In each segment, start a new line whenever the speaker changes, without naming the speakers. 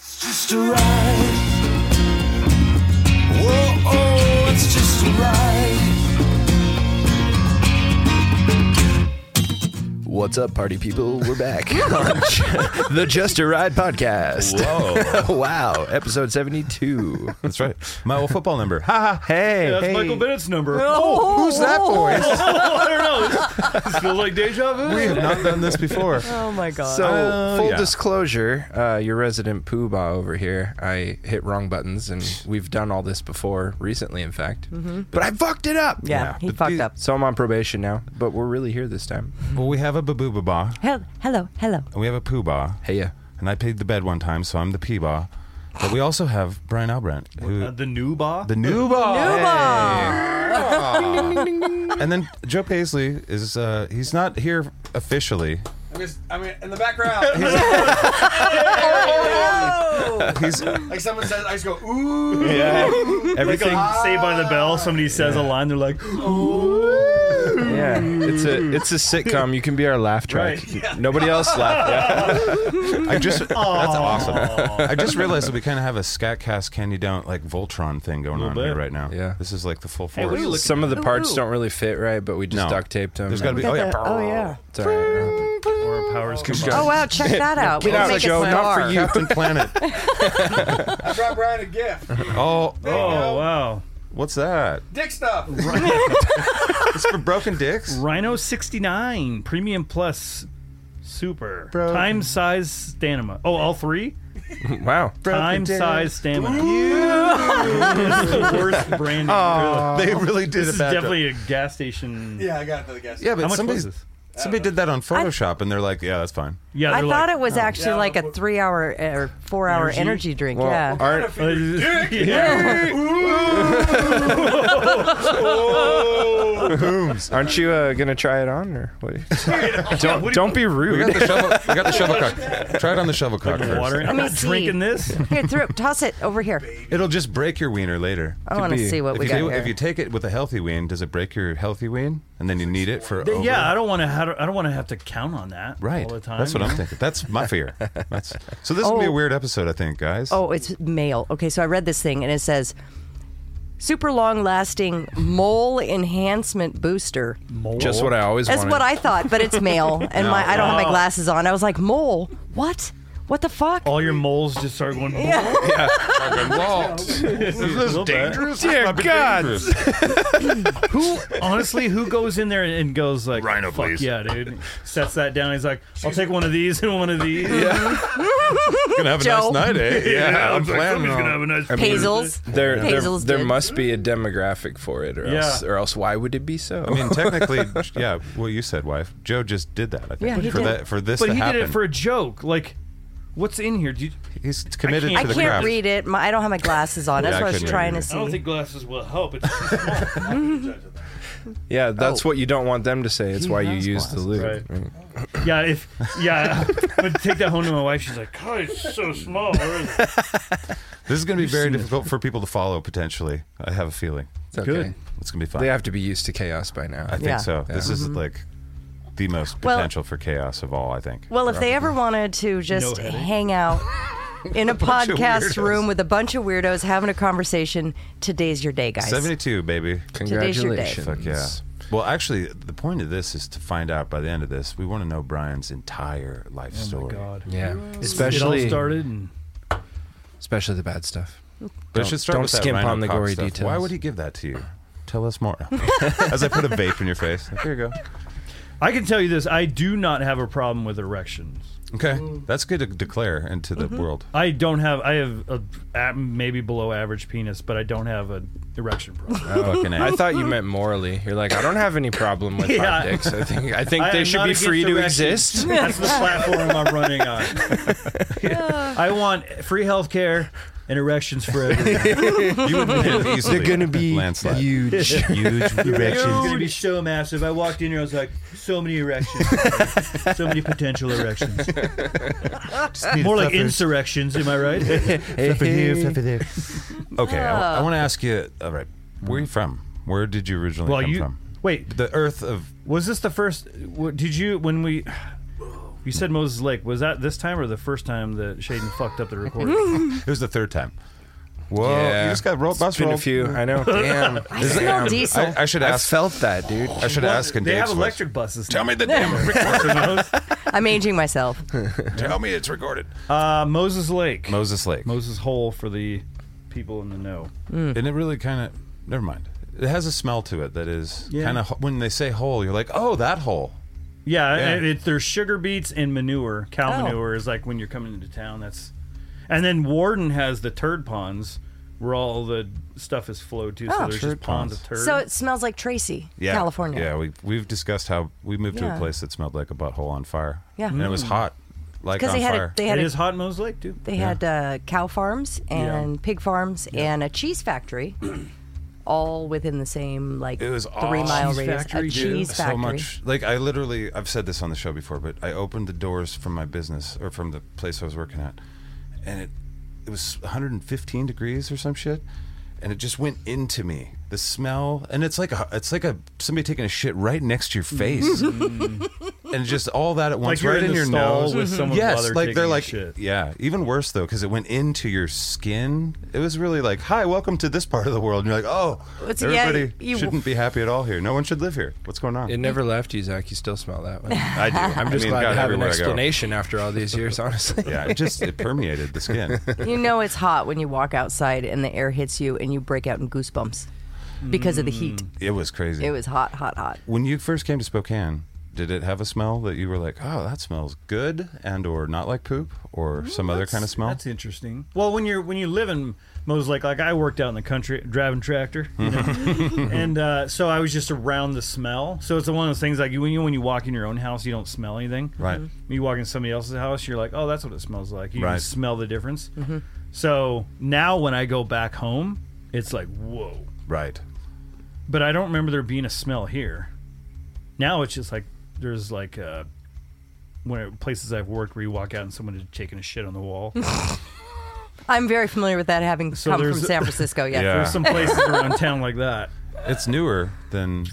just a ride. Whoa, oh, it's just a ride.
What's up, party people? We're back on Ju- the Just a Ride podcast.
Whoa.
wow, episode 72.
That's right. My old football number. Ha ha.
Hey,
That's
hey.
Michael Bennett's number. Oh,
Oh, who's that voice?
I don't know. It feels like deja vu.
We have not done this before.
Oh my god.
So,
Uh,
full
yeah.
disclosure, uh, your resident poobah over here, I hit wrong buttons, and we've done all this before recently, in fact. But I fucked it up.
yeah,
yeah,
he
but
fucked
these-
up.
So I'm on probation now, but we're really here this time.
Well, we have a babooba
Hel- hello, hello.
and we have a poobah,
Hey, yeah.
and I paid the bed one time, so I'm the peebah. But we also have Brian Albrandt,
Uh,
who
the new ba.
the new bah.
Nuba!
And then Joe Paisley is uh, he's not here officially.
I'm, just, I'm in the background.
He's
like someone says, I just go, ooh.
yeah.
like
Everything
on Saved by the Bell, somebody says a line, they're like,
Yeah, it's a it's a sitcom. You can be our laugh track.
Right.
Nobody else laughed.
I just that's awesome. I just realized that we kind of have a Scatcast Candy Don't like Voltron thing going on
Little
here
bit.
right now.
Yeah.
This is like the full
what
force.
are you looking-
Some of the parts
Ooh, ooh.
don't really fit right, but we just
No.
duct taped them.
There's got to be
Look
oh
at
yeah.
that. Oh, yeah.
It's all right.
or powers combined.
Oh wow, check that out. We
Get
can
out,
make
Joe,
a
not
star.
for you.
Captain Planet.
I brought Brian a gift.
Oh,
Oh, wow.
what's that?
Dick stuff.
It's for broken dicks.
Rhino 69, Premium Plus, Super.
Bro.
Time size stamina. Oh, all three?
Wow.
Time size stamina. this is the worst branding. really.
They really did
This is
a bad
definitely a gas station.
Yeah, I got it to the guest.
job. Yeah,
How
but
much
somebody
was this?
Uh,
somebody did that on Photoshop, and they're like, "Yeah, that's fine."
Yeah,
I
they're
thought
like,
it was actually
Yeah,
like a
what-
three-hour or four-hour
Energy?
energy, drink.
Well,
yeah.
aren't
it. yeah. Oh.
aren't you uh, gonna try it on or what?
Yeah, what do
don't
you-
don't be
We got
rude.
the shovel. We got the shovel cock. Try it on the shovel cock first.
Water. I'm
me
not
see.
drinking this.
Here, throw, toss it over here.
It'll just break your wiener later.
I want to
be.
see what
if,
we
you
got
do-
here.
if you take it with a healthy ween, does it break your healthy ween? And then you need it for over?
Yeah, I don't want to. I don't want to have to count on that
Right.
all the time.
That's what I'm thinking. That's my fear. That's so. This will be a
Oh.
weird episode, I think, guys.
Oh, it's male. Okay, so I read this thing and it says super long lasting mole enhancement booster.
Just what I always
That's
wanted.
what I thought, but it's male and my I don't have my glasses on. I was like, "Mole? What? What the fuck?"
All your moles just start going.
is this dangerous?
Dear God.
Who honestly? Who goes in there and goes like, "Rhino, fuck
please."
yeah, dude." Sets that down. He's like, "I'll take one of these and one of these." Yeah,
Gonna have a
Joe.
nice night, eh? Yeah, I'm
like,
planning
somebody's
on.
gonna have a nice
Hazels.
There, there,
Hazel's
there
did.
must be a demographic for it, or
Yeah.
else, or else why would it be so?
I mean, technically, yeah. Well, you said, wife. Joe just did that. I think
Yeah, he
for
did.
that for this
But
to
he
happen.
did it for a joke. Like, what's in here? Do you,
He's committed
can't-
I
to the
can't
craft.
read it. My, I don't have my glasses on. That's
Yeah, I
what I was
couldn't
trying
read
to
it.
I
see.
don't think glasses will help. It's
yeah, that's
oh.
what you don't want them to say. It's
He
why you
has
use the
glasses.
lube.
yeah, if yeah, I'm gonna take that home to my wife. She's like, "God, it's so small."
This is going to be very difficult for people to follow potentially. I have a feeling
It's okay.
Good.
it's going to be fun.
They have to be used to chaos by now.
I think
Yeah.
so. This is
Mm-hmm.
like the most
Well-
potential for chaos of all. I think.
Well, if they ever wanted to just
headache.
hang out in a,
bunch of
podcast
weirdos.
room with a bunch of weirdos having a conversation, today's your day, guys.
Seventy-two, baby.
Today's your day.
Congratulations.
Fuck yeah. Well, actually, the point of this is to find out by the end of this. We want to know Brian's entire life
Oh
story,
Yeah.
Mm.
it all
Especially,
started. And,
especially the bad stuff.
but
Don't-
it should start
don't
with that
skimp
Rhino
on the
Cox
gory
stuff.
details.
Why would he give that to you? Tell us more. As I put a vape in your face. Like, Here you go.
I can tell you this: I do not have a problem with erections.
Okay, that's good to declare into the
Mm-hmm.
world.
I don't have. I have a, a maybe below average penis, but I don't have an erection problem.
Fucking A.
Oh. I thought you meant morally. You're like, I don't have any problem with
Yeah.
hot dicks. I think I think
I
they
am
should
not
be
against
free to
erections.
exist.
That's the platform I'm running on. I want free health care and erections for everyone.
You would win easily. landslide.
huge.
huge
It's
erections.
gonna be so massive. I walked in here, I was like, so many erections, so many potential erections. More like insurrections, am I right?
Okay,
Oh.
I, want to ask you. All right, where are you from? Where did you originally
well,
come
you
from?
wait.
The Earth of
Was this the first? w- Did you when we? You said Moses Lake. Was that this time or the first time that Shaden fucked up the recording?
It was the third time. Whoa! You just got ro-
It's
bus
been a
rolled.
few. I know. Damn.
I smell
Damn.
diesel.
I, I should
I
ask.
felt that, dude.
I should ask. in
they have
Dave's voice.
electric buses.
Tell me the damn recorder.
I'm aging myself.
Tell me it's recorded.
Uh, Moses Lake.
Moses Lake.
Moses Hole for the people in the know.
And it really kind of. Never mind. It has a smell to it that is
Yeah.
kind of when they say hole, you're like, oh, that hole.
Yeah,
Yeah.
It, it, there's sugar beets and manure. Cow
Oh.
manure is like when you're coming into town. That's, and then Warden has the turd ponds where all the stuff is flowed to. so
Oh.
there's
Turd
just ponds of
ponds.
turd.
So it smells like Tracy,
Yeah.
California.
Yeah, we we've discussed how we moved to
Yeah.
a place that smelled like a butthole on fire.
Yeah.
And it was hot. Like
Because
on
they had
fire.
a, they
it
had a,
is hot in Moses Lake too.
they had uh, cow farms and pig farms and a cheese factory, all within the same like
It was
three
awesome.
mile
Cheese
radius.
factory,
a
dude.
cheese factory.
so much like i literally i've said this on the show before but i opened the doors from my business or from the place i was working at and it it was 115 degrees or some shit and it just went into me the smell and it's like a it's like a somebody taking a shit right next to your face and just all that at once
you're
right
in
in,
the
your
stall
nose
with someone while
yes
they're
like they're
taking a
like
shit.
yeah even worse though because it went into your skin it was really like hi welcome to this part of the world and you're like oh
It's- yeah,
everybody
you-
shouldn't be happy at all here no one should live here what's going on
It never left you, Zach. You still smell that one. I'm
I do. I'm
just glad to have an explanation after all these years, honestly.
Yeah, it just it permeated the skin.
You know it's hot when you walk outside and the air hits you and you break out in goosebumps because of the heat.
It was crazy.
It was hot, hot, hot.
when you first came to Spokane. Did it have a smell that you were like, oh, that smells good, and or not like poop, or some other kind of smell?
That's interesting. Well, when you're when you live in Moses Lake, like I worked out in the country driving tractor, you know? and uh, so I was just around the smell. So it's one of those things like you when you when you walk in your own house, you don't smell anything.
Right.
When you walk in somebody else's house, you're like, oh, that's what it smells like. You can
Right.
smell the difference. So now when I go back home, it's like whoa.
Right.
But I don't remember there being a smell here. Now it's just like there's like uh, when it, places I've worked where you walk out and someone is taking a shit on the wall.
I'm very familiar with that having
So
come from
there's-
San Francisco. Yeah.
Yeah.
There's some places around town like that.
It's newer than,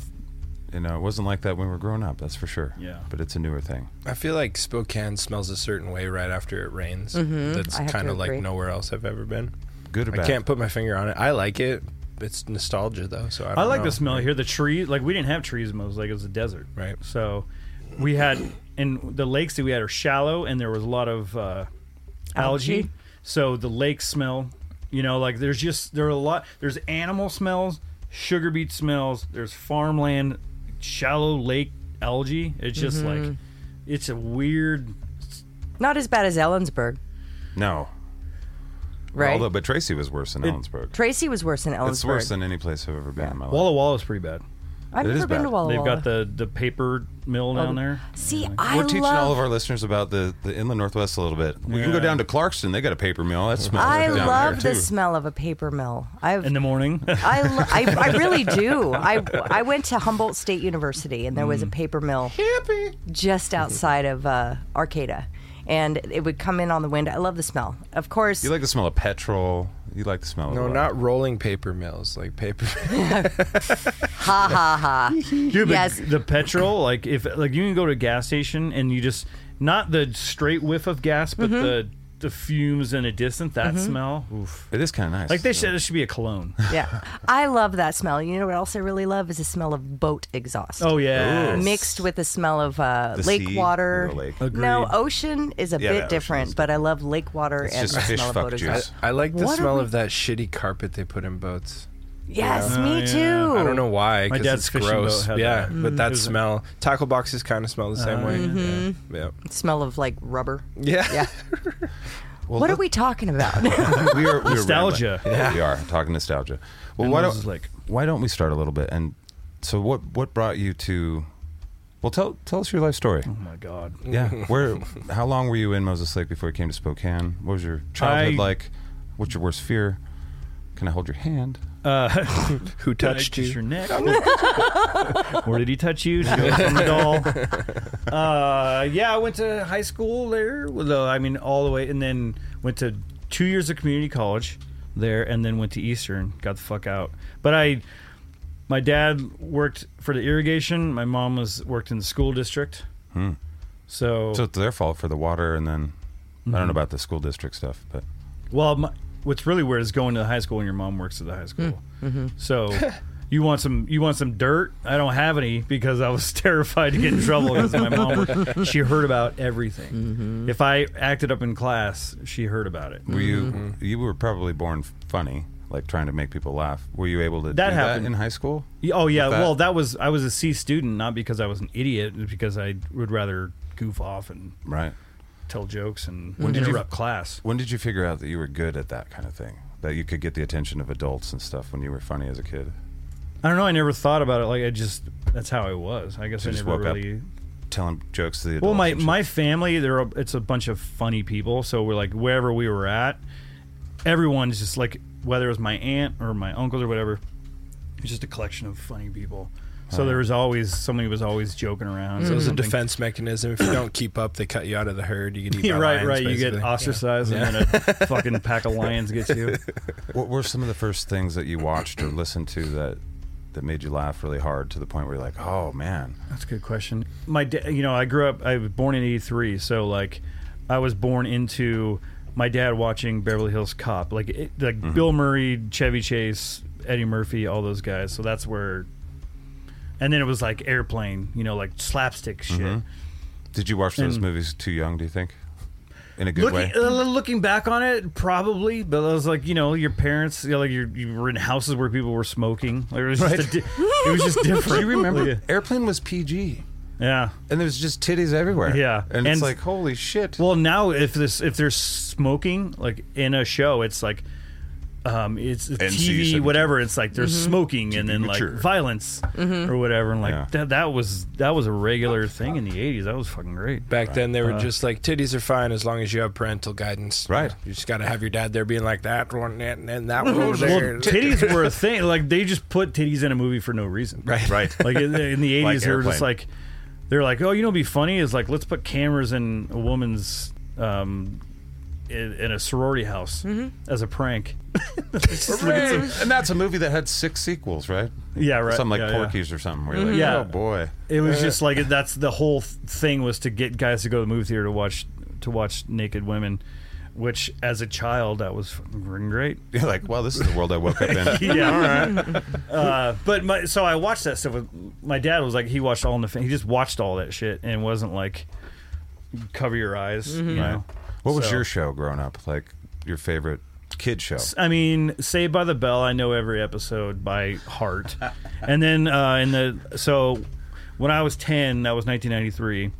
you know, it wasn't like that when we were growing up. That's for sure.
Yeah.
But it's a newer thing.
I feel like Spokane smells a certain way right after it rains.
Mm-hmm.
That's
I have to
kind of like
agree.
nowhere else I've ever been.
Good or
I
bad?
can't put my finger on it. I like it. It's nostalgia though, so I, don't
I like
know.
the smell here. The tree, like we didn't have trees in Moses Lake; it was a desert.
Right.
So we had, and the lakes that we had are shallow, and there was a lot of uh, algae.
Algae.
So the lake smell, you know, like there's just there are a lot. There's animal smells, sugar beet smells. There's farmland, shallow lake algae. It's just
Mm-hmm.
like, it's a weird.
Not as bad as Ellensburg,
No.
right?
Although, but Tracy was worse than Ellensburg.
Tracy was worse than Ellensburg.
It's worse than any place I've ever been in my life.
Walla Walla is pretty bad.
I've
it
never
is
been
bad.
to Walla
They've
Walla. Oh,
got the the paper mill down there.
See, I
We're teaching
love,
all of our listeners about the, the inland northwest a little bit. We can go
Yeah.
down to Clarkston. They got a paper mill. That smells.
I
down
love
there,
the
too.
smell of a paper mill. I've
In the morning,
I, lo- I, I really do. I, I went to Humboldt State University and there was a
Mm.
paper mill just
Mm-hmm.
outside of uh, Arcata. And it would come in on the wind. I love the smell. Of course,
You like the smell of petrol. You like the smell of
No,
oil.
not rolling paper mills, like paper.
ha ha ha.
Yeah, but
Yes.
the petrol, like if like you can go to a gas station and you just not the straight whiff of gas, but
Mm-hmm.
the the fumes in a distance, that smell. Oof.
It is kind of nice.
Like they said, it should be a cologne.
Yeah. I love that smell. You know what else I really love is the smell of boat exhaust.
Oh yeah,
Mixed with the smell of uh,
The
lake
sea
water.
or a lake.
No, ocean is a
Yeah, that
bit
ocean is
different, but I love lake water and
just
the
fish
smell of
fuck
boat
juice.
I,
exhaust.
I like the
What are
smell
we-
of that shitty carpet they put in boats.
Yes,
Oh,
me
yeah.
too.
I don't know why.
My
'cause
dad's
it's
fishing
gross.
boat had
yeah,
that. Mm,
but that smell. Tackle boxes kind of smell the same way. Yeah.
Smell of like rubber.
Yeah.
Yeah.
Well,
what are
let-
we talking about?
we are, we are
Nostalgia.
rambling. We are talking nostalgia. Well, why
Moses
don't
Lake.
why don't we start a little bit? And so, what what brought you to? Well, tell tell us your life story.
Oh my god.
Yeah, where? How long were you in Moses Lake before you came to Spokane? What was your childhood
I-
like? What's your worst fear? Can I hold your hand?
Who
Did I
touched
kiss
you?
your neck? Where did he touch you? Did you go from the doll? Uh, yeah, I went to high school there. Well, though, I mean, all the way, and then went to two years of community college there, and then went to Eastern. Got the fuck out. But I, my dad worked for the irrigation. My mom was worked in the school district. So,
So it's their fault for the water, and then I
Mm-hmm.
don't know about the school district stuff, but
well, my, what's really weird is going to the high school and your mom works at the high school. So, you want some you want some dirt? I don't have any because I was terrified to get in trouble because my mom worked- she heard about everything. If I acted up in class, she heard about it.
were you you were probably born funny, like trying to make people laugh. Were you able to do
happened.
that in high school?
Yeah, Oh yeah,
with that?
well that was I was a C student, not because I was an idiot, it's because I would rather goof off and
Right.
tell jokes and
did you-
interrupt class.
When did you figure out that you were good at that kind of thing? That you could get the attention of adults and stuff when you were funny as a kid?
I don't know. I never thought about it. Like I just that's how I was. I guess
So
I
you just
never
woke up
really.
Telling jokes to the adults.
Well, my
and shit.
my family, they're a- it's a bunch of funny people. So we're like wherever we were at, everyone's just like whether it was my aunt or my uncles or whatever, it's just a collection of funny people. So there was always somebody was always joking around.
So it's a
something.
defense mechanism. If you don't keep up, they cut you out of the herd. You get eaten
Yeah,
by
right,
lions,
right. You get
basically.
ostracized, and then a fucking pack of lions gets you.
What were some of the first things that you watched or listened to that that made you laugh really hard to the point where you're like, oh man,
That's a good question. My dad, you know, I grew up. I was born in '83, so like, I was born into my dad watching Beverly Hills Cop, like it, like
Mm-hmm.
Bill Murray, Chevy Chase, Eddie Murphy, all those guys. So that's where. And then it was like airplane, you know, like slapstick shit.
Mm-hmm. did you watch those
And-
movies too young? Do you think? In a good way.
Hmm. Looking, uh, looking back on it, probably, but I was like, you know, your parents, you know, like you you were in houses where people were smoking. Like, it, was just a di- it was just different.
Do you remember? Airplane was PG,
Yeah.
and there's just titties everywhere.
Yeah.
and,
And-
it's like holy shit.
Well, now if this if they're smoking like in a show, it's like um, it's a TV
NC-17.
whatever. It's like they're smoking and then like
mature.
violence or whatever, and like
Yeah.
that that was that was a regular thing in the '80s. That was fucking great.
Back then, they
Uh.
were just like titties are fine as long as you have parental guidance.
Right.
You just got to have your dad there being like that one and then that one over
Well,
there.
titties were a thing. Like they just put titties in a movie for no reason.
Right.
right.
Like in the, in the '80s,
Like
they were just
Airplane.
like they're like, oh, you know, what'd be funny is like let's put cameras in a woman's. Um, in, in a sorority house as a prank.
and that's a movie that had six sequels, right?
Yeah, right.
Something like
Yeah, yeah.
Porky's or something. Where you're like,
Yeah.
oh boy,
It was just like that's the whole th- thing was to get guys to go to the movie theater to watch to watch naked women, which as a child that was fucking great.
you're like, wow, this is the world I woke up in.
Yeah, all right. uh, but my so I watched that stuff. With, my dad was like he watched all in the Fam- he just watched all that shit and wasn't like cover your eyes. You
Right.
know?
What was
So-
your show growing up? Like your favorite kid show?
I mean, Saved by the Bell. I know every episode by heart. and then uh, in the so when I was ten, that was 1993.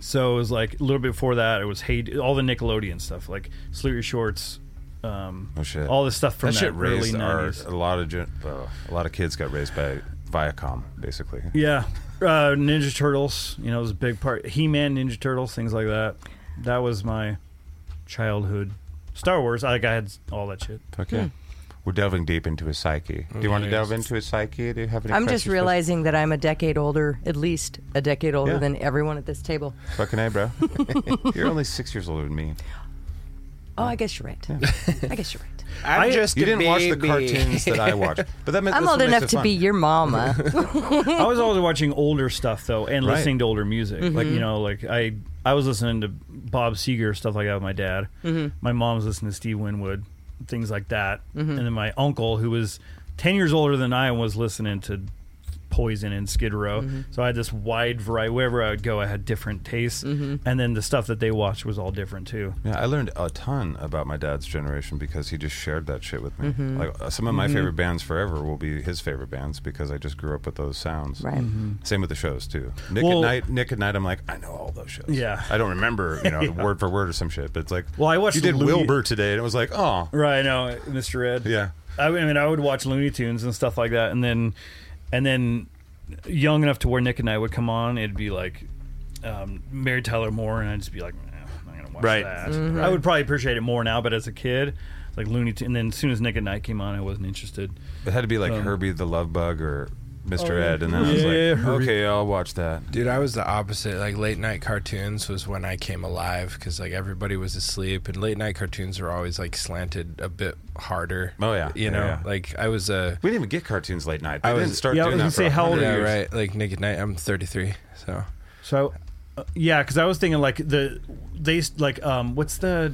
So it was like a little bit before that. It was hey, all the Nickelodeon stuff, like Salute Your Shorts. Um,
Oh shit!
All the stuff from
that
that,
shit
early
raised our,
90s.
a lot of gen- uh, a lot of kids got raised by Viacom, basically.
Yeah, uh, Ninja Turtles. You know, was a big part. He Man, Ninja Turtles, things like that. That was my childhood. Star Wars. Like I had all that shit.
Fuck yeah. We're delving deep into his psyche. Do you want to delve into his psyche? Do you have any?
I'm just
questions?
realizing that I'm a decade older, at least a decade older
Yeah.
than everyone at this table.
Fucking a, bro. You're only six years older than me.
Oh, I guess you're right. I guess you're right.
I'm
I-
just
You
a
didn't watch the
baby.
cartoons that I watched, but that meant
I'm
that's
old
what makes
enough
it
to
fun.
be your mama.
I was always watching older stuff though, and
Right.
listening to older music. Like you know, like I I was listening to Bob Seger stuff like that with my dad. My mom was listening to Steve Winwood, things like that. And then my uncle, who was ten years older than I, was listening to Poison and Skid Row. So I had this wide variety. Wherever I would go, I had different tastes. And then the stuff that they watched was all different too.
Yeah, I learned a ton about my dad's generation because he just shared that shit with me.
Mm-hmm.
Like uh, some of my favorite bands forever will be his favorite bands because I just grew up with those sounds.
Right.
Same with the shows too. Nick
Mm. Well-
at night, Nick at night. I'm like, I know all those shows.
Yeah.
I don't remember, you know, word for word or some shit. But it's like,
Well, I watched
you did
Louis-
Wilbur today, and it was like, oh,
Right, no, Mr. Ed.
Yeah.
I mean, I would watch Looney Tunes and stuff like that, and then, and then, young enough to where Nick and I would come on, it'd be like, um, Mary Tyler Moore, and I'd just be like, "Nah, I'm not gonna watch
Right.
that. I would probably appreciate it more now, but as a kid, it's like Looney Tunes, and then as soon as Nick and I came on, I wasn't interested.
it had to be like Herbie the Love Bug or Mr. Ed, and then I was
Um. Oh, Yeah,
like,
Herbie.
okay, I'll watch that.
Dude, I was the opposite. Like late night cartoons was when I came alive because like everybody was asleep, and late night cartoons were always like slanted a bit harder.
Oh, yeah.
you
Yeah,
know,
yeah.
like I was a
We didn't even get cartoons late night. They I
was-
didn't start
yeah, I
doing
was
that.
gonna
for
say,
a
how old are
hundred
yeah
you?
years.
right like Nick at Night. I'm 33, so
So, uh, Yeah, because I was thinking like the they s- like um what's the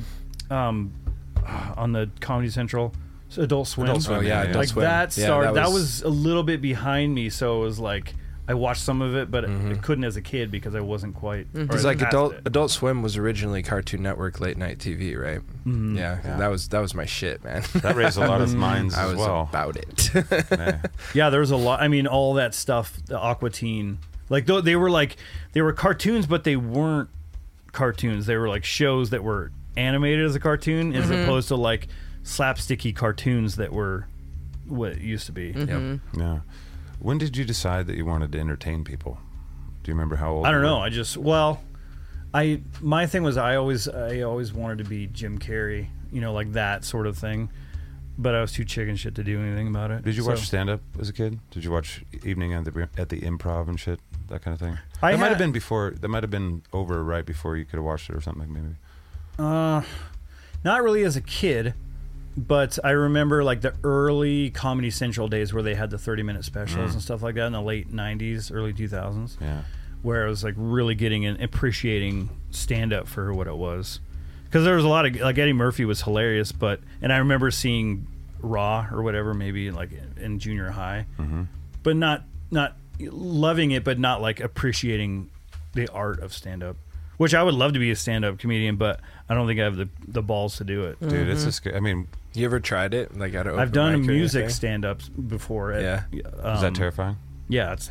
um on the Comedy Central It's Adult Swim.
Adult Swim, Oh, yeah, yeah, Adult
like
Swim.
that
Yeah,
started.
that
that, was...
was-
a little bit behind me, so it was like I watched some of it, but I couldn't as a kid because I wasn't quite. or
It's
I
like
passed
Adult
it.
Adult Swim was originally Cartoon Network late night TV, right? Yeah, that was that was my shit, man.
Mm-hmm. That raised a lot of minds
I
as
was
well.
about it.
Yeah.
Yeah, there was a lot. I mean, all that stuff, the Aqua Teen. Like though they were like they were cartoons, but they weren't cartoons. They were like shows that were animated as a cartoon, as opposed to like slapsticky cartoons that were what it used to be.
Yep.
Yeah. When did you decide that you wanted to entertain people? Do you remember how old?
I
you
don't
were?
know. I just well, I my thing was I always I always wanted to be Jim Carrey, you know, like that sort of thing. But I was too chicken shit to do anything about it.
Did you
So-
watch stand up as a kid? Did you watch Evening at the at the Improv and shit, that kind of thing?
I
that might have
had-
been before. That might have been over right before you could have watched it or something maybe.
not really as a kid, but I remember like the early Comedy Central days where they had the 30 minute specials and stuff like that in the late 90s, early 2000s,
Yeah.
where I was like really getting and appreciating stand up for what it was. Because there was a lot of like Eddie Murphy was hilarious, but and I remember seeing Raw or whatever maybe like in junior high, but not not loving it, but not like appreciating the art of stand up. Which I would love to be a stand-up comedian, but I don't think I have the, the balls to do it.
Dude,
Mm-hmm.
it's just. I mean,
You ever tried it? Like at an
I've
open
done
mic or
music
anything?
stand ups before. At,
Yeah.
is
um,
that terrifying?
Yeah, it's,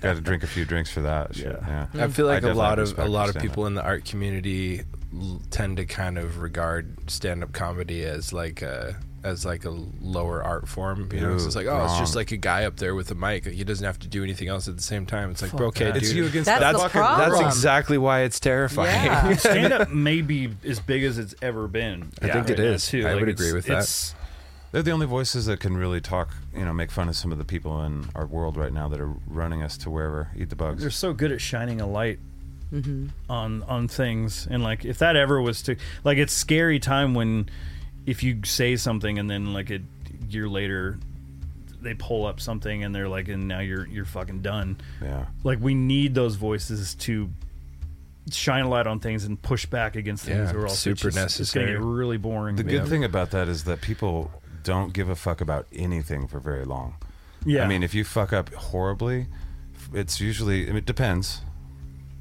Got to drink a few drinks for that. Shit. Yeah.
Yeah.
I feel like
a
a lot of a lot of people in the art community l- tend to kind of regard stand-up comedy as like a as like a lower art form. You know, so it's like
Dude,
oh, it's just
wrong.
like a guy up there with a mic. He doesn't have to do anything else at the same time. It's like okay,
that.
dude,
It's
you against
That's
that's
the problem.
that's exactly why it's terrifying.
Yeah.
stand up may be as big as it's ever been.
I think it
it is
is. I would agree with that.
It's,
They're the only voices that can really talk, you know, make fun of some of the people in our world right now that are running us to wherever. Eat the bugs.
they're so good at shining a light on on things, and like if that ever was to like, it's scary time when if you say something and then like a year later they pull up something and they're like, and now you're you're fucking done.
yeah.
like we need those voices to shine a light on things and push back against things
Yeah,
or else
super
it's, just, it's gonna get
necessary.
really boring
The good thing about that is that people don't give a fuck about anything for very long.
yeah
I mean, if you fuck up horribly, it's usually I mean, it depends.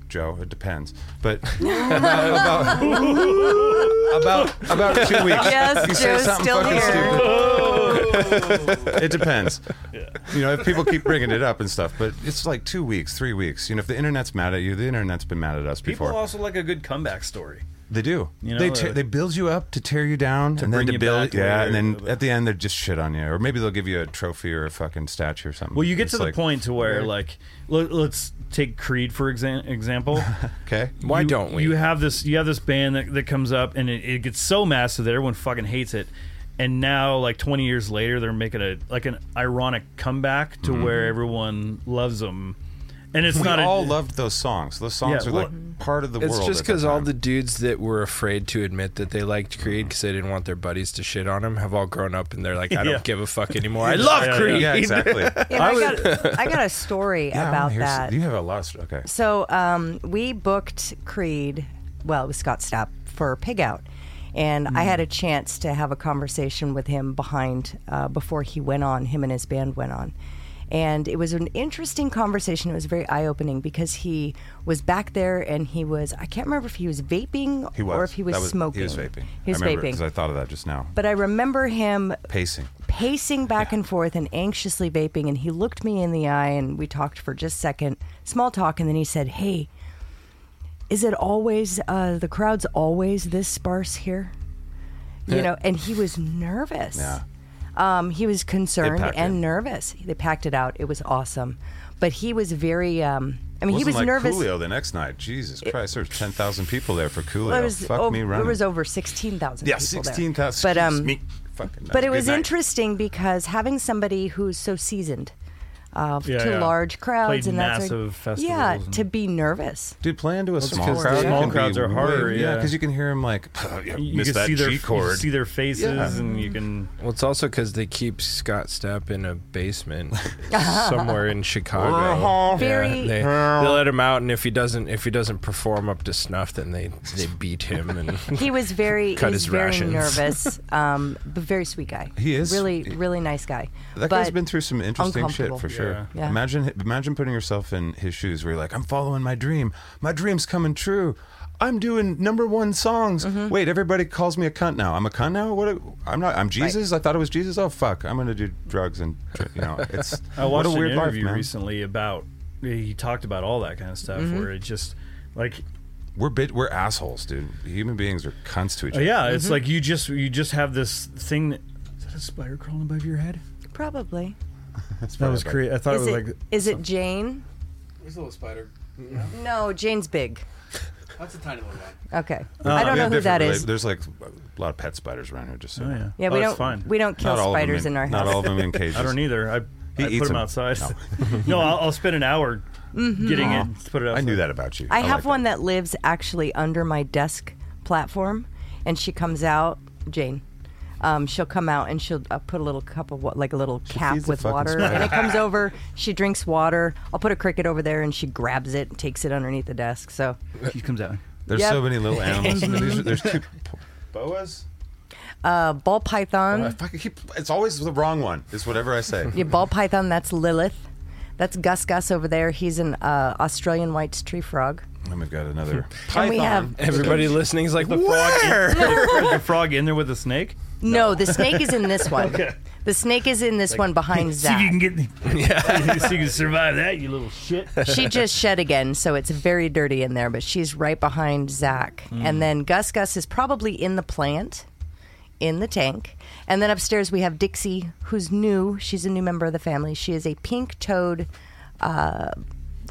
Joe, it depends. But about, about about about two weeks.
Yes,
you say
Joe's
something
still
fucking
here.
stupid. it depends. You know, if people keep bringing it up and stuff, but it's like two weeks, three weeks. You know, if the internet's mad at you, the internet's been mad at us
people
before.
also like a good comeback story
They do.
You
they
know,
te-
uh,
they build you up to tear you down, and then
bring
to
you
build,
back
yeah,
later.
and then at the end they just shit on you, or maybe they'll give you a trophy or a fucking statue or something.
well you get
It's
to the
like,
point to where like let, let's take creed for exa- example
Okay.
Why
You-
don't we?
you have this you have this band that, that comes up and it, it gets so massive that everyone fucking hates it and now like 20 years later they're making a like an ironic comeback to where everyone loves them and it's
Mm-hmm. We
not
all
a,
loved those songs. Those songs
Yeah,
are
well,
like part of the world.
It's just
at that
because all
time.
the dudes that were afraid to admit that they liked Creed because they didn't want their buddies to shit on them have all grown up and they're like, I don't
Yeah.
give a fuck anymore. I love
Yeah,
Creed.
yeah, exactly.
And I, got, I got a story
Yeah, I wanna
about
hear s-
that.
You have a lot. Of, st- okay.
So um, we booked Creed, well, it was Scott Stapp, for Pig Out. And I
Mm.
had a chance to have a conversation with him behind, uh, before he went on, him and his band went on. And it was an interesting conversation. It was very eye opening because he was back there and he was, I can't remember if he was vaping
He was.
or if he was,
That
smoking.
He was vaping.
He was
I remember
vaping.
because I thought of that just now.
but I remember him
Pacing.
pacing back and forth and anxiously vaping. And he looked me in the eye and we talked for just a second, small talk. And then he said, Hey, is it always, uh, the crowd's always this sparse here? You know, and he was nervous.
Yeah.
Um, he was concerned
They packed
and
it.
nervous. They packed it out. It was awesome. But he was very, um, I mean,
Wasn't
he was
like
nervous.
Coolio the next night. Jesus Christ, there was ten thousand people there for Coolio.
Well, it was
Fuck
ov-
me running.
It was over 16,000
yeah,
people there.
sixteen thousand.
But, um,
me. Fucking
but it
Good
was
night.
interesting because having somebody who's so seasoned uh,
Yeah,
to
yeah.
large crowds
Played
and that's
massive festivals
Yeah,
and-
to be nervous.
Dude, playing to a small
because
crowd.
small
can be
crowds are
way-
harder,
Yeah,
yeah.
because you can hear them like, you
You
missed
can
that
see their
G
you can
chord.
see their faces,
Yeah. Mm-hmm.
and you can.
Well, it's also because they keep Scott Stapp in a basement somewhere in Chicago.
Uh-huh. Very-
yeah, they, they let him out, and if he doesn't if he doesn't perform up to snuff, then they they beat him. And
He was very
Cut
he was
his
very
rations.
nervous, um, but very sweet guy.
He is-
really
he-
really nice guy.
That
but,
guy's been through some interesting shit
uncomfortable.
for sure.
Yeah.
Yeah.
Imagine imagine putting yourself in his shoes where you're like, I'm following my dream. My dream's coming true. I'm doing number one songs.
Mm-hmm.
Wait, everybody calls me a cunt now. I'm a cunt now? What? a- I'm not. I'm Jesus. I thought it was Jesus. Oh fuck! I'm gonna do drugs and you know it's.
I watched
what a weird
an interview
life, man.
recently about he talked about all that kind of stuff,
Mm-hmm.
where it just like
We're bit. We're assholes, dude. Human beings are cunts to each
Uh,
other.
yeah,
Mm-hmm.
it's like you just you just have this thing. That, is that a spider crawling above your head?
probably.
That was crazy. I thought
Is
it
it
was like
is it Jane?
There's a little spider.
No, Jane's big.
That's a tiny little guy.
Okay.
Ah,
I don't
We
know
have
who that
different
is.
rela- There's like a lot of pet spiders around here. Just so
oh yeah,
Yeah,
Oh,
we
it's
don't
fine.
we don't kill
Not all of them
spiders in, our house.
Not all of them in cages.
I don't either. I, I
eats
put them
them.
outside. No, I'll, I'll spend an hour
Mm-hmm.
getting it. Put it outside.
I knew that about you.
I, have
like
one that. lives actually under my desk platform, and she comes out, Jane. Um, she'll come out and she'll uh, put a little cup of wa- like a little cap
feeds the
with
fucking
water,
spider.
and it comes over. She drinks water. I'll put a cricket over there, and she grabs it and takes it underneath the desk. So
He comes out.
There's
Yep.
so many little animals. in there. These are- there's two boas.
a uh, ball python,
I fucking keep. It's always the wrong one. Is whatever I say.
yeah, ball python. That's Lilith. That's Gus Gus over there. He's an uh, Australian white tree frog.
And we've got another.
And we have-
everybody listening is like, where?
Is the frog in there with a snake.
No, the snake is in this one. The snake is in this one behind
See if you
Zach.
can get. See if you can survive that, you little shit.
she just shed again, so it's very dirty in there, but she's right behind Zach.
Hmm.
And then Gus Gus is probably in the plant, in the tank. And then upstairs we have Dixie, who's new. She's a new member of the family. She is a pink toed uh,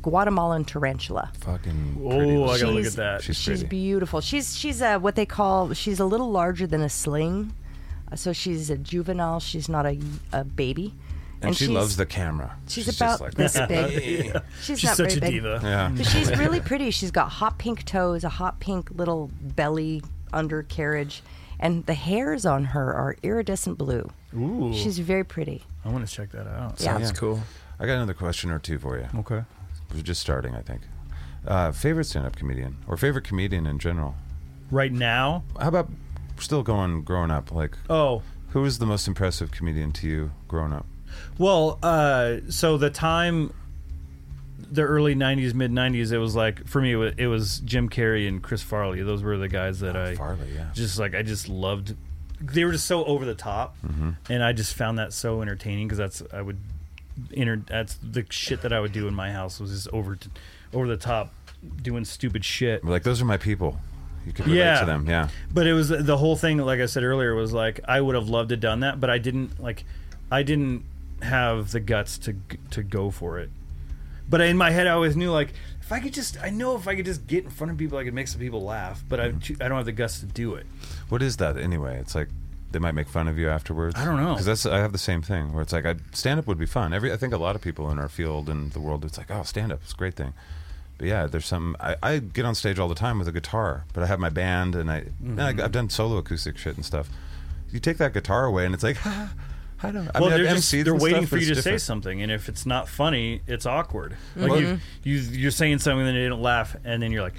Guatemalan tarantula.
Fucking. pretty
Oh, I
little-
gotta look
She's-
at that.
She's
She's
pretty.
beautiful. She's she's a, what they call she's a little larger than a sling. Uh, So she's a juvenile. She's not a, a baby.
and, she
she's-
loves the camera.
She's,
just
about
like-
this big. She's,
She's
not
such
very
a
big.
diva.
Yeah.
But she's really pretty. She's got hot pink toes, a hot pink little belly undercarriage, and the hairs on her are iridescent blue.
Ooh,
She's very pretty.
I want to check that out.
Yeah.
That's cool.
I got another question or two for you.
Okay.
We're just starting, I think. Uh, favorite stand-up comedian or favorite comedian in general?
Right now.
How about still going growing up? Like,
Oh,
who was the most impressive comedian to you growing up?
Well, uh, so the time, the early '90s, mid '90s, it was like for me, it was, it was Jim Carrey and Chris Farley. Those were the guys that I
Oh, Farley, yeah.
just like. I just loved. They were just so over the top,
Mm-hmm.
and I just found that so entertaining because that's I would, enter, that's the shit that I would do in my house was just over, t- over the top, doing stupid shit.
Like, those are my people. You could relate
Yeah.
to them. Yeah.
But it was the whole thing. Like I said earlier, was like I would have loved to done that, but I didn't. Like I didn't have the guts to g- to go for it. But in my head, I always knew like if I could just, I know if I could just get in front of people, I could make some people laugh. But I, I don't have the guts to do it.
What is that anyway? It's like they might make fun of you afterwards.
I don't know.
because that's I have the same thing where it's like I stand up would be fun. Every I think a lot of people in our field and the world, it's like oh stand up is a great thing. But yeah, there's some I, I get on stage all the time with a guitar, but I have my band and I,
Mm-hmm.
and I have done solo acoustic shit and stuff. You take that guitar away and it's like I don't. I
well,
mean,
they're
I've
just
MC'd
they're
and
waiting
stuff,
for
but
you to
it's different. mm-hmm.
say something, and if it's not funny, it's awkward. Like you, you you're saying something and they don't laugh, and then you're like,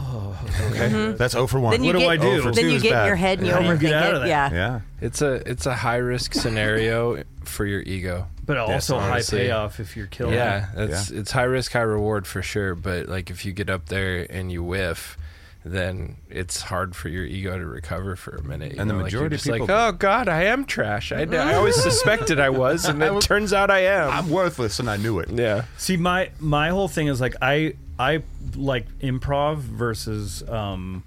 Okay,
Mm-hmm.
that's 0 for one.
Then you
what do
get-
I do?
then
Oh, for
you
two
get
is
in
bad.
your head and you
How do you
overthink
get out
it.
of that?
Yeah.
Yeah,
It's a it's a high risk scenario for your ego.
but also high
honestly.
payoff if you're killing.
Yeah,
it.
it's it's high risk, high reward for sure. But like if you get up there and you whiff, then it's hard for your ego to recover for a minute. you
And the
know, like, you're
majority of
just like,
people-
oh god, I am trash. I, I always suspected I was, and it turns out I am.
I'm worthless and I knew it.
Yeah,
See, my my whole thing is like I I like improv versus um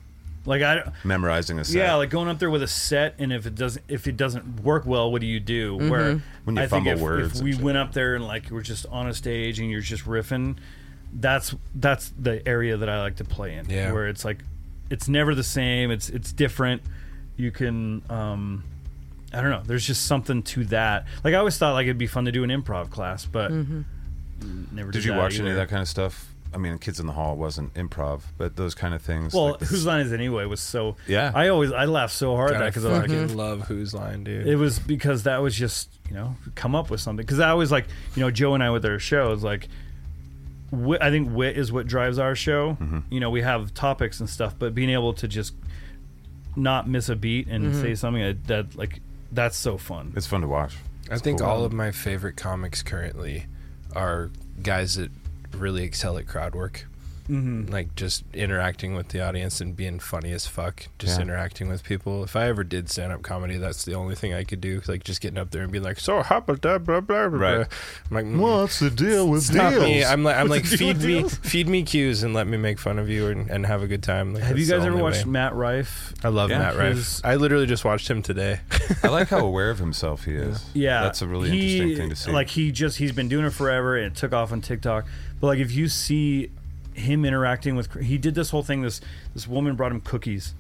like I
Memorizing a set.
yeah like going up there with a set and if it doesn't if it doesn't work well what do you do where
Mm-hmm. When you
I think
fumble
if, if
words and
we
shit.
went up there and like we're just on a stage and you're just riffing that's that's the area that I like to play in
Yeah.
where it's like it's never the same it's it's different you can um I don't know. There's just something to that. Like I always thought, like it'd be fun to do an improv class, but never
Mm-hmm. Did
did
you
that
watch any of
either.
that kind of stuff? I mean, Kids in the Hall wasn't improv, but those kind of things.
Well,
like the-
whose line is it anyway was so.
Yeah.
I always I laughed so hard at
God,
that
I
because I was like,
fucking love Who's Line, dude.
it was because that was just you know come up with something because I always like you know Joe and I with our shows like wit, I think wit is what drives our show.
Mm-hmm.
You know we have topics and stuff, but being able to just not miss a beat and say something that, that like that's so fun.
it's fun to watch.
I
It's
think
cool.
all of my favorite comics currently are guys that really excel at crowd work. Mm-hmm. Like just interacting with the audience and being funny as fuck. Just
Yeah.
interacting with people. If I ever did stand up comedy, that's the only thing I could do. Like just getting up there and being like, "So how about that?" Blah blah blah.
Right.
blah." I'm like, "Mm,
What's the deal with
Stop
deals?
me. I'm like, I'm like,
What's the deal
feed
with
me,
deals?
feed me cues and let me make fun of you and, and have a good time. Like,
Have
that's
you
the
guys ever
only
watched
way.
Matt Rife?
I love
Yeah.
Matt Rife.
His-
I literally just watched him today.
I like how aware of himself he is.
Yeah,
that's a really
He-
interesting thing to see.
Like he just he's been doing it forever and it took off on TikTok. But like if you see him interacting with, he did this whole thing. This this woman brought him cookies.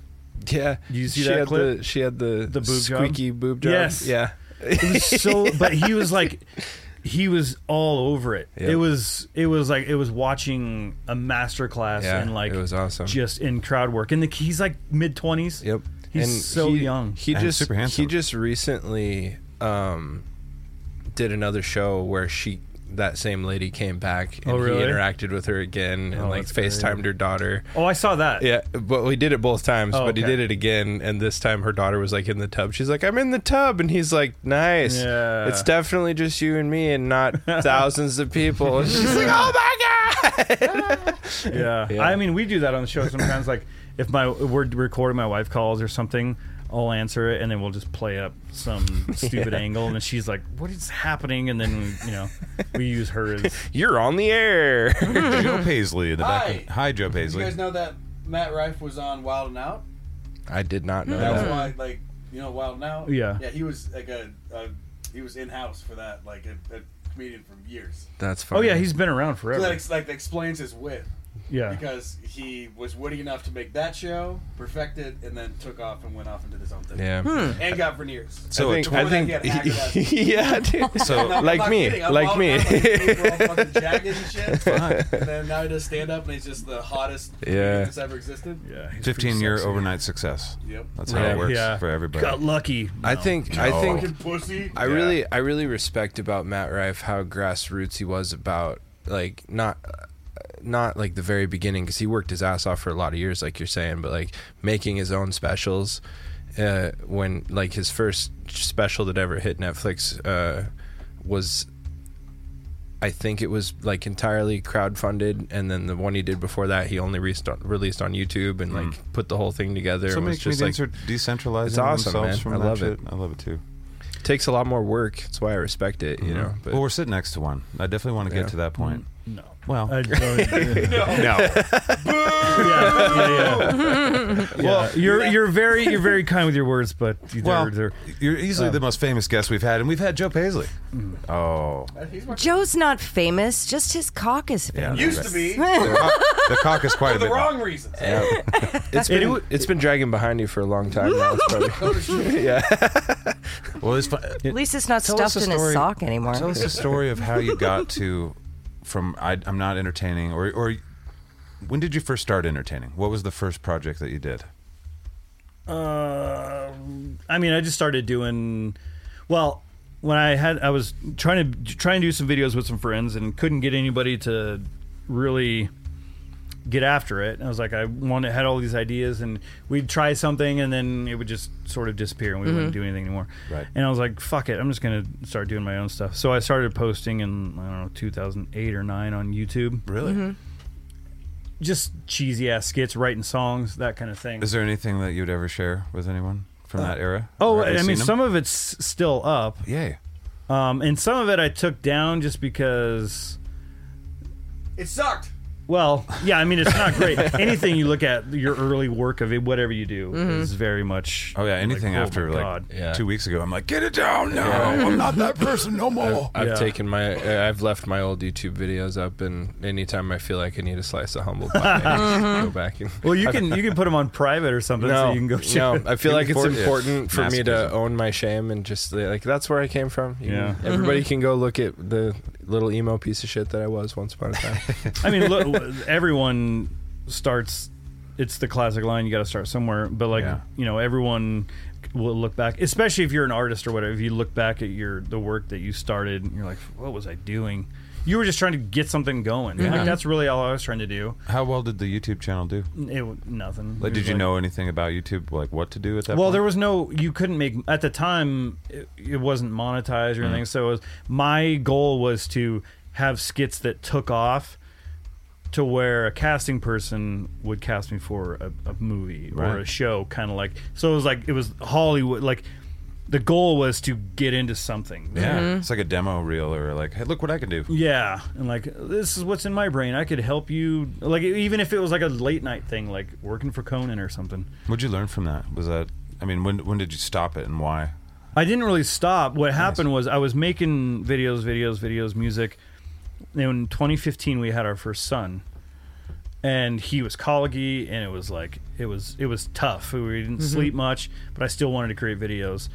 Yeah.
Did you see
she
that
had
clip?
The, she had the,
The boob job?
squeaky boob job.
Yes.
Yeah.
It was so, but he was like, he was all over it.
Yeah.
It was, it was like, it was watching a master class
Yeah,
and like,
it was awesome.
just in crowd work. And the, he's like mid twenties.
Yep.
He's so
he-
young.
He
And
just
super handsome.
he just recently um did another show where she that same lady came back and
Oh, really?
he interacted with her again and
Oh,
like
that's great.
FaceTimed her daughter.
Oh, I saw that.
Yeah, but we did it both times.
Oh,
but he
okay.
did it again, and this time her daughter was like in the tub. She's like, "I'm in the tub," and he's like, "Nice.
Yeah.
It's definitely just you and me, and not thousands of people." And she's like, "Oh my god!"
Yeah. I mean, we do that on the show sometimes. like, if my we're recording, my wife calls or something, I'll answer it, and then we'll just play up some stupid angle, and then she's like, "What is happening?" And then we, you know, we use her as
You're on the air.
Hmm.
Joe Paisley in the
Hi.
back. Hi, Joe
Did you
Paisley.
guys know that Matt Rife was on Wild and Out?
I did not know
That's
that.
why, like, you know, Wild and Out.
Yeah.
Yeah, he was like a, a he was in house for that, like a, a comedian from years.
That's fine.
oh yeah, he's been around
So
forever.
that ex- like that explains his wit
yeah.
because he was witty enough to make that show, perfected, and then took off and went off and did his own thing.
yeah.
And got veneers.
So
Hmm. I
a
think,
tw-
I
Before that, he had hacker
think yeah, dude.
So-
I'm
like
not
me,
kidding. I'm
like
all-
me.
I'm like, dude, we're all fucking jagged and shit. And then now he does stand up and he's just the hottest
Yeah.
comedian that's ever existed.
Yeah, he's pretty
15 year
sexy.
overnight success.
Yep.
That's how
Yeah.
it works
Yeah.
for everybody.
Got lucky.
I
No.
think I think
Fucking pussy.
I really I really respect about Matt Rife how grassroots he was about like not not like the very beginning because he worked his ass off for a lot of years like you're saying but like making his own specials uh, when like his first special that ever hit Netflix uh, was I think it was like entirely crowdfunded and then the one he did before that he only released on, released on YouTube and like put the whole thing together
So
and
many
was just like
comedians are decentralizing
It's awesome,
themselves
man.
from
I
that
love
shit.
it.
I love it too.
takes a lot more work that's why I respect it you know but
well, we're sitting next to one. I definitely want to
Yeah.
get to that point.
Mm, no.
Well,
I don't- yeah,
no.
yeah, yeah. Well, you're you're very you're very kind with your words, but they're,
well,
they're um,
you're easily the most famous guest we've had, and we've had Joe Paisley.
Mm.
Oh,
He's my
Joe's not famous, just his cock is
yeah.
famous.
used to be
the, cock, the cock is quite
for
a bit.
the wrong reasons.
It's been it's been dragging behind you for a long time now. It's
Oh,
probably,
Well, it's fun.
At least it's not
Tell us
stuffed
a
in his
story-
sock anymore.
Tell us the story of how you got to from I, I'm not entertaining, or or when did you first start entertaining? What was the first project that you did?
Uh, I mean, I just started doing. Well, when I had, I was trying to try and do some videos with some friends and couldn't get anybody to really get after it. And I was like, I wanted had all these ideas, and we'd try something, and then it would just sort of disappear, and we wouldn't do anything anymore.
Right.
And I was like, fuck it, I'm just gonna start doing my own stuff. So I started posting in I don't know 2008 or nine on YouTube,
Really?
just cheesy ass skits, writing songs, that kind of thing.
Is there anything that you'd ever share with anyone from that era?
Oh,
Or have you
I mean,
seen 'em?
some of it's still up.
Yay.
Um, and some of it I took down just because.
It sucked.
Well, yeah, I mean, it's not great. anything you look at, your early work of it, whatever you do, is very much.
Oh yeah,
like,
anything
oh my
after like
God.
Yeah.
two weeks ago, I'm like, get it down now. I'm not that person no more.
I've
Yeah.
taken my, uh, I've left my old YouTube videos up, and anytime I feel like I need a slice of humble pie, I just go back and.
Well, you can you can put them on private or something, so you can go. share.
no, I feel
You
like
can
it's
forge it.
important for me
Masochism.
to own my shame and just like that's where I came from. You
Yeah.
can- everybody can go look at the little emo piece of shit that I was once upon a time.
I mean, look, everyone starts. It's the classic line. You got to start somewhere. But like,
Yeah.
you know, everyone will look back, especially if you're an artist or whatever. If you look back at your the work that you started, and you're like, what was I doing? You were just trying to get something going. Like that's really all I was trying to do.
How well did the YouTube channel do?
It w- nothing.
Like,
It was
did you know anything about YouTube? Like, what to do at that?
Well,
point?
there was no. You couldn't make at the time. It, it wasn't monetized
Mm.
or anything. So it was, my goal was to have skits that took off to where a casting person would cast me for a, a movie or
Right.
a show, kind of like. So it was like it was Hollywood. Like the goal was to get into something.
Yeah, it's like a demo reel or like, hey, look what I can do.
Yeah, and like this is what's in my brain. I could help you. Like even if it was like a late night thing, like working for Conan or something.
What'd you learn from that? Was that? I mean, when when did you stop it and why?
I didn't really stop. What happened was I was making videos, videos, videos, music. And in 2015, we had our first son, and he was colicky, and it was like it was it was tough. We didn't sleep much, but I still wanted to create videos.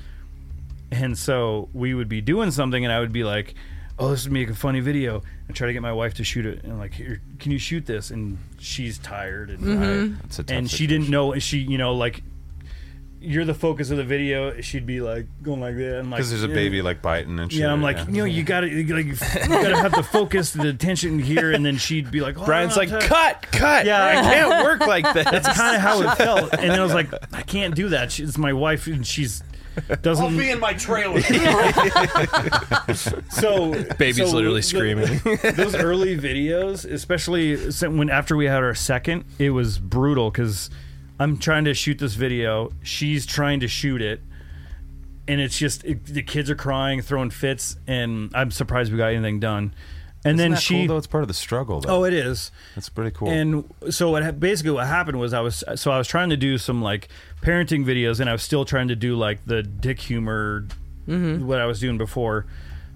And so we would be doing something, and I would be like, "Oh, this would make a funny video," and try to get my wife to shoot it. And like, "Here, can you shoot this?" And she's tired, and
That's a tough
and she didn't know. She, you know, like you're the focus of the video. She'd be like going like that, and like
because there's a
yeah.
baby like biting and shit.
Yeah, I'm like,
yeah.
you know, you gotta you gotta- you gotta have the focus, the attention here, and then she'd be like, oh,
Brian's
I'm
like,
tired.
cut, cut.
Yeah.
I can't work like this.
That's kind of how it felt, and then I was like, I can't do that. She, it's my wife, and she's doesn't.
I'll be in my trailer.
so
Baby's
so
literally
the-
screaming.
those early videos, especially sen- when after we had our second, it was brutal because I'm trying to shoot this video, she's trying to shoot it, and it's just it, the kids are crying, throwing fits, and I'm surprised we got anything done. And then
Isn't that
she,
cool, though it's part of the struggle. Though.
oh, it is.
that's pretty cool.
And so what ha- basically what happened was I was so I was trying to do some like parenting videos and I was still trying to do like the dick humor what I was doing before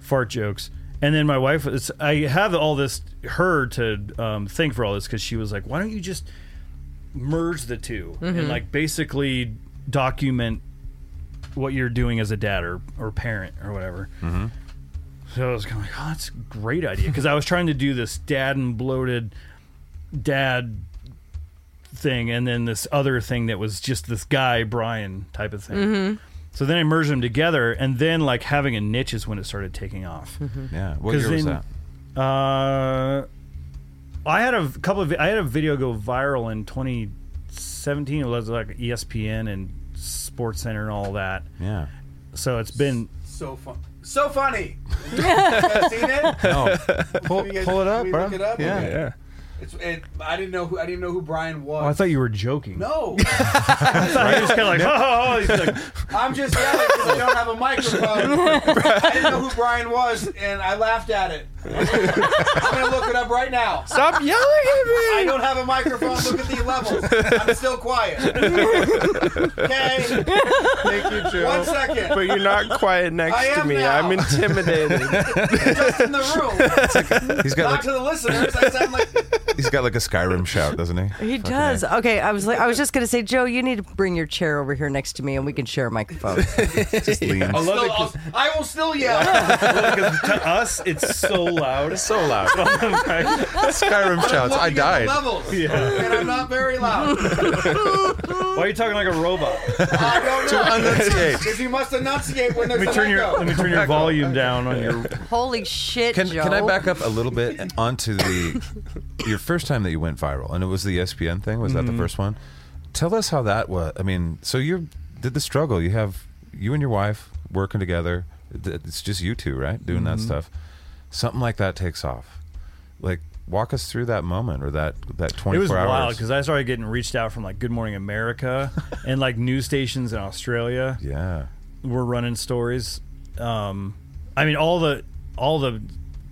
fart jokes. And then my wife was I have all this her to um, thank for all this cuz she was like, "Why don't you just merge the 2 and like basically document what you're doing as a dad or, or parent or whatever. So I was kind of like, oh, that's a great idea. Because I was trying to do this dad and bloated dad thing, and then this other thing that was just this guy, Brian type of thing. So then I merged them together, and then like having a niche is when it started taking off.
yeah, what
'cause
year was
then-
that?
Uh, I had a v- couple of I had a video go viral in 2017. It was like E ESPN and Sports Center and all that.
Yeah,
So it's been
so fun. So funny. you guys seen it?
no, pull,
You guys-
pull it up,
can we
bro.
look it up?
Yeah,
Okay. It's, it, I didn't know who I didn't know who Brian was.
Oh, I thought you were joking.
no,
I thought he was kind of like, oh, he's like,
I'm just yelling because I don't have a microphone. I didn't know who Brian was, and I laughed at it. I'm gonna look it up right now.
Stop yelling at
I don't have a microphone. Look at the levels. I'm still quiet. Okay. Thank you, Joe. One second.
But you're not quiet
I
next to
am
me.
now.
I'm intimidated.
Just in the room.
he's got
Talk
like
to the listeners. I sound like
he's got like a Skyrim shout, doesn't he?
He does. Okay, I was like, I was just gonna say, Joe, you need to bring your chair over here next to me, and we can share a microphone.
Just lean.
Oh,
I'll still, I'll, I will still yell.
because to us, it's so loud.
so loud. Skyrim shouts. I
Looking at the
died.
Levels, and I'm not very loud.
Why are you talking like a robot?
I don't know.
enunciate.
Because you must enunciate when there's
Let me
an
turn your
echo.
let me turn your volume down on your.
Holy shit,
Can,
Joe!
can I back up a little bit onto the your first time that you went viral, and it was the E ESPN thing. Was
Mm-hmm.
that the first one? Tell us how that was. I mean, so you did the struggle. You have you and your wife working together. Th- It's just you two, right, doing
Mm-hmm.
that stuff. Something like that takes off. Like, walk us through that moment or that that
It
twenty
was
four hours.
wild because I started getting reached out from like Good Morning America and like news stations in Australia.
yeah,
were running stories. Um, I mean, all the all the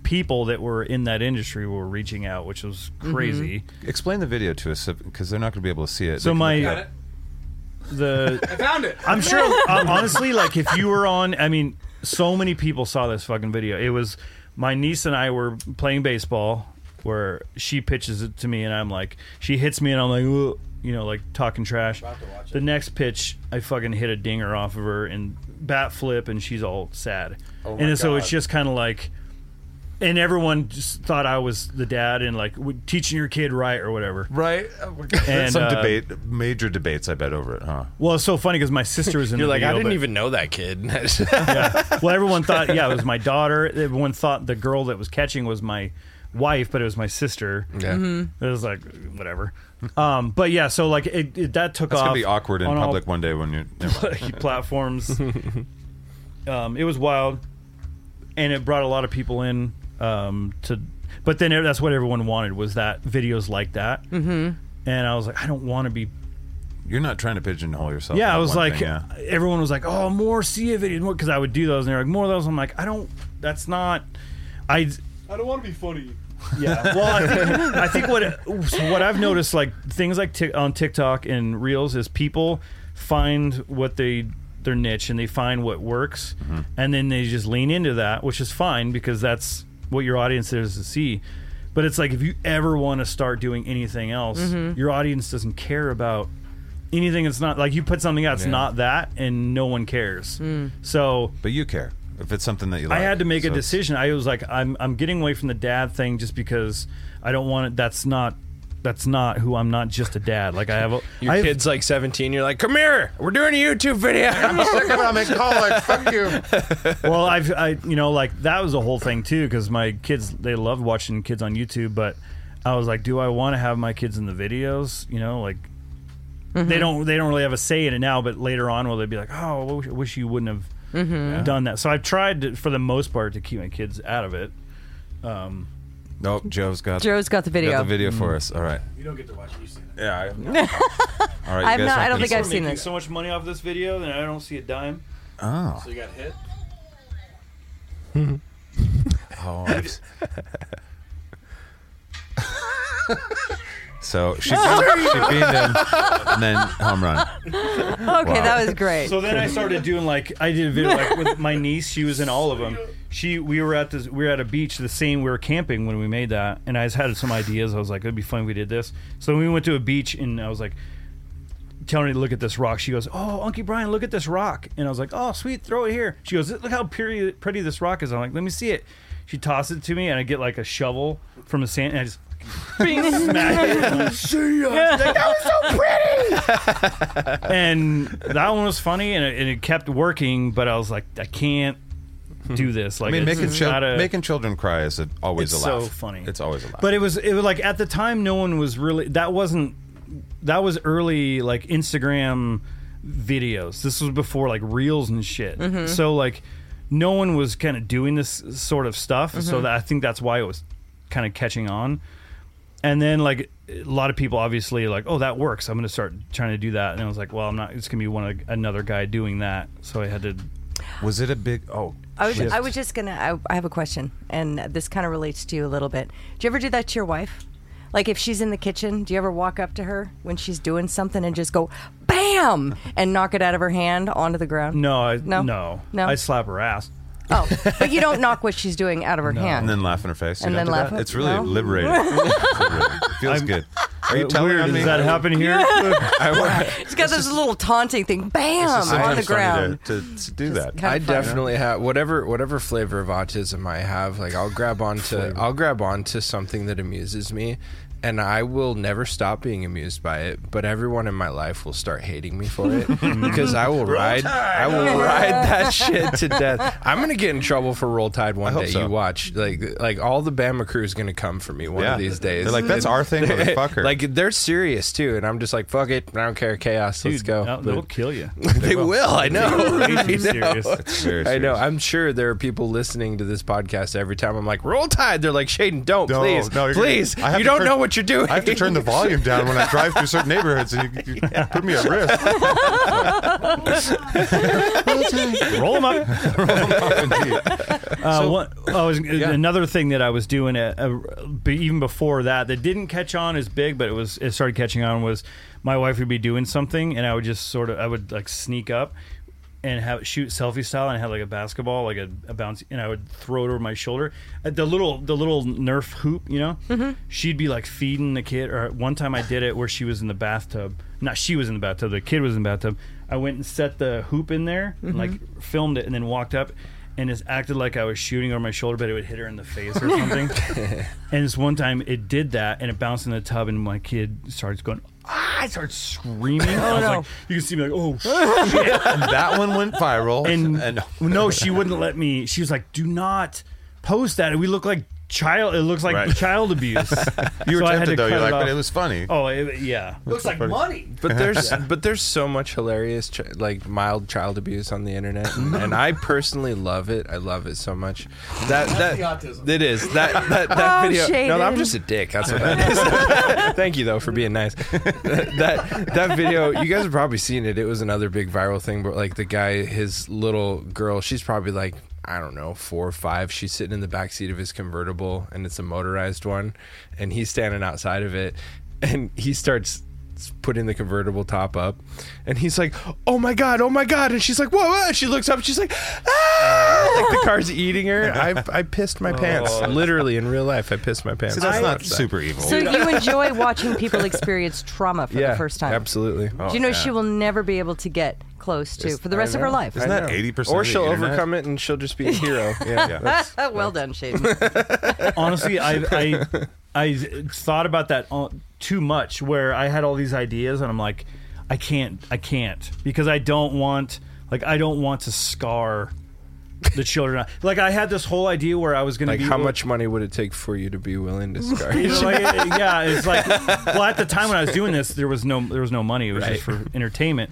people that were in that industry were reaching out, which was crazy.
Explain the video to us because they're not going to be able to see it.
So
They can
my-
look it
Got
up.
it.
The
I found it.
I'm sure, uh, honestly, like if you were on, I mean, so many people saw this fucking video. It was my niece and I were playing baseball where she pitches it to me, and I'm like, she hits me, and I'm like, Ooh, you know, like talking trash.
to watch
The next pitch, I fucking hit a dinger off of her and bat flip, and she's all sad. and
Oh my
so it's
God.
just kind of like, and everyone just thought I was the dad and like w- teaching your kid right or whatever.
Right?
And,
some
uh,
debate, major debates, I bet over it, huh?
Well, it's so funny because my sister was in.
You're
the
like, I
video,
didn't
but-
even know that kid.
well, everyone thought, yeah, it was my daughter. Everyone thought the girl that was catching was my wife, but it was my sister.
Yeah.
It was like whatever. Um, but yeah, so like it, it, that took
It's
off.
going to be awkward in
on all
public one day when you're. never mind.
platforms. um, it was wild, and it brought a lot of people in. Um, to, but then that's what everyone wanted was that videos like that. Mm-hmm. And I was like, I don't want to be
You're not trying to pigeonhole yourself.
yeah,
in
I
that
was
one
like,
thing, yeah.
everyone was like, oh, more Sia videos, more because I would do those, and they're like, more of those. I'm like, I don't. That's not. I.
I don't want to be funny.
Yeah. Well, I think, I think what so what I've noticed, like things like Tik on TikTok and Reels, is people find what they their niche and they find what works, and then they just lean into that, which is fine because that's what your audience is to see. But it's like if you ever want to start doing anything else, your audience doesn't care about anything that's not like you put something out, it's not that, and no one cares. So
But you care if it's something that you like.
I had to make
So
a
it's-
decision. I was like, I'm I'm getting away from the dad thing just because I don't want it. That's not that's not who I'm not just a dad. Like I have a
Your
I have-
kid's like 17. You're like, come here. We're doing a YouTube video.
well, I've I you know like that was a whole thing too because my kids they love watching kids on YouTube, but I was like, do I want to have my kids in the videos? You know, like they don't they don't really have a say in it now, but later on, will they be like, oh, I wish, I wish you wouldn't have done that? So I've tried to, for the most part to keep my kids out of it.
Nope, oh, Joe's got
Joe's got the video.
got the video
Mm.
for us. All right.
You don't get to watch it. You see that.
Yeah. I, all right. you
I'm not- I
guys aren't
don't
gonna
think I've
see-
seen this.
so much money off this video, and I don't see a dime.
Oh.
So you got hit.
oh I've- so she beat, she beat him, and then home run.
Okay,
Wow.
that was great.
So then I started doing like I did a video like with my niece. She was in all of them. She we were at this we were at a beach the same we were camping when we made that, and I just had some ideas. I was like, it'd be fun if we did this. So we went to a beach, and I was like. Telling her to look at this rock, she goes, "Oh, Uncle Brian, look at this rock!" And I was like, "Oh, sweet, throw it here." She goes, "Look how pretty, pretty this rock is." I'm like, "Let me see it." She tosses it to me, and I get like a shovel from the sand, and I just smack it. I'm like, and that one was funny and it, and it kept working but i was like i can't do this like
I mean,
it's
making, chil-
not a-
making children cry is a, always
It's
a laugh.
so funny.
It's always a laugh.
but it was it was like at the time no one was really that wasn't that was early like instagram videos this was before like reels and shit
Mm-hmm.
so like no one was kind of doing this sort of stuff
Mm-hmm.
so that i think that's why it was kind of catching on and then like a lot of people obviously are like oh that works i'm gonna start trying to do that and i was like well i'm not it's gonna be one like, another guy doing that so i had to
was it a big? Oh,
I was,
shift.
I was just gonna. I, I have a question, and this kind of relates to you a little bit. Do you ever do that to your wife? Like if she's in the kitchen, do you ever walk up to her when she's doing something and just go, "Bam!" and knock it out of her hand onto the ground?
no I,
No?
no
No.
i slap her ass
Oh, but you don't knock what she's doing out of her hand.
and then laugh in her face. You
And then
don't do
laugh
that?
in-
It's really
no?
liberating. it feels good. Are you telling
Weird,
on me?
does that happen here
I,
it's got this little taunting thing,
It's
bam,
just
on the
sometimes funny
ground.
To, to, to do that.
kinda
I
fun.
definitely have whatever whatever flavor of autism I have. Like I'll grab onto I'll grab onto something that amuses me, and I will never stop being amused by it. But everyone in my life will start hating me for it because I will ride I will ride that shit to death. I'm gonna get in trouble for Roll Tide one
hope
day.
so.
You watch like like all the Bama crew is gonna come for me one
Yeah.
of these days.
They're like, "That's our thing, motherfucker."
like they're serious too, and I'm just like, fuck it, I don't care. Chaos, let's
Dude,
go.
no,
But-
they'll kill you
they will. I know.
Crazy serious.
Serious,
I know.
serious.
I'm sure there are people listening to this podcast every time I'm like, roll tide. They're like, Shaden, don't,
No,
please.
no, you're
please.
gonna- I have
you
to
don't
cur-
know what what you're doing.
I have to turn the volume down when I drive through certain neighborhoods, and you, you put me at risk.
Roll them up.
Indeed.
Uh, one- I was, Another thing that I was doing at, uh, b- even before that that didn't catch on as big, but it was it started catching on was my wife would be doing something and I would just sort of I would like sneak up and have shoot selfie style and I had like a basketball like a, a bounce and I would throw it over my shoulder Uh, the little the little Nerf hoop you know she'd be like feeding the kid or one time I did it where she was in the bathtub not she was in the bathtub the kid was in the bathtub I went and set the hoop in there and like filmed it and then walked up and it's acted like I was shooting over my shoulder, but it would hit her in the face or something. and this one time, it did that, and it bounced in the tub, and my kid starts going, ah, I started screaming.
Oh,
I was
no.
like, you can see me like, oh.
And that one went viral.
And,
and
no, she wouldn't let me. She was like, do not post that. We look like child. It looks like
Right.
child abuse.
you were
So I had to
tempted though.
cut
You're
it
like, but
off.
it was funny.
oh, it, yeah.
Looks like money.
But there's but there's so much hilarious ch- like mild child abuse on the internet, and, and I personally love it. I love it so much. That that
the autism.
it is that that, that
Oh,
video. No, I'm
Shaden.
just a dick. That's what that is. Thank you though for being nice. that that video, you guys have probably seen it. It was another big viral thing. But like the guy, his little girl, she's probably like. I don't know, four or five. She's sitting in the back seat of his convertible, and it's a motorized one, and he's standing outside of it, and he starts putting the convertible top up, and he's like, "Oh my god, oh my god!" And she's like, "Whoa!" whoa," and she looks up, and she's like, "Ah!" Like the car's eating her. I, I pissed my pants, literally in real life. I pissed my pants.
See, that's
I
not
watched that.
super evil.
So you enjoy watching people experience trauma for
Yeah,
the first time.
Absolutely.
Oh,
Do you know she will never be able to get close to for the rest of her life?
Isn't
I
that
know.
80%
Or
of the
she'll
internet?
overcome it, and she'll just be a hero. Yeah.
yeah.
Ah, well done, Shaden.
honestly, I, I I thought about that uh, too much. Where I had all these ideas, and I'm like, I can't, I can't, because I don't want, like, I don't want to scar the children. Like, I had this whole idea where I was going to
Like,
be
how much money would it take for you to be willing to scar?
you know, like, yeah, it's like well, at the time when I was doing this, there was no there was no money. It was just for entertainment,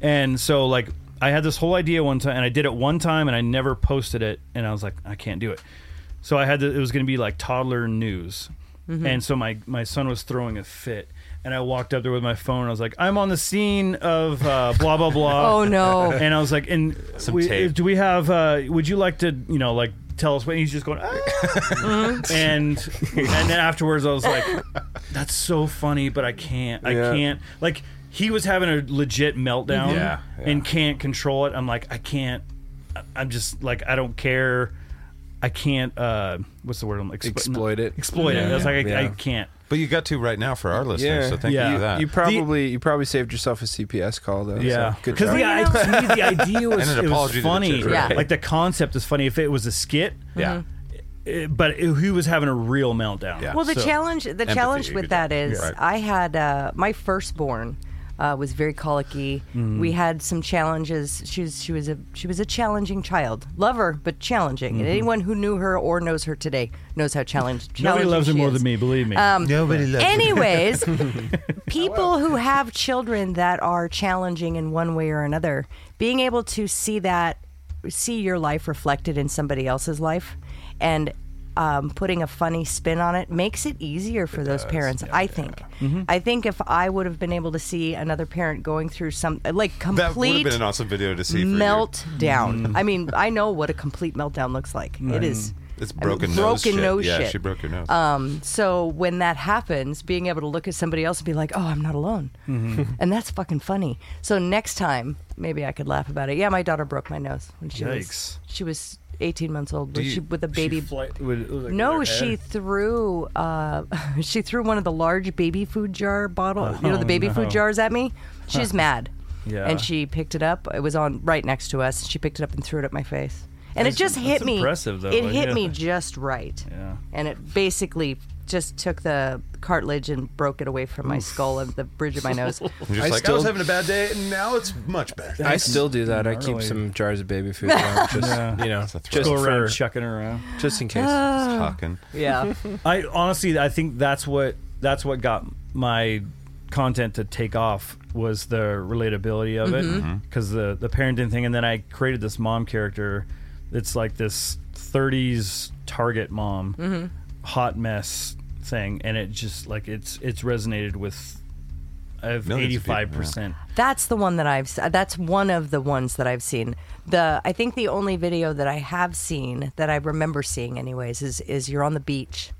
and so like I had this whole idea one time, and I did it one time, and I never posted it, and I was like, I can't do it. So I had to, it was going to be like toddler news, and so my my son was throwing a fit. And I walked up there with my phone. I was like, "I'm on the scene of uh, blah blah blah."
Oh, no.
And I was like, "And we,
tape.
do we have? Uh, would you like to, you know, like tell us what?" And he's just going, "Ah." and and then afterwards I was like, "That's so funny, but I can't. I
Yeah.
can't." Like he was having a legit meltdown
Yeah, yeah.
and can't control it. I'm like, I can't. I- I'm just like, I don't care. I can't. uh What's the word? I'm expo-
Exploit it.
Exploit it.
Yeah.
I was like, I, I
Yeah.
can't.
But you got to right now for our listeners, so thank
Yeah.
you for that.
You probably you probably saved yourself a CPS call though.
Yeah,
so good
because
job.
the, I- to me, the idea was,
And an
it
apology
was
to the
funny.
children.
Yeah.
Like the concept is funny. If it was a skit,
yeah.
it- eh, but it, he was having a real meltdown.
Yeah.
Well, the
So-
challenge the challenge
you
with
could-
that is
yeah. Right.
I had uh, my firstborn uh, was very colicky.
Mm.
We had some challenges. She was she was a she was a challenging child. Love her, but challenging. And anyone who knew her or knows her today knows how challenged.
Mm-hmm. Nobody
challenging
loves her
she
more
is. um,
than me. Believe me.
Nobody loves
Anyways, people who have children that are challenging in one way or another, being able to see that, see your life reflected in somebody else's life, and um, putting a funny spin on it makes it easier for those parents. I think.
Mm-hmm.
I think if I would have been able to see another parent going through some like
That would have
complete
been an awesome video to see. For Mm-hmm.
meltdown. I mean, I know what a complete meltdown looks like. It is.
You. It's
I mean,
broken nose.
broken
shit.
nose
yeah,
shit.
she broke her nose.
Um, so when that happens, being able to look at somebody else and be like, "Oh, I'm not alone," and that's fucking funny. So next time, maybe I could laugh about it. Yeah, my daughter broke my nose when she
Yikes.
was she was 18 months old.
Do
when she,
you-
with a baby.
with, like,
no,
with her
she
head.
threw uh, she threw one of the large baby food jar bottle, you know, the
Oh,
baby
no.
food jars at me. She's mad.
Yeah.
And she picked it up. It was on right next to us. She picked it up and threw it at my face. And it just
that's
hit me.
impressive, though,
It hit
yeah.
me just right
Yeah.
and it basically just took the cartilage and broke it away from my skull and the bridge of my nose.
I'm just
I
like, I
still-
was having a bad day, and now it's much better.
I still do that. I
not
keep
really-
some jars of baby food around, just
Yeah.
you know,
a throw.
just
go around
for,
chucking her around.
just in case.
Uh, Talking.
yeah.
I honestly, I think that's what that's what got my content to take off was the relatability of
Mm-hmm.
it because the the parenting thing, and then I created this mom character.
Mm-hmm.
It's like this '30s Target mom, hot mess thing, and it just like it's it's resonated with. Of
Millions of people, yeah.
eighty-five percent.
That's the one that I've. s- That's one of the ones that I've seen. The I think the only video that I have seen that I remember seeing, anyways, is is you're on the beach.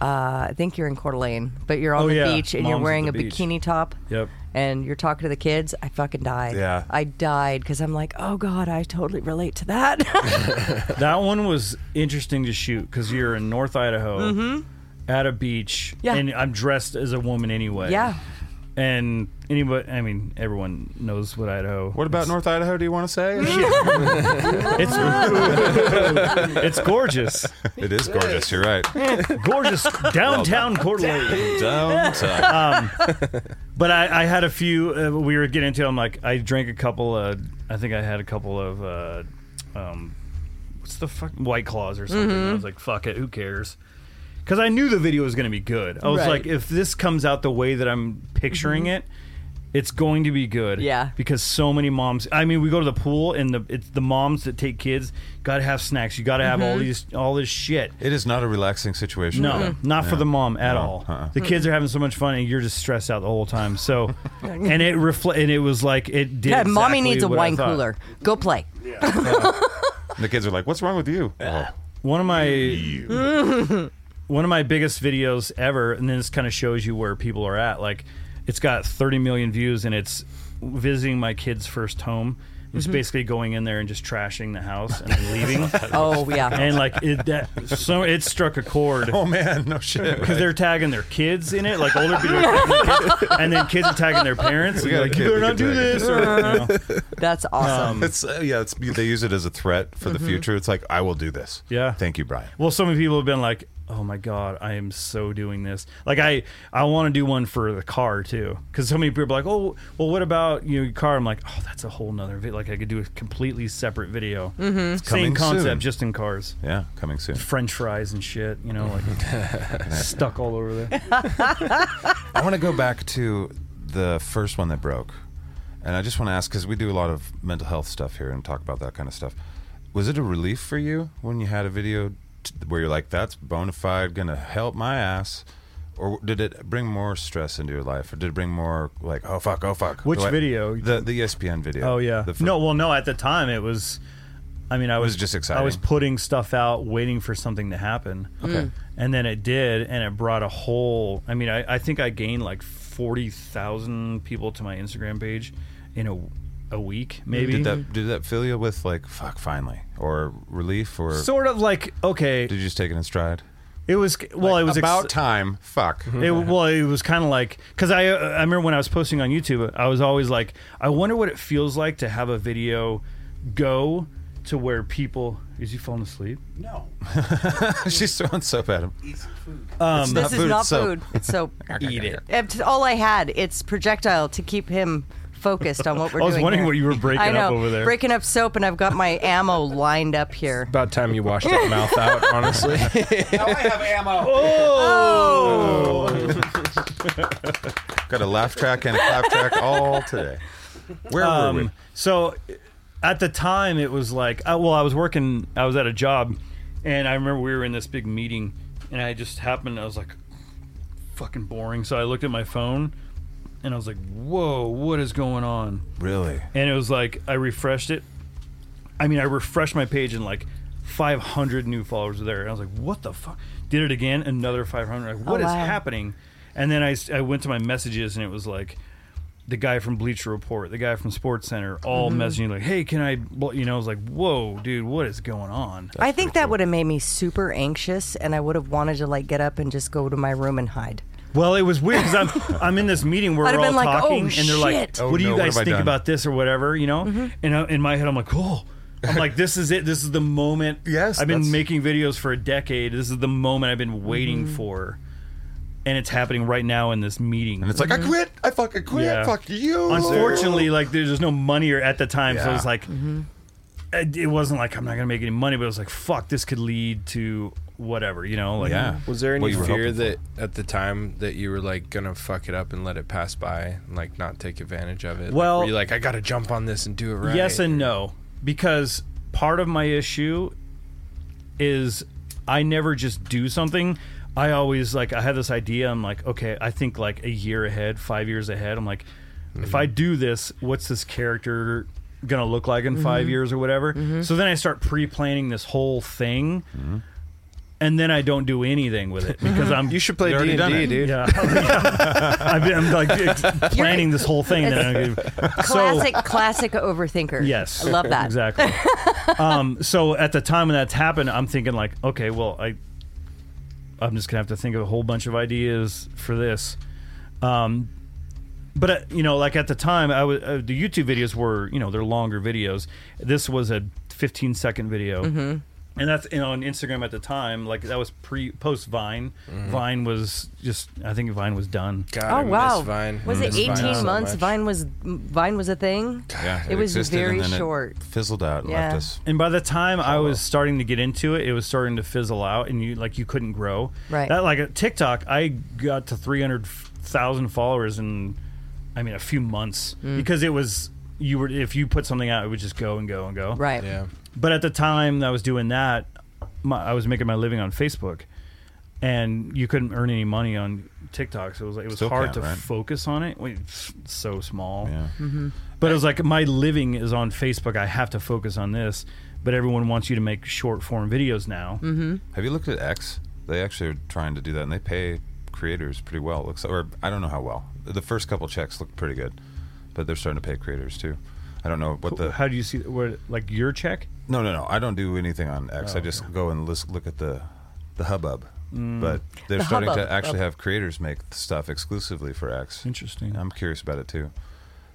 Uh, I think you're in Coeur d'Alene, but you're on
Oh,
the
yeah.
beach and
Mom's
you're
at
wearing
the
a
beach.
bikini top.
Yep.
And you're talking to the kids. I fucking died.
Yeah.
I died because I'm like, oh god, I totally relate to that.
That one was interesting to shoot because you're in North Idaho at a beach,
Mm-hmm. Yeah.
and I'm dressed as a woman anyway.
yeah.
And anybody, I mean, everyone knows what Idaho.
What about North Idaho? Do you want to say?
It's it's gorgeous,
It is gorgeous. You're right.
gorgeous downtown Coeur d'Alene.
Downtown.
But I, I had a few. Uh, we were getting into. I'm like, I drank a couple. Of, I think I had a couple of. Uh, um, what's the fuck? White claws or something. I
Mm-hmm.
was like, fuck it, who cares? Because I knew the video was going to be good. I was
Right. Mm-hmm.
like, if this comes out the way that I'm picturing it, it's going to be good.
Yeah.
Because so many moms. I mean, we go to the pool and the it's the moms that take kids got to have snacks. You got to have
Mm-hmm.
all these all this shit.
It is not a relaxing situation.
No,
Yeah.
not for
Yeah.
the mom at
No,
all.
uh-uh.
The kids are having so much fun, and you're just stressed out the whole time. So, and it refle- and it was like it did.
Yeah,
exactly
mommy needs a
what I
wine
thought.
cooler. Go play.
And the kids are like, "What's wrong with you?" Well,
One of my one of my biggest videos ever, and this kind of shows you where people are at. Like, it's got 30 million views, and it's visiting my kid's first home. It's
Mm-hmm.
basically going in there and just trashing the house and then leaving.
Oh yeah.
and like it, that, so it struck a chord.
oh man, no shit.
because they're tagging their kids in it, like older people, are tagging their kids, and then kids are tagging their parents.
We
and
got a
like,
kid
you better
we
not
can
do
tag it."
this. Or, you know.
That's
um,
awesome.
It's uh, yeah. It's they use it as a threat for the future. It's like I will do this.
Mm-hmm. Yeah.
Thank you, Brian.
Well, so many people have been like, "Oh my god, I am so doing this." Like, I I want to do one for the car too, because so many people are like, "Oh, well, what about you know, your car?" I'm like, "Oh, that's a whole nother video. Like, I could do a completely separate video,
coming
same concept,
soon.
just in cars."
Yeah, coming soon.
French fries and shit, you know, like stuck all over there.
I want to go back to the first one that broke, and I just want to ask because we do a lot of mental health stuff here and talk about that kind of stuff. Was it a relief for you when you had a video t- where you're like, "That's bona fide, gonna help my ass," or did it bring more stress into your life, or did it bring more like, "Oh fuck, oh fuck"?
Which
Do I-
video?
The E the ESPN video.
Oh yeah.
The fir-
no, well, no. At the time, it was. I mean, I was,
was just
I was
exciting.
putting stuff out, waiting for something to happen. Okay. And then it did, and it brought a whole. I mean, I, I think I gained like forty thousand people to my Instagram page in a a week, maybe.
Mm. Did that did that fill you with like, "Fuck, finally," or relief, or
Sort of like okay,
did you just take it in stride?
it was well, it was ex- Mm-hmm.
about time. Fuck.
It, well, it was kind of like because I uh, I remember when I was posting on YouTube, I was always like, I wonder what it feels like to have a video go to where people. Is you falling asleep?
No.
She's throwing soap at him.
Eat some food.
um,
It's
this is not
soap.
food. It's soap.
Eat it.
It's Uh, all I had. It's projectile to keep him focused on what we're
I
doing.
was wondering
here.
what you were breaking
I know,
up over there.
Breaking up soap, and I've got my ammo lined up here.
About time you washed that mouth out, honestly.
Now I have ammo.
oh,
Got a laugh track and a clap track all today. Where were we?
um, so at the time it was like, I, well, I was working, I was at a job, and I remember we were in this big meeting, and I just happened, I was like, fucking boring. So I looked at my phone, and I was like, whoa, what is going on?
Really?
and it was like I refreshed it. I mean, I refreshed my page and like 500 new followers were there. And I was like, what the fuck? Did it again, another 500. Like, what is
wow.
happening? And then I, s- I went to my messages and it was like the guy from Bleacher Report, the guy from Sports Center, all messaging like, hey, can I, bl-" you know, I was like, whoa, dude, what is going on?
I think that would have made me super anxious, and I would have wanted to like get up and just go to my room and hide.
Well, it was weird because I'm I'm in this meeting where
I'd
we're
have
all
been like,
talking,
"Oh,
and they're like,
shit. Mm-hmm.
Oh,
"What do
no,
you
what
guys
have I
think
done?"
about this or whatever?" You know. And I, in my head, I'm like, "Oh." I'm like, this is it. This is the moment.
Yes,
I've been
that's-
making videos for a decade. This is the moment I've been waiting
Mm-hmm.
for, and it's happening right now in this meeting.
And it's like, I quit. I fucking quit.
Mm. Yeah.
Fuck you.
Unfortunately, like there's just no money or at the time, so
Yeah.
it's like
Mm-hmm.
it, it wasn't like I'm not gonna make any money, but it was like, fuck, this could lead to whatever, you know? Like,
Yeah.
Was there
What
any
you were
fear
hoping for.
that at the time that you were like gonna fuck it up and let it pass by and like not take advantage of it?
Well-
like, were you like I gotta jump on this and do it right.
Yes and no, because part of my issue is I never just do something. I always like I had this idea. I'm like, okay, I think like a year ahead, five years ahead. I'm like,
Mm-hmm.
if I do this, what's this character gonna look like in five years or whatever? So then I start pre-planning this whole thing,
Mm-hmm.
and then I don't do anything with it because I'm
You should play D and D, dude.
yeah, I've been, I'm like ex- planning this whole thing. And then I go- so,
Classic, classic overthinker.
Yes,
I love that.
Exactly. um, so at the time when that's happened, I'm thinking like, okay, well, I, I'm just gonna have to think of a whole bunch of ideas for this. Um, but uh, you know, like at the time, I was uh, the YouTube videos were you know they're longer videos. This was a 15 second video.
Mm-hmm.
And that's you know on Instagram at the time, like that was pre post Vine.
Mm-hmm.
Vine was just, I think Vine was done.
God,
Oh
I miss
wow!
Vine.
Was
I
it
miss Vine
18
so
months?
much.
Vine was Vine was a thing.
Yeah,
It was
existed,
very
and then it
short.
fizzled out and left
Yeah.
us.
And by the time I was starting to get into it, it was starting to fizzle out, and you like you couldn't grow.
Right.
That like a TikTok, I got to three hundred thousand followers in, I mean, a few months
Mm.
because it was you were if you put something out, it would just go and go and go.
Right.
Yeah.
But at the time that I was doing that, my, I was making my living on Facebook, and you couldn't earn any money on TikTok, so it was like it was
Still
hard
can't,
to
right?
focus on it. Wait, it's so small.
Yeah.
Mm-hmm.
But it was like my living is on Facebook. I have to focus on this. But everyone wants you to make short form videos now.
Have you looked at X? They actually are trying to do that, and they pay creators pretty well. It Looks or I don't know how well. The first couple checks looked pretty good, but they're starting to pay creators too. I don't know what the
How do you see what like your check?
no no no. I don't do anything on X. I just go and list, look at the the hubbub. But they're
The
starting
hubbub.
to actually have creators make stuff exclusively for X.
Interesting.
Um,
I'm curious about it too,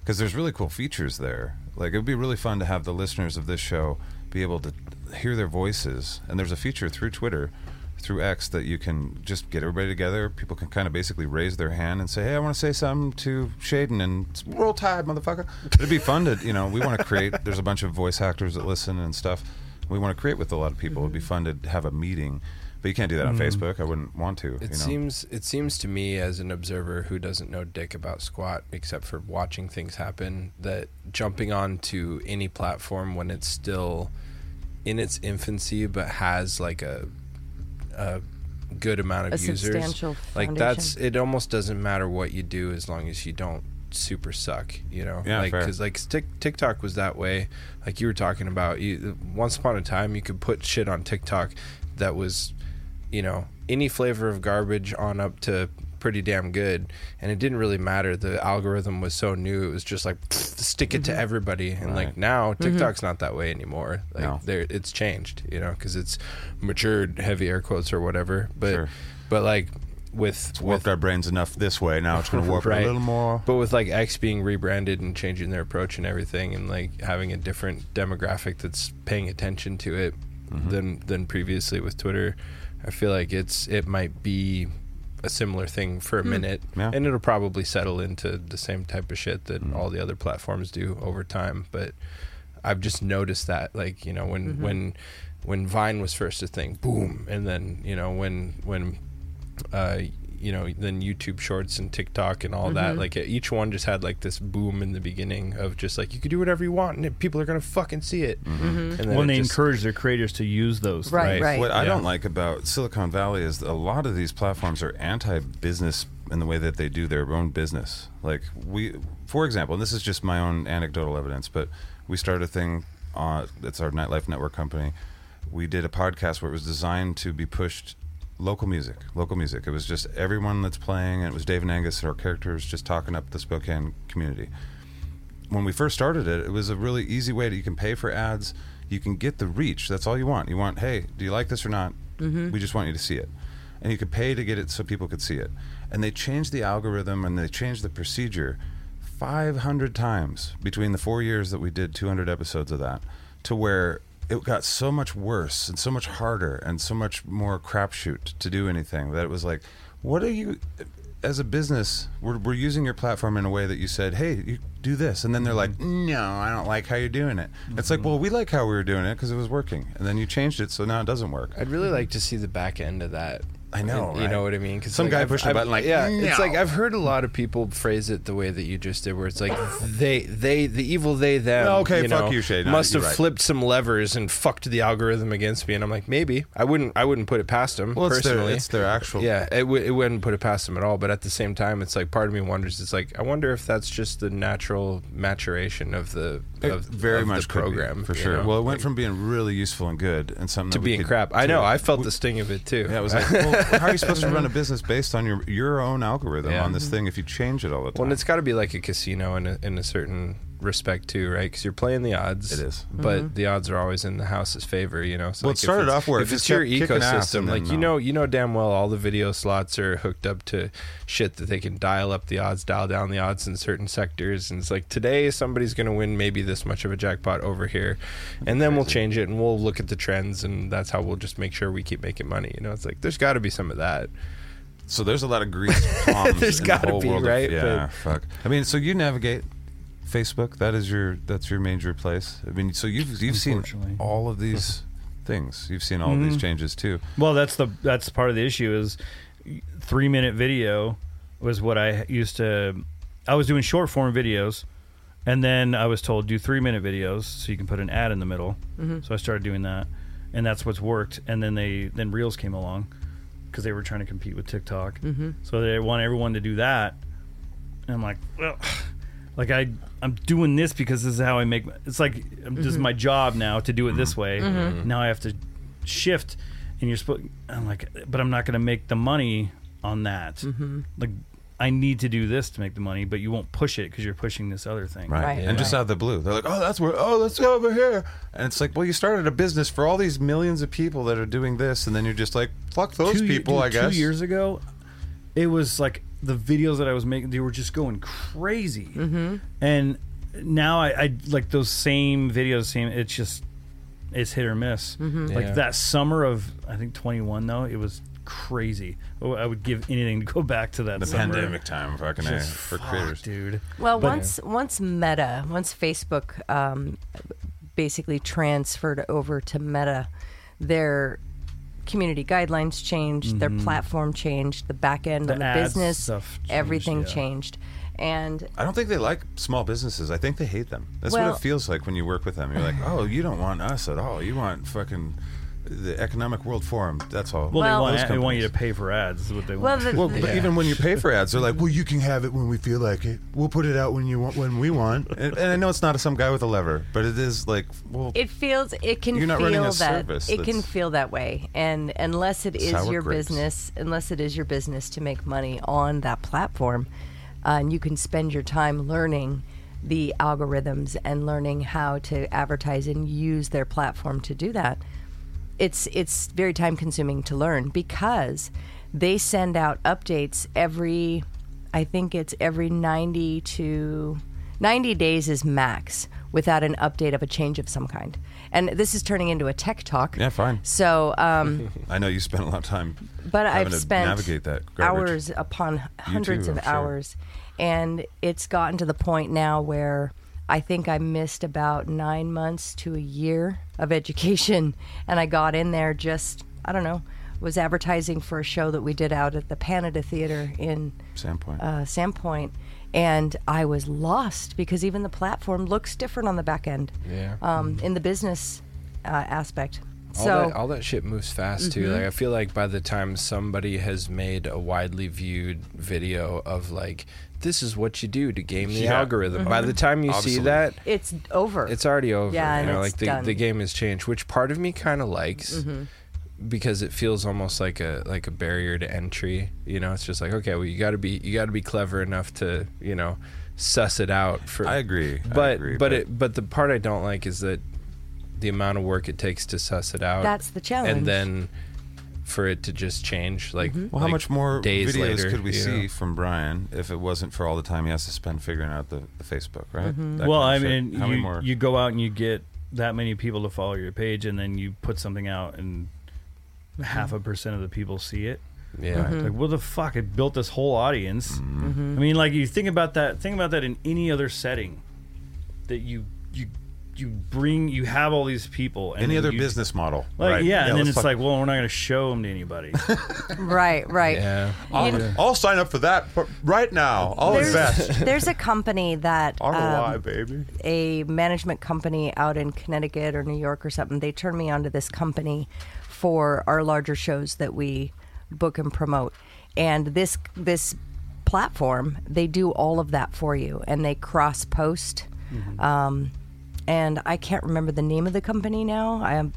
because there's really cool features there. Like it would be really fun to have the listeners of this show be able to hear their voices. And there's a feature through Twitter, through X, that you can just get everybody together. People can kind of basically raise their hand and say, "Hey, I want to say something to Shaden," and it's, roll tide, motherfucker. It'd be fun to, you know, we want to create. There's a bunch of voice actors that listen and stuff. We want to create with a lot of people. It'd be fun to have a meeting. But you can't do that on Facebook. I wouldn't want to.
It
you know?
seems it seems to me as an observer who doesn't know dick about squat except for watching things happen that jumping onto any platform when it's still in its infancy but has like a a good amount of
A
users
substantial
like that's it almost doesn't matter what you do as long as you don't super suck you know
Yeah,
like
fair.
cuz like Tik TikTok was that way like you were talking about you once upon a time you could put shit on TikTok that was you know any flavor of garbage on up to pretty damn good and it didn't really matter the algorithm was so new it was just like pfft, stick it to everybody and like
Mm-hmm. Right.
now tiktok's not that way anymore like
No.
there it's changed you know because it's matured heavy air quotes or whatever but
Sure.
but like with
Warped
with
our brains enough this way. Now it's going to warp it
Right.
a little more.
but with like X being rebranded and changing their approach and everything, and like having a different demographic that's paying attention to it
Mm-hmm.
than than previously with Twitter, I feel like it's it might be a similar thing for a minute,
Yeah. Mm-hmm.
and it'll probably settle into the same type of shit that all the other platforms do over time. But I've just noticed that, like you know, when when when Vine was first a thing, boom, and then you know when when uh, you know, then YouTube Shorts and TikTok and all that. Like e-, each one just had like this boom in the beginning of just like you could do whatever you want and people are gonna fucking see it. And then
when
it
they
just-
encourage their creators to use those.
Right,
things.
right.
What I
Yeah.
don't like about Silicon Valley is a lot of these platforms are anti-business in the way that they do their own business. Like we, for example, and this is just my own anecdotal evidence, but we started a thing. On, it's our nightlife network company. We did a podcast where it was designed to be pushed local music. Local music. It was just everyone that's playing, and it was Dave and Angus and our characters just talking up the Spokane community when we first started it, it was a really easy way that you can pay for ads. You can get the reach. That's all you want. You want, hey, do you like this or not? We just want you to see it. And you could pay to get it so people could see it. And they changed the algorithm and they changed the procedure 500 times between the four years that we did 200 episodes of that to where it got so much worse and so much harder and so much more crapshoot to do anything that it was like, what are you as a business, we're, we're using your platform in a way that you said, hey, you do this. And then they're like,
Mm-hmm.
no, I don't like how you're doing it. It's like, well, we like how we were doing it because it was working. And then you changed it, so now it doesn't work.
I'd really like to see the back end of that.
Mm-hmm. I know.
You
right?
know what I mean? Cause
Some
like,
guy
I've-
pushed a
I've-
button like,
yeah. It's
"No."
like I've heard a lot of people phrase it the way that you just did, where it's like they, they, the evil they, them.
No, Oh, okay,
you
fuck
know,
you, Shay. No,
must
you're
have
right.
flipped some levers and fucked the algorithm against me. And I'm like, maybe I wouldn't, I wouldn't put it past them
Well, it's their,
personally.
it's their actual.
yeah, it, w- it wouldn't put it past them at all. But at the same time, it's like part of me wonders. It's like I wonder if that's just the natural maturation of the
It
of,
very
of
much
the
could be,
program
for
you
sure.
know?
Well, it went
Like,
from being really useful and good and something
to
that we
being
could-
crap. I know.
to-
I felt the sting of it too.
Yeah, it was like, well, how are you supposed to run a business based on your your own algorithm
Yeah. Mm-hmm.
on this thing if you change it all the time?
Well, and it's got to be like a casino in a, in a certain respect too, right? Because you're playing the odds.
It is.
but the odds are always in the house's favor, you know. So
Well,
like,
it
if
started
it's-
off where it
if it's
just
your
kept kicking ass
ecosystem,
and
like
then,
you
uh,
know, you know damn well all the video slots are hooked up to shit that they can dial up the odds, dial down the odds in certain sectors, and it's like today somebody's going to win maybe this much of a jackpot over here, and then we'll change it and we'll look at the trends, and that's how we'll just make sure we keep making money. You know, it's like there's got to be some of that.
so there's a lot of greased palms.
There's
in
gotta
the whole
be,
world of-
right?
yeah, fuck. I mean, so you navigate Facebook. That is your that's your major place. I mean, so you've you've seen
Unfortunately. Mm-hmm.
all of these things. You've seen all of these changes too.
Well, that's the that's part of the issue is three minute video was what I used to. I was doing short form videos, and then I was told do three minute videos so you can put an ad in the middle. So I started doing that, and that's what's worked. And then they then reels came along because they were trying to compete with TikTok. Mm-hmm. So they want everyone to do that. And I'm like, well, like I I'm doing this because this is how I make. my- It's like um, this is my job now to do it this way. Now I have to shift, and you're supposed. I'm like, but I'm not going to make the money on that. Like I need to do this to make the money, but you won't push it because you're pushing this other thing.
Right,
And just out of the blue, they're like, "Oh, that's where. Oh, let's go over here." And it's like, well, you started a business for all these millions of people that are doing this, and then you're just like, "Fuck those
two ye-
people."
dude,
I guess.
two years ago, it was like the videos that I was making; they were just going crazy. Mm-hmm. And now I, I like those same videos. Same, it's just it's hit or miss. Like
Mm-hmm.
Yeah.
that summer of I think twenty one though, it was crazy. Oh, I would give anything to go back to that
The
summer.
pandemic time, fucking A,
Just
for
fuck,
creators.
dude.
Well,
But-
once once Meta, once Facebook, um, basically transferred over to Meta, their community guidelines changed, their platform changed, the back end
Mm-hmm. The
of the
ads
business,
stuff changed,
everything
yeah.
changed, and
I don't think they like small businesses. I think they hate them. That's
Well-
what it feels like when you work with them. You're like, "Oh, you don't want us at all. You want fucking the Economic World Forum. That's all."
Well,
Well-
they, want,
Those
ad- they want
companies.
you to pay for ads. Is what they
well,
want.
the,
Well,
the-
but even when you pay for ads, they're like, "Well, you can have it when we feel like it. We'll put it out when you want, when we want." And, and I know it's not some guy with a lever, but it is like, well,
it feels it can
You're not
feel
running a
that
service
it can
that's-
feel that way, and unless it is
Sour
your
grapes.
business, unless it is your business to make money on that platform, uh, and you can spend your time learning the algorithms and learning how to advertise and use their platform to do that. It's it's very time consuming to learn because they send out updates every I think it's every 90 to 90 days is max without an update of a change of some kind. And this is turning into a tech talk.
yeah, fine.
So, um,
I know you spent a lot of time,
but
having
I've
to
spent
navigate that garbage.
hours upon hundreds
too,
of
I'm sure.
hours, and it's gotten to the point now where I think I missed about nine months to a year of education, and I got in there just I don't know was advertising for a show that we did out at the Panada Theater in
Sandpoint.
uh, Sandpoint, and I was lost because even the platform looks different on the back end.
Yeah.
Um,
Mm-hmm.
in the business uh, aspect.
all
so Mm-hmm.
that, all that shit moves fast too. Like I feel like by the time somebody has made a widely viewed video of like this is what you do to game the
Yeah. Mm-hmm.
algorithm, by the time you see
Obsolete.
that,
it's over.
it's already over.
Yeah,
you
and
know,
it's
like the,
done.
the game has changed, which part of me kind of likes
Mm-hmm.
because it feels almost like a like a barrier to entry. You know, it's just like okay, well you got to be you got to be clever enough to you know suss it out. For
I agree, I
but
agree,
but,
but-
it but the part I don't like is that the amount of work it takes to suss it out.
That's the challenge.
and then for it to just change like
well, how
like
much more
days
videos
later,
could we
you
see
know?
from Brian if it wasn't for all the time he has to spend figuring out the, the Facebook, right? That
well, I
kind of shit.
mean,
how many
you,
more?
you go out and you get that many people to follow your page, and then you put something out, and half a percent of the people see it.
Yeah.
Like, what the fuck? It built this whole audience. I mean, like, you think about that. Think about that in any other setting that you you you bring you have all these people. And
Any other
you-
business model,
Like
right?
yeah, and then
let's
it's
fuck-
like, well, we're not going to show them to anybody.
Right, right.
Yeah.
You kn-
I'll sign up for that but right now. I'll invest.
There's, there's a company that
ROI,
um,
baby.
a management company out in Connecticut or New York or something. They turned me onto this company for our larger shows that we book and promote. And this this platform, they do all of that for you, and they cross post. Um, and I can't remember the name of the company now. I am.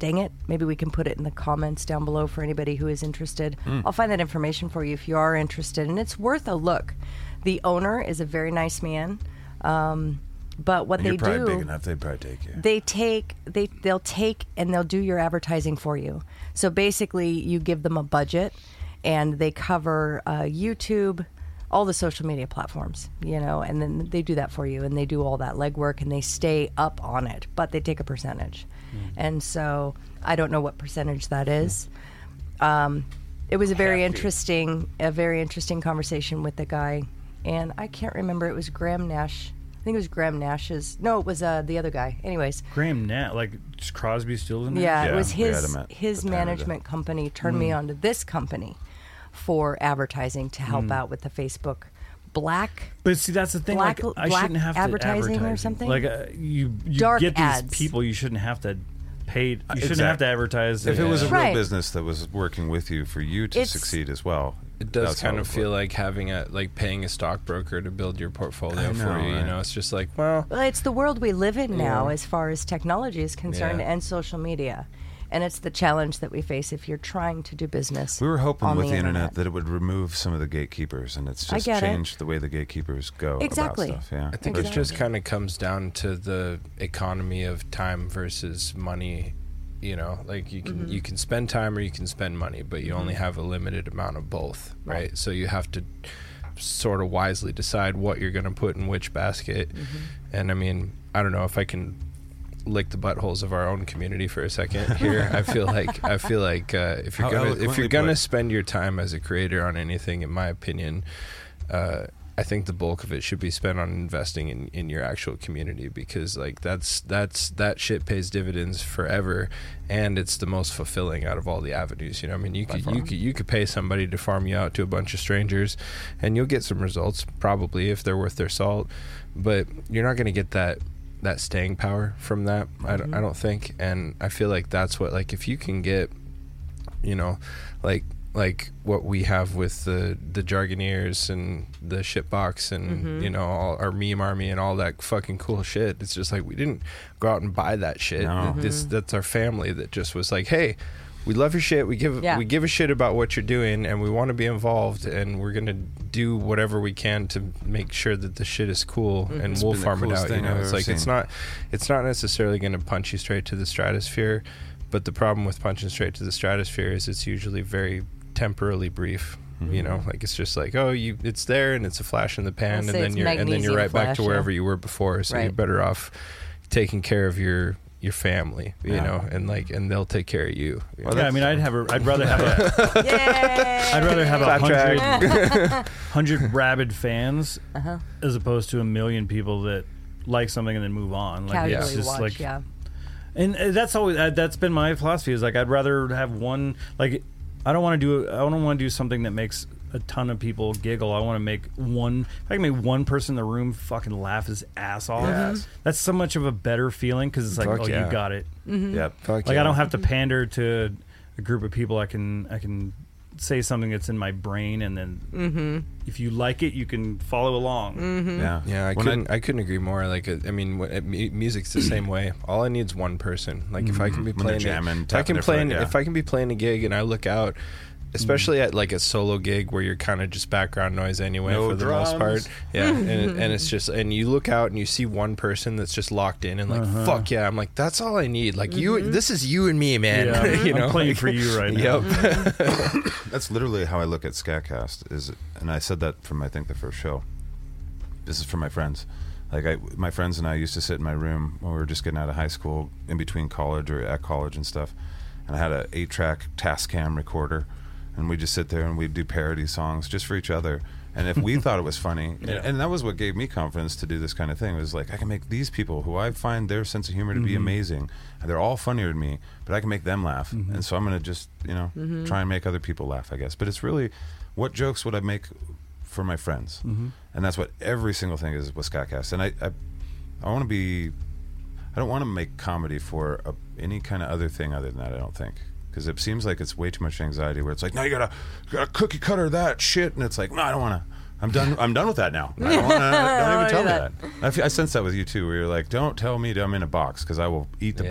Dang it! Maybe we can put it in the comments down below for anybody who is interested.
Hmm.
I'll find that information for you if you are interested, and it's worth a look. The owner is a very nice man, um, but what
And
they
you're probably
do,
big enough. They'd probably take you.
they take they they'll take and they'll do your advertising for you. So basically, you give them a budget, and they cover uh, YouTube, all the social media platforms, you know, and then they do that for you, and they do all that legwork, and they stay up on it, but they take a percentage, and so I don't know what percentage that is. Um, it was a very interesting a very interesting conversation with the guy, and I can't remember. It was Graham Nash. I think it was Graham Nash's. No, it was uh, the other guy. Anyways,
Graham Nat, like Crosby, Stills, and Nash?
yeah,
Yeah,
it was
we had
his
him at
his
the Mm. time of the-
management company turned me on to this company for advertising to help
Mm.
out with the Facebook black.
But see, that's the thing.
Black-
like, I
black
shouldn't have
advertising or
to advertise.
something?
Like uh, you, you
Dark
get these
ads.
people. You shouldn't have to pay. You shouldn't
exact-
have to advertise.
If it was a real
Right.
business that was working with you for you to
It's-
succeed as well,
It does
that's how
kind
it
of
would
feel
work.
like having a like paying a stockbroker to build your portfolio
I
for
know,
you. You
right?
know, it's just like, well,
Well, it's the world we live in now as far as technology is concerned
Yeah.
and social media. And it's the challenge that we face if you're trying to do business.
We were hoping
on
with the, internet,
internet
that it would remove some of the gatekeepers, and it's
I
just
get it.
changed the way the gatekeepers go
Exactly.
about stuff. Yeah,
I think it just kind of comes down to the economy of time versus money. You know, like you can you can spend time or you can spend money, but you only have a limited amount of both, right? So you have to sort of wisely decide what you're going to put in which basket. And I mean, I don't know if I can lick the buttholes of our own community for a second here. I feel like I feel like uh, if you're
How
gonna if
eloquently
you're gonna
put.
spend your time as a creator on anything, in my opinion, uh, I think the bulk of it should be spent on investing in, in your actual community because like that's that's that shit pays dividends forever, and it's the most fulfilling out of all the avenues. You know, I mean, you could you could you could pay somebody to farm you out to a bunch of strangers, and you'll get some results probably if they're worth their salt, but you're not gonna get that that staying power from that. I don't, I don't think, and I feel like that's what like if you can get you know, like like what we have with the the jargoneers and the shitbox and you know all our meme army and all that fucking cool shit. It's just like we didn't go out and buy that shit.
No.
This that's our family that just was like, hey. We love your shit. We give
Yeah.
we give a shit about what you're doing, and we want to be involved, and we're gonna do whatever we can to make sure that the shit is cool, and we'll
been the
farm it
coolest
out. You
thing
know,
I've
it's
ever
like it's
seen.
not it's not necessarily going to punch you straight to the stratosphere, but the problem with punching straight to the stratosphere is it's usually very temporally brief.
Mm-hmm.
You know, like it's just like, oh, you it's there and it's a flash in the pan,
Let's
and
say
then
it's
you're and then you're
magnesium
right back to
flash,
wherever
yeah.
you were before. So you're
Right.
better off taking care of your your family, you know, and like and they'll take care of you. you know?
yeah, I mean, I'd have a. I'd rather have a.
Yay!
I'd rather have a
Clap track.
hundred, hundred rabid fans
Uh-huh.
as opposed to a million people that like something and then move on. Like
casually
it's just
watch.
like,
yeah.
and uh, that's always uh, that's been my philosophy is like I'd rather have one. Like I don't want to do I don't want to do something that makes a ton of people giggle. I want to make one. If I can make one person in the room fucking laugh his ass off.
Yes.
That's so much of a better feeling because it's like,
Fuck
oh,
yeah.
you got it.
Yep.
Fuck
Like
yeah.
I don't have to pander to a group of people. I can I can say something that's in my brain, and then if you like it, you can follow along.
Yeah.
Yeah, I
When
couldn't. I, couldn't agree more. Like, uh, I mean, wh- uh, mu- music's the same way. All I need is one person. Like, if I can be
Mm-hmm. When
playing,
they're
a-
jamming,
if I
tapping
can
their
play,
foot,
an-
yeah. Mm-hmm.
if I can be playing a gig and I look out, especially at like a solo gig where you're kind of just background noise anyway
No
for the most
drums.
part. Yeah, and, it, and it's just and you look out and you see one person that's just locked in and like
Uh-huh.
fuck yeah. I'm like that's all I need. Like you, this is you and me, man.
Yeah, I'm-
you know,
I'm playing
like,
for you right now.
Yep.
That's literally how I look at Scatcast. Is and I said that from I think the first show. This is from my friends. Like I, my friends and I used to sit in my room when we were just getting out of high school, in between college or at college and stuff. And I had a eight-track Tascam recorder, and we would just sit there and we'd do parody songs just for each other. And if we thought it was funny, and, and that was what gave me confidence to do this kind of thing, was like, I can make these people who I find their sense of humor to be amazing. and They're all funnier than me, but I can make them laugh. And so I'm going to just, you know, try and make other people laugh, I guess. But it's really what jokes would I make for my friends?
Mm-hmm.
And that's what every single thing is with Scottcast. And I, I, I want to be I don't want to make comedy for a, any kind of other thing other than that. I don't think because it seems like it's way too much anxiety. Where it's like, no, you gotta, you gotta cookie cutter that shit, and it's like, no, I don't want to. I'm done. I'm done with that now. I don't, wanna, don't even tell me that. I, feel, I sense that with you too, where you're like, don't tell me that I'm in a box because I will eat the
Yeah.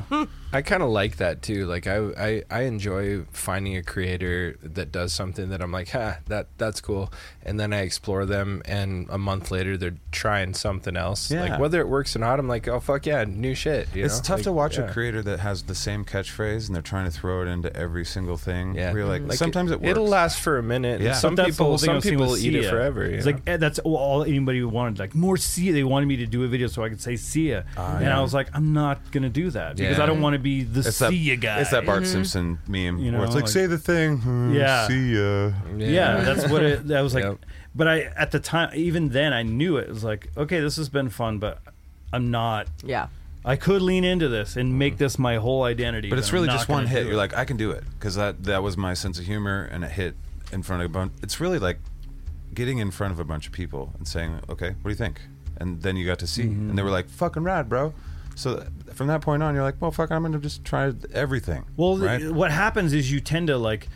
box.
Yeah.
I kind of like that too. Like I, I, I enjoy finding a creator that does something that I'm like, ha, that that's cool. And then I explore them, and a month later they're trying something else.
Yeah.
Like whether it works or not, I'm like, oh fuck yeah, new shit. you
It's
know?
tough
Like,
to watch
yeah.
a creator that has the same catchphrase and they're trying to throw it into every single thing.
Yeah, Mm-hmm.
Where you're like,
Like,
sometimes it works.
It'll last for a minute.
Yeah.
Yeah. Some
But that's the
people,
whole thing I
some
was seeing
people
with
eat it
Sia.
forever. you
It's
know?
like eh, that's all anybody wanted. Like more Sia. They wanted me to do a video so I could say Sia,
Ah,
and I was like, I'm not gonna do that because
Yeah.
I don't want to be the
It's that,
Sia guy.
it's that Bart Simpson meme
You
where it's
know,
like,
like-
say the thing. hmm,
Mm-hmm. Yeah.
See ya.
Yeah, that's what it. That was like,
Yep.
but I at the time, even then, I knew it. It was like, okay, this has been fun, but I'm not.
Yeah.
I could lean into this and make this my whole identity.
Mm. But it's
I'm
really
not
just one
gonna
hit.
do
You're
it.
like, I can do it because that that was my sense of humor, and it hit in front of a bunch. It's really like getting in front of a bunch of people and saying, "Okay, what do you think?" And then you got to see,
Mm-hmm.
and they were like, "Fucking rad, bro." So th- from that point on, you're like, "Well, fuck, I'm gonna just try everything."
Well, uh, th-
right?
what happens is you tend to like.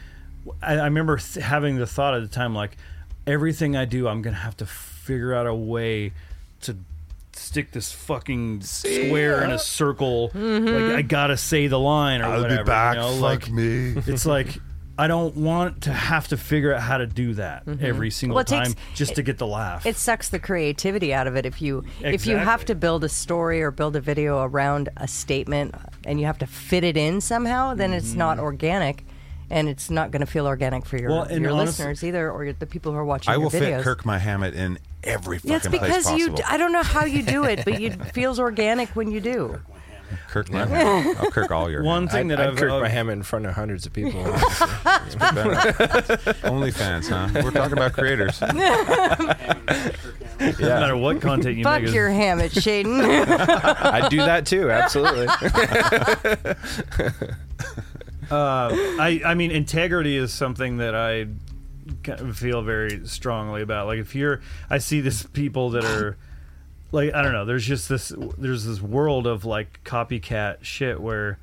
I, I remember th- having the thought at the time, like, everything I do, I'm gonna have to figure out a way to stick this fucking square in a circle.
Mm-hmm.
Like, I gotta say the line or
I'll
whatever.
be back.
You know?
fuck
like,
me.
it's like. I don't want to have to figure out how to do that every single
Mm-hmm. Well, it
time
takes-
just to get the laugh.
It sucks the creativity out of it if you if you have
Exactly.
to build a story or build a video around a statement and you have to fit it in somehow, then
Mm-hmm.
it's not organic. And it's not going to feel organic for your,
Well, and
your
honest-
listeners either, or your, the people who are watching
I
your
will
videos.
fit Kirk my Hammett in every fucking
Yeah, it's
place
because
possible.
you. I don't know how you do it, but you- it feels organic when you do.
Kirk my Hammett. I'll Kirk all your.
One
Hammett.
thing
I'd,
that
I'd
have
Kirk my hammer in front of hundreds of people.
Only fans, huh? We're talking about creators.
no matter what content you
Fuck
make, is-
your hammock, Shaden.
I'd do that too. Absolutely.
Uh, I, I mean, integrity is something that I kind of feel very strongly about. Like, if you're, I see this people that are, like, I don't know. There's just this, there's this world of like copycat shit where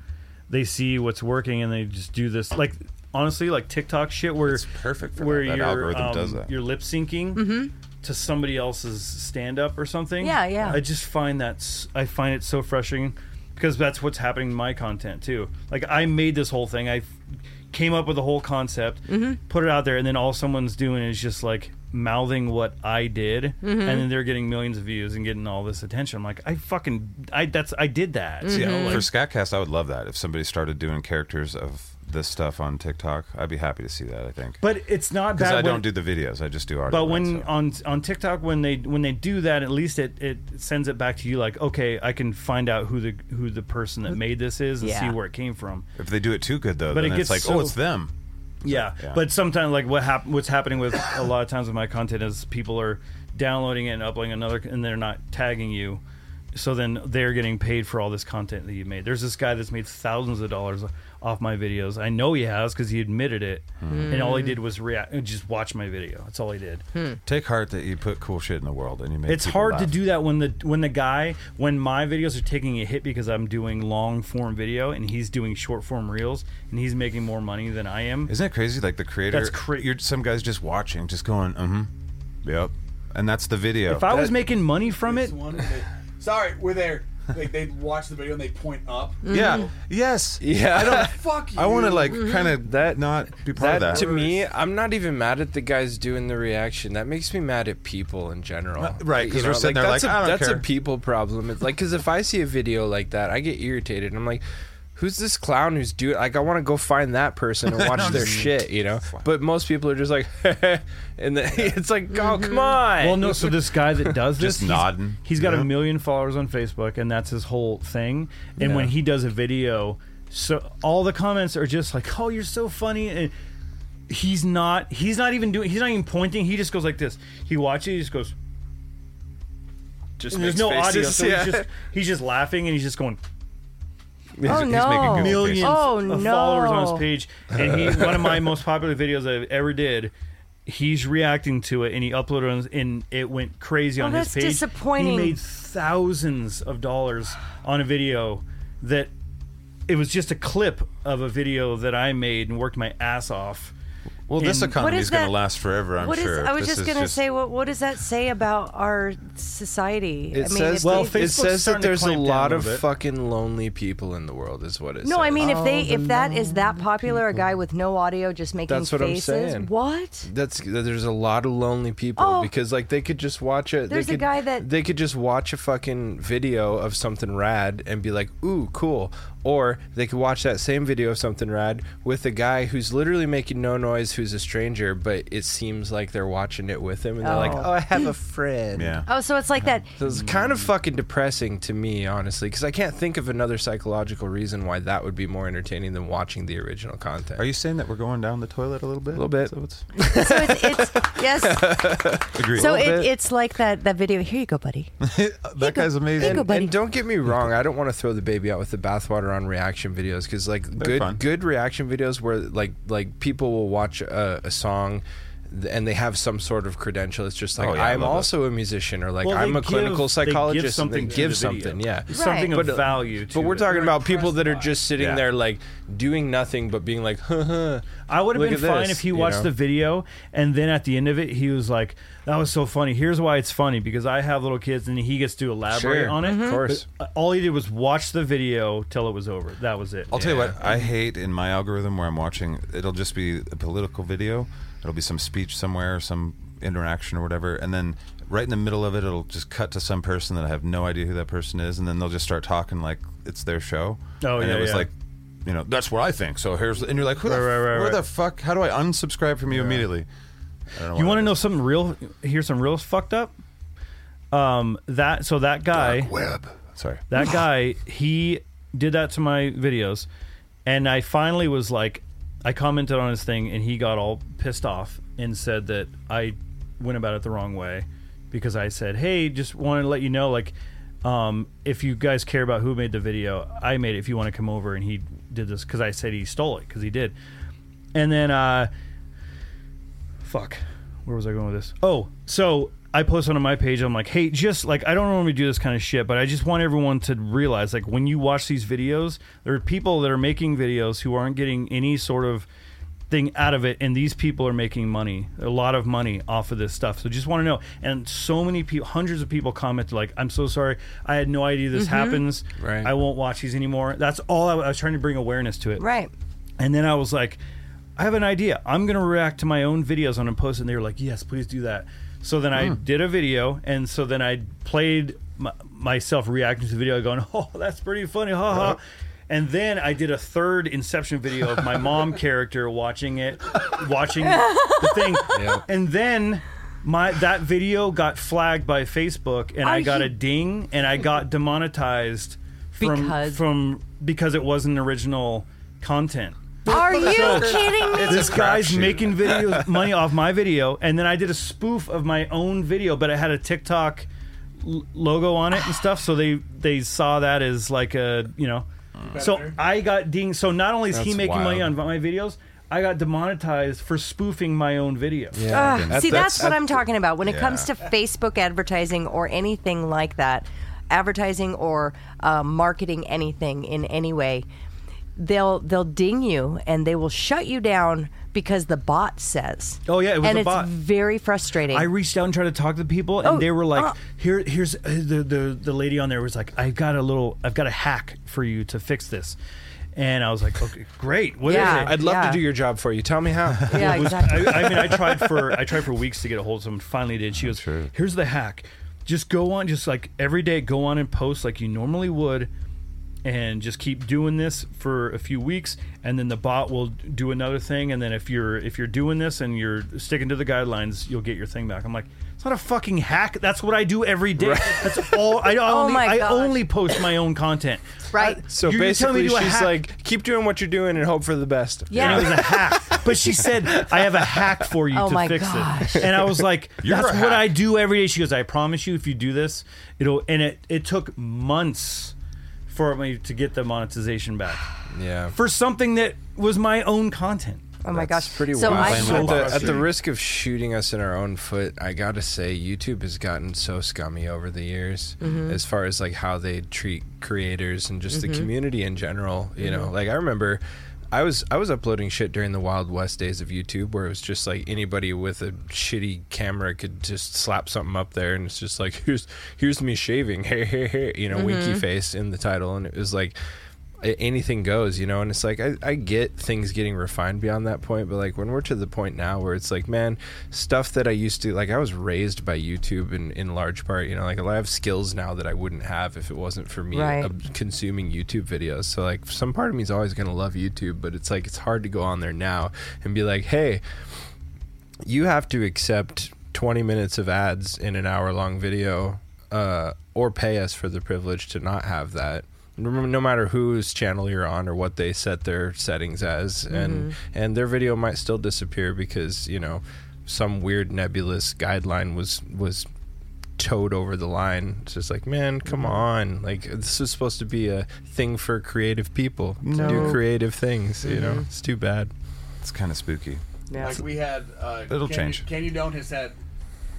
they see what's working and they just do this. Like, honestly, like TikTok shit where
It's perfect for
where
that. That
you're, um,
algorithm does that.
You're lip syncing. To somebody else's stand up or something.
Mm-hmm. Yeah, yeah.
I just find that s- I find it so frustrating because that's what's happening in my content too. Like I made this whole thing. I f- came up with a whole concept, put it out there, and then all someone's doing is just like mouthing what I did, and then they're getting millions of views and getting all this attention. I'm like, I fucking, I that's I did that.
Yeah, for Scatcast, I would love that. If somebody started doing characters of this stuff on TikTok, I'd be happy to see that. I think
But it's not
because
bad.
I
when-
don't do the videos, I just do audio.
But when
right, so.
on on TikTok, when they when they do that, at least it, it sends it back to you like, okay, I can find out who the who the person that made this is and
Yeah.
see where it came from.
if they do it too good though,
But
then
it
it's
gets
like, oh,
so-
it's them.
Yeah.
Yeah.
But sometimes, like what hap- what's happening with a lot of times with my content is people are downloading it and uploading another, and they're not tagging you. So then they're getting paid for all this content that you made. There's this guy that's made thousands of dollars off my videos. I know he has because he admitted it, and all he did was react, just watch my video. That's all he did.
Take heart that you put cool shit in the world and you make.
It's
people
hard to
laugh.
do that when the when the guy when my videos are taking a hit because I'm doing long form video and he's doing short form reels and he's making more money than I am.
Isn't it crazy? Like the creator,
That's cra-
you're some guys just watching, just going, mm hmm, yep, and that's the video.
If I was making money from it,
It's one where they- Sorry, we're there. Like they watch the video and they point up.
yeah, yes,
yeah. I don't
Fuck you.
I want to like
Mm-hmm.
kind of
That-
not be part
that
of
to
that.
me, I'm not even mad at the guys doing the reaction. That makes me mad at people in general.
Uh, right, 'cause
You
we're sitting there
that's
like,
a,
"I don't
that's
care."
a people problem. It's like because if I see a video like that, I get irritated. and I'm like, who's this clown who's doing? Like, I want to go find that person and watch their shit, you know. But most people are just like, and then it's like, oh come on.
Mm-hmm. well, no. So this guy that does this,
Just
he's-
nodding,
he's got
yeah.
a million followers on Facebook, and that's his whole thing. And when he does a video, so all the comments are just like, "Oh, you're so funny." And he's not he's not even doing he's not even pointing he just goes like this he watches he just goes
Just
and there's
makes
no audio
faces,
so
yeah.
he's just he's just laughing and he's just going
Oh,
he's making
no.
goofy
millions
faces.
Oh,
of
no.
followers on his page and he one of my most popular videos I've ever did he's reacting to it and he uploaded on, and it went crazy
Oh,
on
that's
his page
disappointing.
he made thousands of dollars on a video that it was just a clip of a video that I made and worked my ass off
Well, this
And-
economy
What is
is going
that-
to last forever, I'm
What is?
sure.
I was
This
just
is
gonna say, what what does that say about our society?
It
I mean,
says
if
Well,
they-
Facebook's
it says
starting
that
to
there's a
clamp down a
lot of
little bit.
fucking lonely people in the world, is what it says.
no, I mean, if they
oh,
if that is that popular, a guy with no audio just making
That's what I'm
faces.
saying.
What?
that's that there's a lot of lonely people
Oh.
because like they could just watch it.
There's a
they could,
guy that-
they could just watch a fucking video of something rad and be like, "Ooh, cool," or they could watch that same video of something rad with a guy who's literally making no noise, who's a stranger, but it seems like they're watching it with him, and they're like,
Oh.
"Oh, I have a friend."
Yeah.
Oh, so it's like that.
So it's kind of fucking depressing to me, honestly, because I can't think of another psychological reason why that would be more entertaining than watching the original content.
Are you saying that we're going down the toilet a little bit? A
Little bit.
So it's,
So it's, it's yes.
agreed.
So
Well,
it, it's like that that video. Here you go, buddy.
that guy's amazing.
Go, buddy.
And don't get me wrong, I don't want to throw the baby out with the bathwater on reaction videos because like good
fun.
good reaction videos where like like people will watch a, a song th- and they have some sort of credential. It's just like
Oh, yeah, I
I'm
love that.
also a musician or like
Well, they
I'm a
give- they
clinical
give
psychologist.
something
and
to
they
the
give
video.
something, yeah.
something
But,
of
uh,
value to
But we're
it.
talking about people that are
by it.
just sitting
Yeah.
there like doing nothing but being like, huh, huh.
I would have
look
been
at
fine
this,
if he
you
watched
know?
the video and then at the end of it he was like, "That was so funny." Here's why it's funny because I have little kids and he gets to elaborate
Sure,
on it.
of course.
But, uh, all he did was watch the video till it was over. That was it.
I'll tell you what, I hate in my algorithm where I'm watching, it'll just be a political video. It'll be some speech somewhere, some interaction or whatever. And then right in the middle of it, it'll just cut to some person that I have no idea who that person is. And then they'll just start talking like it's their show.
Oh,
and
yeah,
it was
yeah.
like, you know, that's what I think. So here's, and you're like, who the,
Right, right, right,
where
right.
the fuck? How do I unsubscribe from you immediately? I don't
You
why
want to
I did
know something real? Here's some real fucked up. Um, that so that guy,
that. Web. Sorry.
that guy, he did that to my videos, and I finally was like, I commented on his thing, and he got all pissed off and said that I went about it the wrong way because I said, hey, just wanted to let you know, like, um, if you guys care about who made the video, I made it. If you want to come over, and he did this because I said he stole it because he did, and then uh, fuck where was i going with this oh so i post on my page i'm like hey just like i don't normally do this kind of shit but i just want everyone to realize like when you watch these videos there are people that are making videos who aren't getting any sort of thing out of it and these people are making money a lot of money off of this stuff so just want to know and so many people hundreds of people commented like i'm so sorry i had no idea this happens
Right.
i won't watch these anymore that's all I, I was trying to bring awareness to it
Right.
and then I was like, I have an idea. I'm going to react to my own videos on a post. And they were like, yes, please do that. So then
Hmm.
I did a video. And so then I played my, myself reacting to the video, going, oh, that's pretty funny. Ha ha. And then I did a third Inception video of my mom character watching it, watching the thing. And then. My that video got flagged by Facebook, and I
Are
got
you-
a ding, and I got demonetized from
Because-
from because it wasn't original content.
Are you kidding me?
This guy's
crapshoot.
making video money off my video, and then I did a spoof of my own video, but it had a TikTok l- logo on it and stuff, so they they saw that as like a you know. So I got dinged. So not only is he
That's
making money on
wild.
my videos, I got demonetized for spoofing my own video.
Ah,
Ugh,
That-
see, that's,
that's-
what I'm talking about. When it comes to Facebook advertising or anything like that, advertising or uh, marketing anything in any way, they'll they'll ding you and they will shut you down because the bot says.
Oh, yeah, it was
and
a
it's
bot.
very frustrating.
I reached out and tried to talk to the people, and
Oh,
they were like,
uh.
"Here, here's uh, the, the the lady on there was like, I've got a little, I've got a hack for you to fix this," and I was like, "Okay, great, what is
Yeah.
it?"
I'd love
Yeah.
to do your job for you. Tell me how.
yeah,
was-
exactly.
I, I mean, I tried for I tried for weeks to get a hold of someone. Finally, did she goes, "Here's the hack: just go on, just like every day, go on and post like you normally would, and just keep doing this for a few weeks and then the bot will do another thing and then if you're if you're doing this and you're sticking to the guidelines you'll get your thing back i'm like it's not a fucking hack that's what i do every day that's all i only,
Oh my
I
gosh.
only post my own content Uh,
Right.
So
You're- you're telling me
basically,
to do a
she's
hack.
like, keep doing what you're doing and hope for the best.
and
Yeah.
it was a hack. But she said, "I have a hack for you
Oh
to
my
fix
gosh.
it." And I was like,
You're
"That's
a
what
hack.
I do every day." She goes, "I promise you, if you do this, it'll." And it it took months for me to get the monetization back
Yeah.
for something that was my own content.
Oh my
That's
gosh.
pretty
so
wild.
I,
Blame
at,
it
the,
box,
at the
dude.
risk of shooting us in our own foot, I gotta say YouTube has gotten so scummy over the years,
Mm-hmm.
as far as like how they treat creators and just the community in general. You
Mm-hmm.
know, like I remember, I was I was uploading shit during the Wild West days of YouTube, where it was just like anybody with a shitty camera could just slap something up there, and it's just like here's here's me shaving, hey hey hey, you know, winky
Mm-hmm.
face in the title, and it was like a- anything goes, you know, and it's like I, I get things getting refined beyond that point, but like when we're to the point now where it's like, man, stuff that I used to like I was raised by YouTube in, in large part, you know, like I have skills now that I wouldn't have if it wasn't for me
Right.
ob- consuming YouTube videos. So like some part of me is always gonna love YouTube, but it's like it's hard to go on there now and be like, hey, you have to accept 20 minutes of ads in an hour long video uh, or pay us for the privilege to not have that Remember, no matter whose channel you're on or what they set their settings as and and their video might still disappear because you know some weird nebulous guideline was was towed over the line it's just like man come on like this is supposed to be a thing for creative people to do creative things you know it's too bad
It's kind of spooky.
yeah.
Like we had. Uh,
It'll
Kenny,
change.
Kenny Don't has had.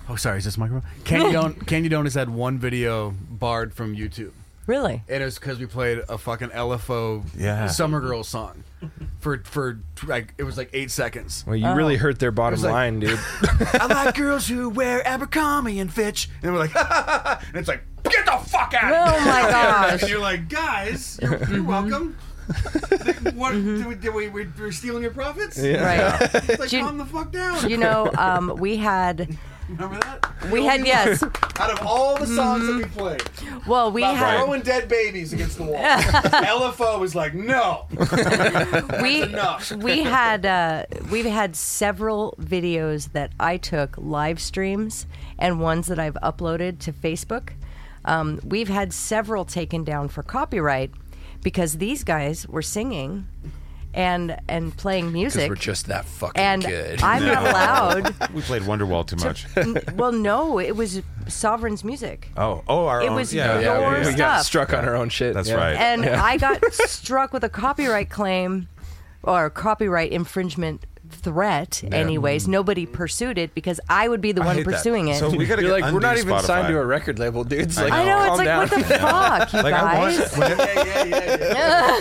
Oh, sorry, is this microphone? Candy Don't Candy Don't has had one video barred from YouTube.
Really?
And it's because we played a fucking LFO
Yeah.
Summer Girl song for for like it was like eight seconds.
well you really hurt their bottom
It was like-
line dude
I like girls who wear Abercrombie and Fitch, and we're like, and it's like, get the fuck out!
Oh my gosh.
And you're like, guys,
You're, you're welcome. what
Mm-hmm.
did we, did we, we, we're stealing your profits? Yeah.
Right.
It's like,
Do you-
calm the fuck down.
You know, um, we had
Remember that?
we had yes.
Out of all the songs that we played,
Well, we
about
had
throwing dead babies against the wall, LFO was like, no.
we
enough.
we had uh, we've had several videos that I took live streams and ones that I've uploaded to Facebook. Um, we've had several taken down for copyright because these guys were singing and and playing music.
we're just that fucking
and
good.
I'm not allowed.
We played Wonderwall too much.
Well, no, it was Sovereign's music.
oh, oh, our
It
own.
was
yeah, yeah,
your
we,
yeah,
we
stuff.
got struck on our own shit.
That's
yeah.
right.
and I got struck with a copyright claim or copyright infringement threat. Anyways, nobody pursued it because I would be the one
Mm. hate that.
pursuing it.
So we gotta
You're
get
like, we're not
undo
even signed
Spotify.
to a record label, dude. It's like,
I know
calm
it's like
down.
what the fuck, you
Like, I
guys.
want, when it-
yeah, yeah, yeah, yeah.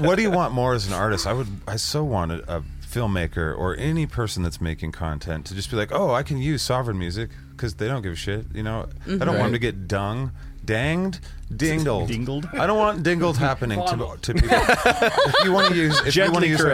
what do you want more as an artist? I would. I so want a, a filmmaker or any person that's making content to just be like, oh, I can use sovereign music because they don't give a shit. You know, I don't want them to get dung, danged, dingled,
Dingled?
I don't want dingled happening to, to people. if you want to use, if you want
Gently
to use our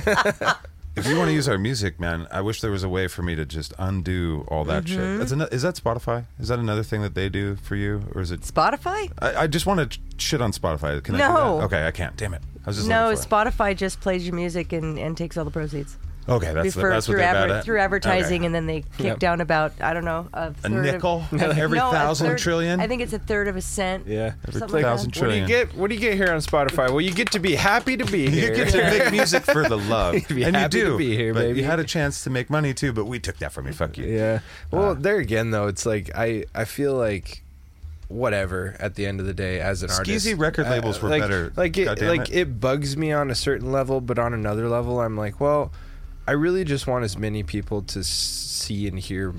caressed.
music. If you want to use our music, man, I wish there was a way for me to just undo all that shit. That's ano- is that Spotify? Is that another thing that they do for you, or is it?
Spotify?
I, I just want to shit on Spotify. Can I do
No.
that? Okay, I can't. Damn it. I was just
No,
looking for it.
Spotify just plays your music and, and takes all the proceeds.
Okay, that's
Refer-
what, that's what
through,
they're
adver-
bad at.
through advertising,
Okay.
and then they kick down about I don't know a,
a
third of-
nickel every
no, a
thousand
third-
trillion.
I think it's a third of a cent.
Yeah.
every
something like
thousand
that.
What do you
trillion.
get? What do you get here on Spotify? Well, you get to be happy to be here.
You get to make music for the love,
be
and you
happy to
do.
be here,
but
baby.
you had a chance to make money too, but we took that from you. Fuck you. Uh,
Yeah. Well, there again, though, it's like I I feel like whatever at the end of the day as an artist. Uh,
Skeezy record labels were
like,
better.
Like it,
God damn
like
it.
it. bugs me on a certain level, but on another level, I'm like, well. I really just want as many people to s- see and hear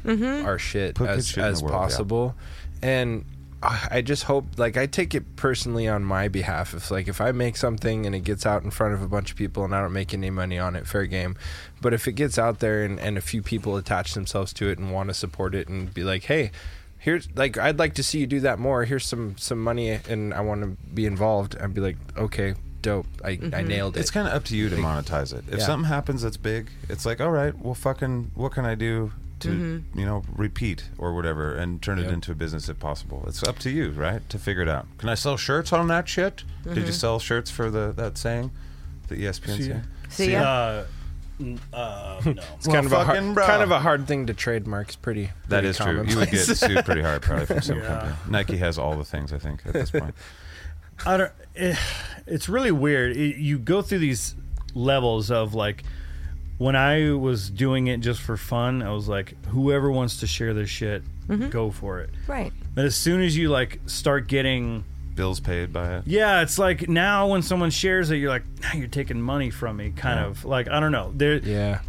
our shit
Put good
as,
shit in the
as
world, yeah.
possible, and I I just hope like I take it personally on my behalf. If like if I make something and it gets out in front of a bunch of people and I don't make any money on it, fair game. But if it gets out there and, and a few people attach themselves to it and want to support it and be like, hey, here's like I'd like to see you do that more. Here's some some money and I want to be involved. I'd be like, okay, dope. I, I nailed it.
Mm-hmm. It's kind of up to you to monetize it. If
Yeah.
something happens that's big, it's like, all right, well, fucking, what can I do to
Mm-hmm.
you know repeat or whatever and turn it into a business if possible. It's up to you, right, to figure it out. Can I sell shirts on that shit? Did
Mm-hmm.
you sell shirts for the that saying, the E ESPN saying?
See ya.
Uh, n- uh, no.
It's kind of a
fucking
hard,
bro.
kind of a hard thing to trademark. It's pretty.
That
pretty
is true. You would get
commonplace.
sued pretty hard probably from some company. Nike has all the things I think at this point.
I don't. It, it's really weird. It, you go through these levels of like when I was doing it just for fun. I was like, whoever wants to share their shit,
Mm-hmm.
go for it.
right.
But as soon as you like start getting,
Bills paid by it.
yeah, it's like now when someone shares it, you're like, now you're taking money from me, kind of like I don't know. There,
yeah.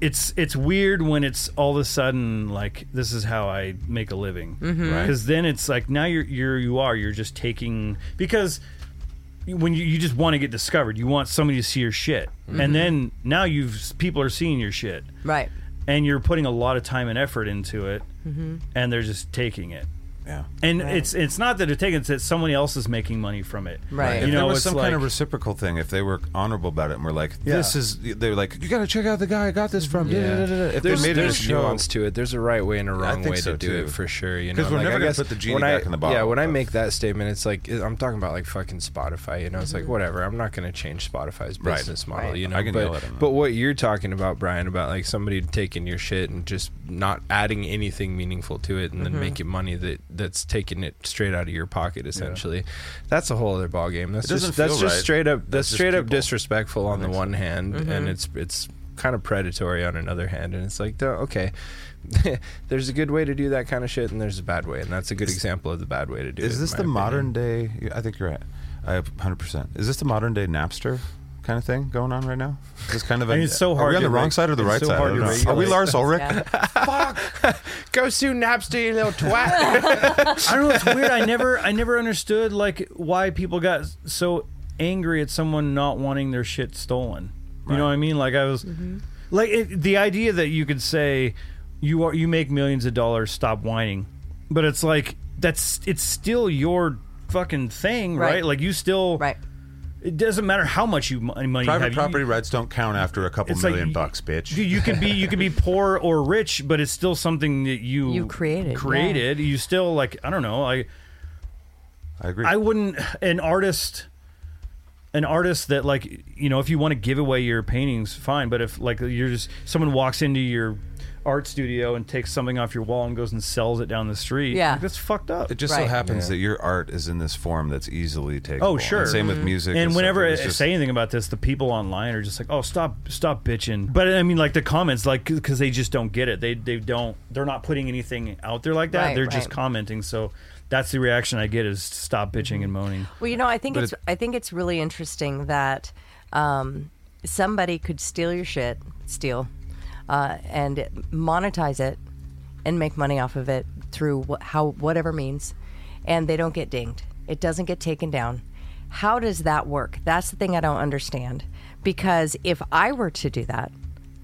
it's it's weird when it's all of a sudden like this is how I make a living because
Right.
then it's like now you're you're you are you're just taking because when you, you just want to get discovered you want somebody to see your shit and then now you've people are seeing your shit
Right.
and you're putting a lot of time and effort into it and they're just taking it
Yeah.
and it's it's not that they're taking it, it's that someone else is making money from it
Right.
you
if
know
there was
it's
some
like,
kind of reciprocal thing, if they were honorable about it and were like, "This
Yeah.
is," they're like, "You got to check out the guy I got this from."
Yeah.
da-da-da-da-da." If
there's
they made it a
there's
show,
nuance to it. There's a right way and a wrong
think
way
so,
to do
too.
it for sure. You know,
'Cause we're
like,
never
I
gonna
guess
put the genie
when
back
I,
in the bottle,
Yeah, when I
but-
make that statement, it's like I'm talking about like fucking Spotify. You know, it's like whatever. I'm not going to change Spotify's
Mm-hmm. Right.
business model. You know,
I can yell at
but
'em, though.
but what you're talking about, Brian, about like somebody taking your shit and just not adding anything meaningful to it, and
Mm-hmm.
then making money that that's taking it straight out of your pocket. Essentially, that's a whole other ballgame. That's
It doesn't
just that's
feel
just
right.
straight up
That's
that's
just
straight up
people.
disrespectful on the one hand,
Mm-hmm.
and it's it's kind of predatory on another hand and it's like "Duh, okay there's a good way to do that kind of shit and there's a bad way and that's a good example of the bad way to do it
is
in
this
my
the
opinion.
modern day? I think you're right. I have 100. percent Is this the modern day Napster kind of thing going on right now? Is this kind of?
I mean,
an-
it's so
Are
hard
we on
to
the wrong
reg-
side or the
it's
right
so
side? I
hard
don't
to
know. Are we
regulate.
Lars Ulrich?
Yeah.
go sue napster you little twat
I don't know. It's weird. I never, I never understood like why people got so angry at someone not wanting their shit stolen. You know what I mean? Like I was,
Mm-hmm.
like it, the idea that you could say you are you make millions of dollars, stop whining, but it's like that's it's still your fucking thing, right?
Right.
Like you still,
Right.
It doesn't matter how much you mon- money you
Private
have. You-
property rights don't count after a couple
It's like
million
you-
bucks, bitch.
Dude, you could be you could be poor or rich, but it's still something that you
You created, yeah.
Created. You still like I don't know. I
I agree.
I wouldn't an artist an artist that like you know if you want to give away your paintings fine but if like you're just someone walks into your art studio and takes something off your wall and goes and sells it down the street
Yeah.
like, that's fucked up
It just so
Right.
happens that your art is in this form that's easily taken.
Oh, sure.
same with music.
and
stuff.
whenever I
It's just-
say anything about this, the people online are just like, "Oh, stop, stop bitching." But I mean, like the comments, like because they just don't get it. They they don't. They're not putting anything out there like that.
Right,
they're just
right.
commenting. So that's the reaction I get is stop bitching and moaning.
Well, you know, I think
But
it's, I think it's really interesting that um, somebody could steal your shit, steal, uh, and monetize it, and make money off of it through wh- how whatever means, and they don't get dinged. It doesn't get taken down. How does that work? That's the thing I don't understand. Because if I were to do that,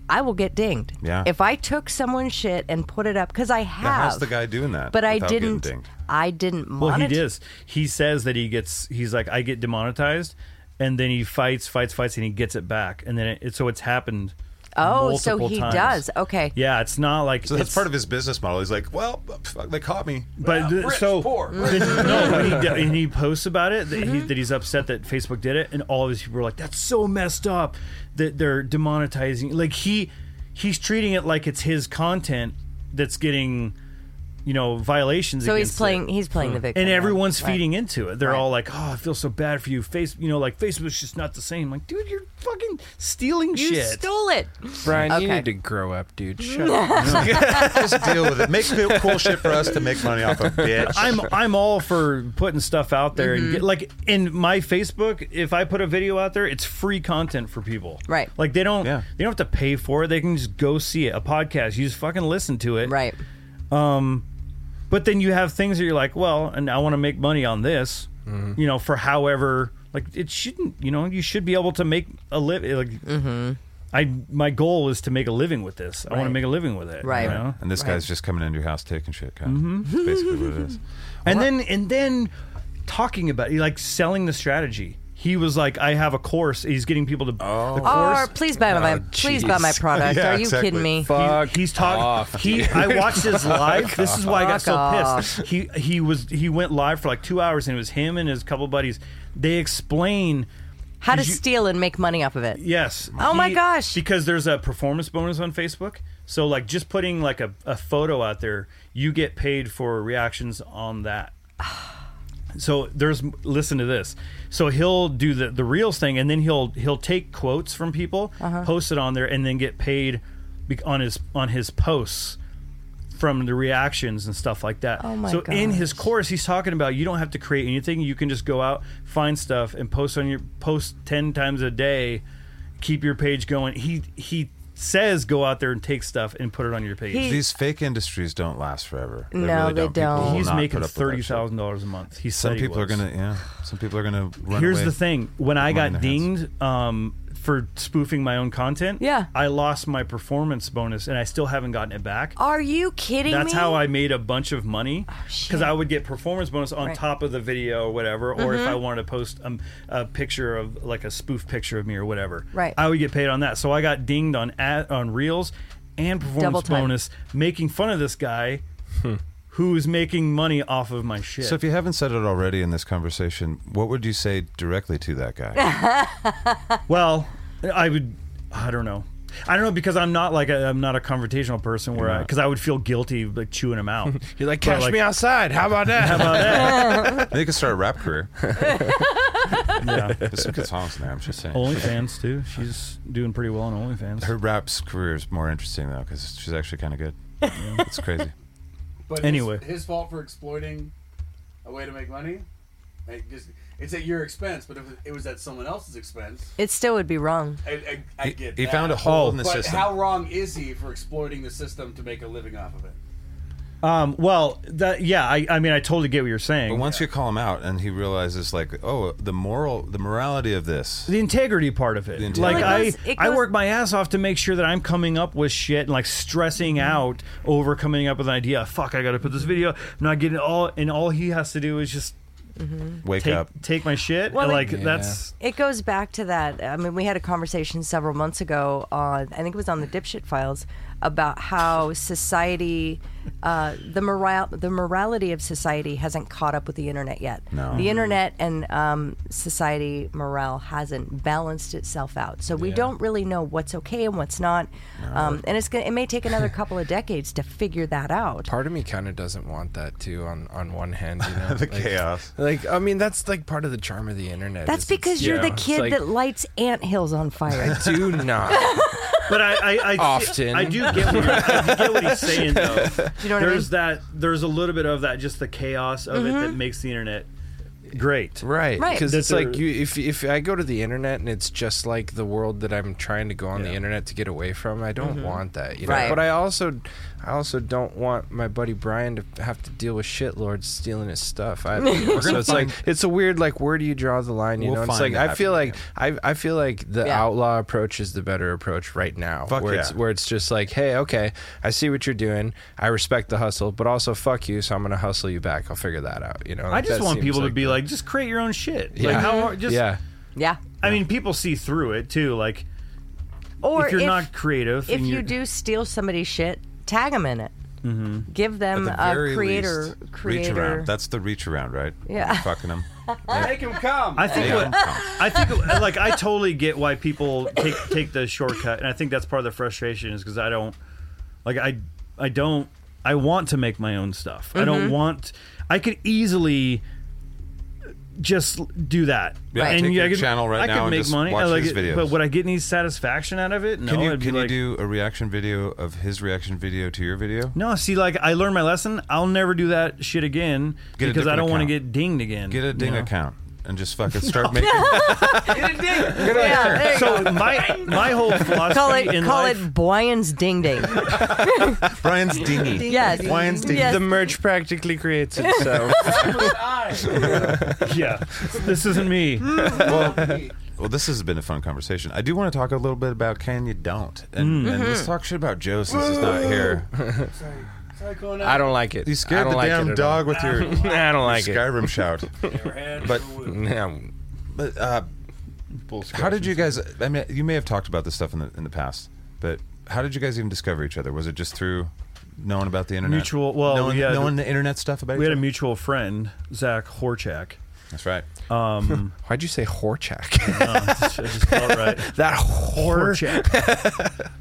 I will get dinged.
Yeah.
If I took someone's shit and put it up, because I have.
Now, how's the guy doing that?
But I
without getting
didn't.
dinged?
I didn't. Monetize.
Well, he does. He says that he gets. He's like, I get demonetized, and then he fights, fights, fights, and he gets it back. And then it, it so it's happened.
Oh, so
multiple
he
times.
does. Okay.
Yeah, it's not like
So that's
it's-
part of his business model. He's like, well, fuck, they caught me.
But the-
rich,
so
poor.
then- no, when he, d- and he posts about it that,
Mm-hmm.
he, that he's upset that Facebook did it, and all of his people are like, "That's so messed up that they're demonetizing." Like he he's treating it like it's his content that's getting you know violations.
So he's
against it.
playing. He's playing the victim,
and
right?
everyone's
Right.
feeding into it. They're
Right.
all like, "Oh, I feel so bad for you." Face, you know, like Facebook's just not the same. Like, dude, you're fucking stealing
You
shit.
stole it.
brian you
Okay. Mm,
need to grow up dude shut up
Just deal with it. Make cool- cool shit for us to make money off of, bitch.
I'm I'm all for putting stuff out there
Mm-hmm.
and get, like in my Facebook, if I put a video out there, it's free content for people.
Right.
Like they don't
Yeah.
they don't have to pay for it. They can just go see it. A podcast, you just fucking listen to it.
Right.
But then you have things that you're like, well, and I want to make money on this, you know, for however like it shouldn't, you know, you should be able to make a live like I my goal is to make a living with this. I want to
Mm-hmm. Right.
make a living with it. you
Right.
know?
And this
Right.
guy's just coming into your house taking shit, kind of.
Mm-hmm.
That's Basically, what it is.
and then and then talking about like selling the strategy. he was like, I have a course. He's getting people to the
Or
course.
please buy my
Oh,
please buy my
jeez.
product.
Yeah,
Are you
exactly.
kidding me?
He-
Fuck
he's talking.
off,
He, I watched his live. This is why I got so
Fuck
pissed. He he was he went live for like two hours, and it was him and his couple buddies. They explain
How to
Did you-
steal and make money off of it.
Yes.
Oh my gosh.
Because there's a performance bonus on Facebook. So like just putting like a, a photo out there, you get paid for reactions on that. So there's listen to this. So he'll do the the reels thing, and then he'll he'll take quotes from people,
Uh-huh.
post it on there, and then get paid bec- on his on his posts from the reactions and stuff like that.
Oh my
so in his
gosh.
course, he's talking about you don't have to create anything. You can just go out, find stuff, and post on your post ten times a day. Keep your page going. He he says go out there and take stuff and put it on your page.
He-
These fake industries don't last forever. They
No,
really
they
don't. People
don't.
will
he's
not
making
put up with that
thirty
shit.
thousand dollars a month. He said
Some
he
people are
was.
gonna, yeah. Some people are gonna run
Here's
away.
the thing: when I
with money
got
in their hands.
dinged um, for spoofing my own content,
Yeah.
I lost my performance bonus, and I still haven't gotten it back.
Are you kidding me?
That's how I made a bunch of money
Oh, shit.
because I would get performance bonus on
Right. Mm-hmm.
top of the video or whatever, or if I wanted to post um, a picture of like a spoof picture of me or whatever,
Right.
I would get paid on that. So I got dinged on ad, on reels and
Double
performance
time.
bonus, making fun of this guy who's making money off of my shit.
Hmm. So if you haven't said it already in this conversation, what would you say directly to that guy?
Well, I would. I don't know. I don't know because I'm not like a, I'm not a confrontational person where I because I would feel guilty like chewing him out.
You're like,
But,
catch
like-
me outside. How about that? How about
they could start a rap career.
yeah.
There's some good songs in there. I'm just saying.
OnlyFans too. She's doing pretty well on OnlyFans.
Her rap's career is more interesting though, because she's actually kind of good. It's crazy.
But his-
Anyway.
his, fault for exploiting a way to make money. Like just, it's at your expense, but if it was at someone else's expense,
it still would be wrong.
I, I, I get.
he
that.
found a hole in the
but
system.
how wrong is he for exploiting the system to make a living off of it?
Um, well, that yeah. I, I mean, I totally get what you're
But
saying.
once you call him out and he realizes, like, oh, the moral, the morality of this.
the integrity part of it.
The
Like
Well,
integrity.
it
I,
goes- it
I
goes-
work my ass off to make sure that I'm coming up with shit and like stressing
Mm-hmm.
out over coming up with an idea. Fuck, I got to put this video. I'm not getting all, and all he has to do is just
Wake
take
up.
take my shit.
Well, it-
like that's
It goes back to that. I mean, we had a conversation several months ago on, I think it was on the Dipshit Files, about how society, uh, the moral, the morality of society hasn't caught up with the internet yet.
No.
The internet and um, society morale hasn't balanced itself out, so we don't really know what's okay and what's not. Um, and it's gonna, it may take another couple of decades to figure that out.
Part of me kind of doesn't want that too. On on one hand, you know,
The
like,
chaos.
Like I mean, that's like part of the charm of the internet.
That's
is it's-
because
you
you're the
know, it's
kid
like,
that lights anthills on fire.
do not.
but I, I, I
Often.
I do get what, you're, I get what he's saying though.
you know what I
there's that there's a little bit of that just the chaos of it that
Mm-hmm.
makes the internet great.
Right,
Right.
Because
That
it's like
they're-
you, if if I go to the internet and it's just like the world that I'm trying to go on the
Yeah. Mm-hmm.
internet to get away from, I don't want that. You know?
Right.
But I also, I also don't want my buddy Brian to have to deal with shitlords stealing his stuff. I, you know, so it's like it's a weird like where do you draw the line? You
We'll
know, And it's
find
like I
that
feel
happy,
like I I feel like the
Yeah.
outlaw approach is the better approach right now.
Fuck
where
yeah.
it's where it's just like, hey, okay, I see what you're doing. I respect the hustle, but also fuck you. So I'm gonna hustle you back. I'll figure that out. You know.
I just
that
want
seems
people
like
to be
the-
like just create your own shit.
Yeah.
Like how hard- just
yeah.
yeah.
I mean people see through it too like
Or
if you're not creative
if
and
you
you're-
do steal somebody's shit, tag them in it. Give them
Mm-hmm. At the
a
very
uh, creator.
least,
creator.
Reach around. That's the reach around, right?
Yeah.
You're fucking him.
Make him come.
I think what I think like I totally get why people take take the shortcut and I think that's part of the frustration is cuz I don't like I I don't I want to make my own stuff. I
Mm-hmm.
don't want I could easily just do that.
Yeah, take
I
your channel right
I
now
could
and
make
just
money.
watch
I like
his
it,
videos.
But would I get any satisfaction out of it? No.
Can you
I'd be
can
like-
you do a reaction video of his reaction video to your video?
No, see, like I learned my lesson. I'll never do that shit again
Get a
because I
different
don't want to
account.
get dinged again.
Get a
you
ding
know?
account and just fucking start making.
Yeah, there you
So
go.
my my whole philosophy
Call it
in
call
life,
it Brian's ding ding.
Brian's dingy.
yes.
Brian's dingy.
Yes.
The merch practically creates itself.
yeah, this isn't me.
Well, this has been a fun conversation. I do want to talk a little bit about can you don't,
Mm.
and, and
Mm-hmm.
let's talk shit about Joe since he's not here.
Sorry, going
I don't like it.
You
I
scared
don't
the
like
damn
it at
dog with your
all. I don't like it.
Skyrim shout.
don't.
But
Yeah.
but uh,
bull
How did you guys? I mean, you may have talked about this stuff in the in the past, but how did you guys even discover each other? Was it just through knowing about the internet?
Mutual- well,
knowing,
yeah,
knowing the, internet stuff about
We
each
had a
other.
mutual friend, Zach Horchak.
That's right.
Why'd you say Horchak?
Uh, I just, I just felt right.
that whore.
Horchak.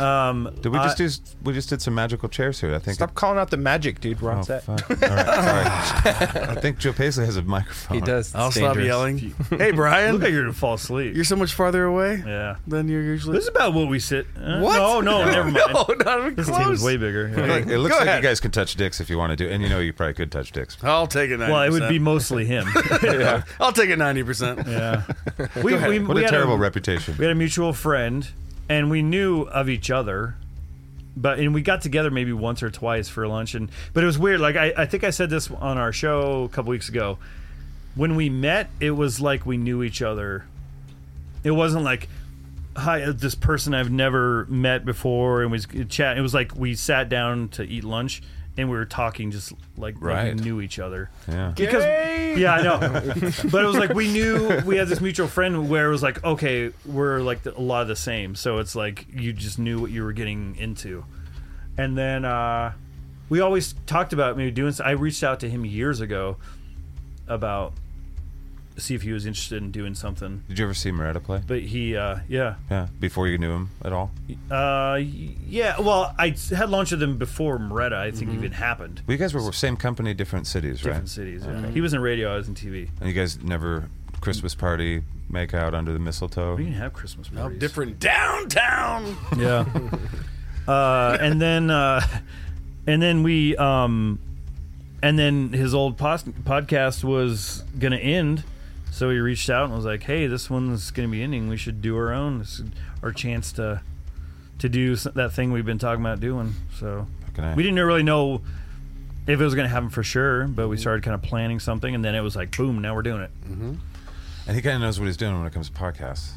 um,
Did we
I-
just do? We just did some magical chairs here. I think.
Stop calling out the magic, dude. We're on
Oh,
set.
fuck. All right, sorry. I think Joe Paisley has a microphone.
He does. It's
I'll stop
dangerous.
yelling. Hey,
Look like
Brian,
you're gonna fall asleep.
you're so much farther away
yeah.
than you're usually.
This is about what we sit. Uh, No, no, never mind.
No, not even
this
close.
team's way bigger. Yeah.
Like, it looks
Go
like
ahead.
you guys can touch dicks if you want to do, and you know you probably could touch dicks.
I'll take a 90%.
Well, it would be mostly him.
I'll take a 90%.
yeah. We, we,
What
we
a
had
terrible reputation.
We had a mutual friend, and we knew of each other, but and we got together maybe once or twice for lunch. And but it was weird. Like I, I think I said this on our show a couple weeks ago. When we met, it was like we knew each other. It wasn't like hi, uh, this person I've never met before, and was chat. It was like we sat down to eat lunch. And we were talking just like, like
Right.
we knew each other.
Yeah.
Because yeah, I know. but it was like we knew we had this mutual friend where it was like, okay, we're like the, a lot of the same. So it's like you just knew what you were getting into. And then uh, we always talked about maybe doing. I reached out to him years ago about see if he was interested in doing something.
Did you ever see Moretta play?
But he, uh, yeah,
Yeah. Before you knew him at all,
uh, yeah. Well, I had lunch with him before Moretta. I think even happened.
well, you guys were same company, different cities,
Different
right?
cities. Yeah. He was in radio. I was in TV.
And you guys never Christmas party, make out under the mistletoe.
We didn't have Christmas parties.
Different downtown.
Yeah. uh, and then, uh, and then we, um, and then his old pos- podcast was gonna end, so he reached out and was like, "Hey, this one's gonna be ending. We should do our own. This is our chance to, to do s- that thing we've been talking about doing." So
Fucking A.
we didn't really know if it was gonna happen for sure, but we started kind of planning something, and then it was like, "Boom! Now we're doing it."
And he kind of knows what he's doing when it comes to podcasts.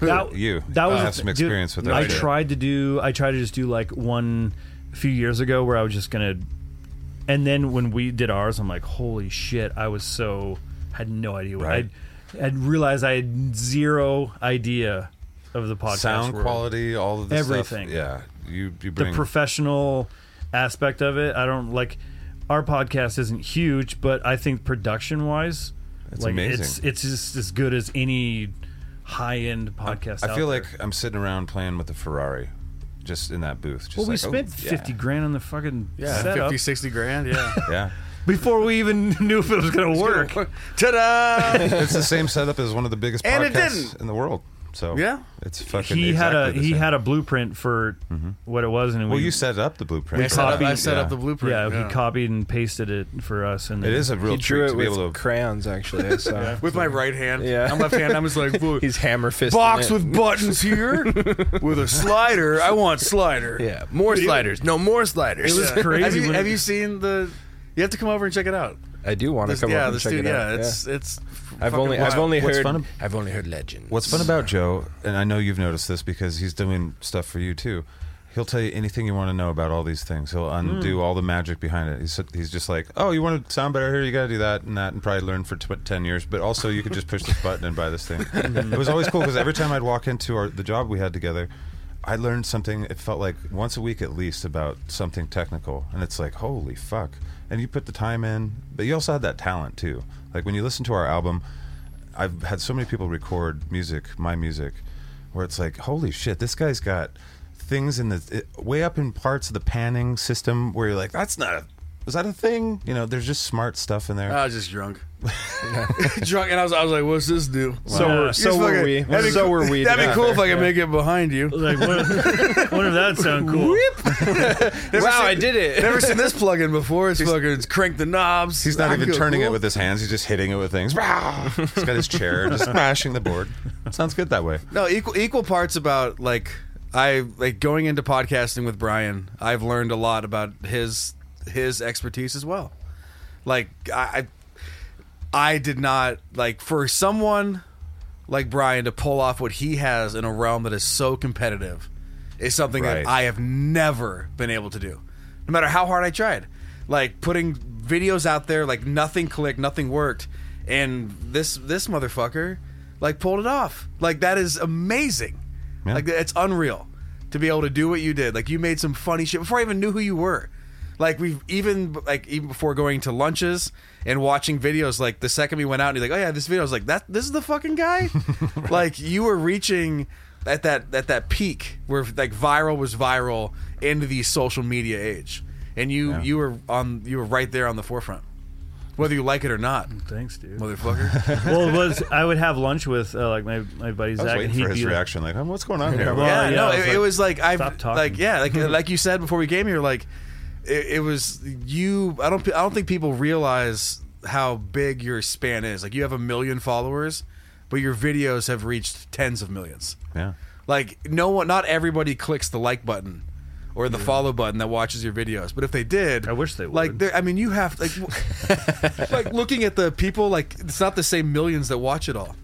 that,
You.
That
I
was the
have some
thing.
experience
Dude,
with that
I
shit.
tried to do. I tried to just do like one a few years ago where I was just gonna, and then when we did ours, I'm like, holy shit! I was so had no idea what
Right.
I would realized I had zero idea of the podcast
Sound
world.
quality, all of the
Everything.
Stuff. Yeah. You
the
you bring
professional aspect of it. I don't like. Our podcast isn't huge, but I think production wise,
It's
like
amazing.
it's it's just as good as any high end podcast.
I
out
feel
there.
like I'm sitting around playing with the Ferrari, just in that booth. Just
Well, we
like, oh,
spent
yeah.
fifty grand on the fucking
Yeah,
setup
50, 60 grand. Yeah.
Yeah,
before we even knew if it was gonna work.
Ta da!
it's the same setup as one of the biggest
And it
podcasts
didn't.
in the world. So
Yeah.
it's fucking.
He had a
exactly the
he
same.
had a blueprint for
Mm-hmm.
what it was, and
Well,
we,
you set up the blueprint.
I set, up, I
copied-
set up
Yeah.
the blueprint.
yeah, he copied and pasted it for us, and
It is a real
He drew
treat
it
to be
with
able to.
crayons, actually. I saw.
with my right hand.
Yeah.
I'm left hand. I'm just like "Whoa,
He's hammer fisting
box
it.
with buttons here with a slider. I want slider.
Yeah, more sliders. No more sliders.
It was
Yeah.
crazy
Have you,
when it-
have you seen the? You have to come over and check it out.
I do want to
This-
come
yeah,
up and
this
check
dude.
it
yeah,
out.
it's it's.
I've
fucking
only I've
wild.
only
What's
heard
fun ab-
I've only heard legends.
What's fun about Joe, and I know you've noticed this because he's doing stuff for you too. He'll tell you anything you want to know about all these things. He'll undo all the magic behind it. He's, he's just like, oh, you want to sound better here? You got to do that and that and probably learn for tw 10 years. But also, you could just push this button and buy this thing. it was always cool because every time I'd walk into our, the job we had together, I learned something. It felt like once a week at least about something technical, and it's like holy fuck. And you put the time in, but you also had that talent too. Like when you listen to our album, I've had so many people record music, my music, where it's like holy shit, this guy's got things in the it, way up in parts of the panning system where you're like, that's not a was that a thing? You know, there's just smart stuff in there.
Uh,
I was just drunk. drunk, and I was, I was like, "What's this do?"
So were-
Just
so were
fucking-
we.
That'd be,
So
cool-
were we,
That'd be
yeah.
cool if I could make it behind you.
like what, if- what if that sound cool?
wow, I did it.
Never seen this plug-in before. It's fucking it's crank the knobs.
He's not
I
even
feel
turning it
cool.
with his hands. He's just hitting it with things. Rah! He's got his chair, just smashing the board. Sounds good that way.
No, equal equal parts about like I like going into podcasting with Brian. I've learned a lot about his his expertise as well. Like I I I did not like for someone like Brian to pull off what he has in a realm that is so competitive is something
Right.
that I have never been able to do. No matter how hard I tried. Like putting videos out there like nothing clicked, nothing worked. And this this motherfucker like pulled it off. Like that is amazing.
Yeah.
Like it's unreal to be able to do what you did. Like you made some funny shit before I even knew who you were. Like we've even like even before going to lunches and watching videos. Like the second we went out and you're like, oh yeah, this video. I was like, that this is the fucking guy. Like you were reaching at that at that peak where like viral was viral into the social media age, and you you were on you were right there on the forefront, whether you like it or not,
Thanks, dude.
motherfucker.
well, it was I would have lunch with uh, like my my buddy
I was
Zach, and
waiting
he'd
for his
be like,
reaction. Like, "Huh, what's going on here?
well,
yeah,
Oh, yeah,
no,
I was
it, it
like,
was like I
"Stop talking."
like yeah, like uh, like you said before we came here, like it, it was you. I don't I don't think people realize how big your span is. Like you have a million followers, but your videos have reached tens of millions.
Yeah.
Like no one, not everybody clicks the like button or the follow button that watches your videos. But if they did,
I wish they
Like,
would.
they're- I mean, you have like, w- like looking at the people, like it's not the same millions that watch it all.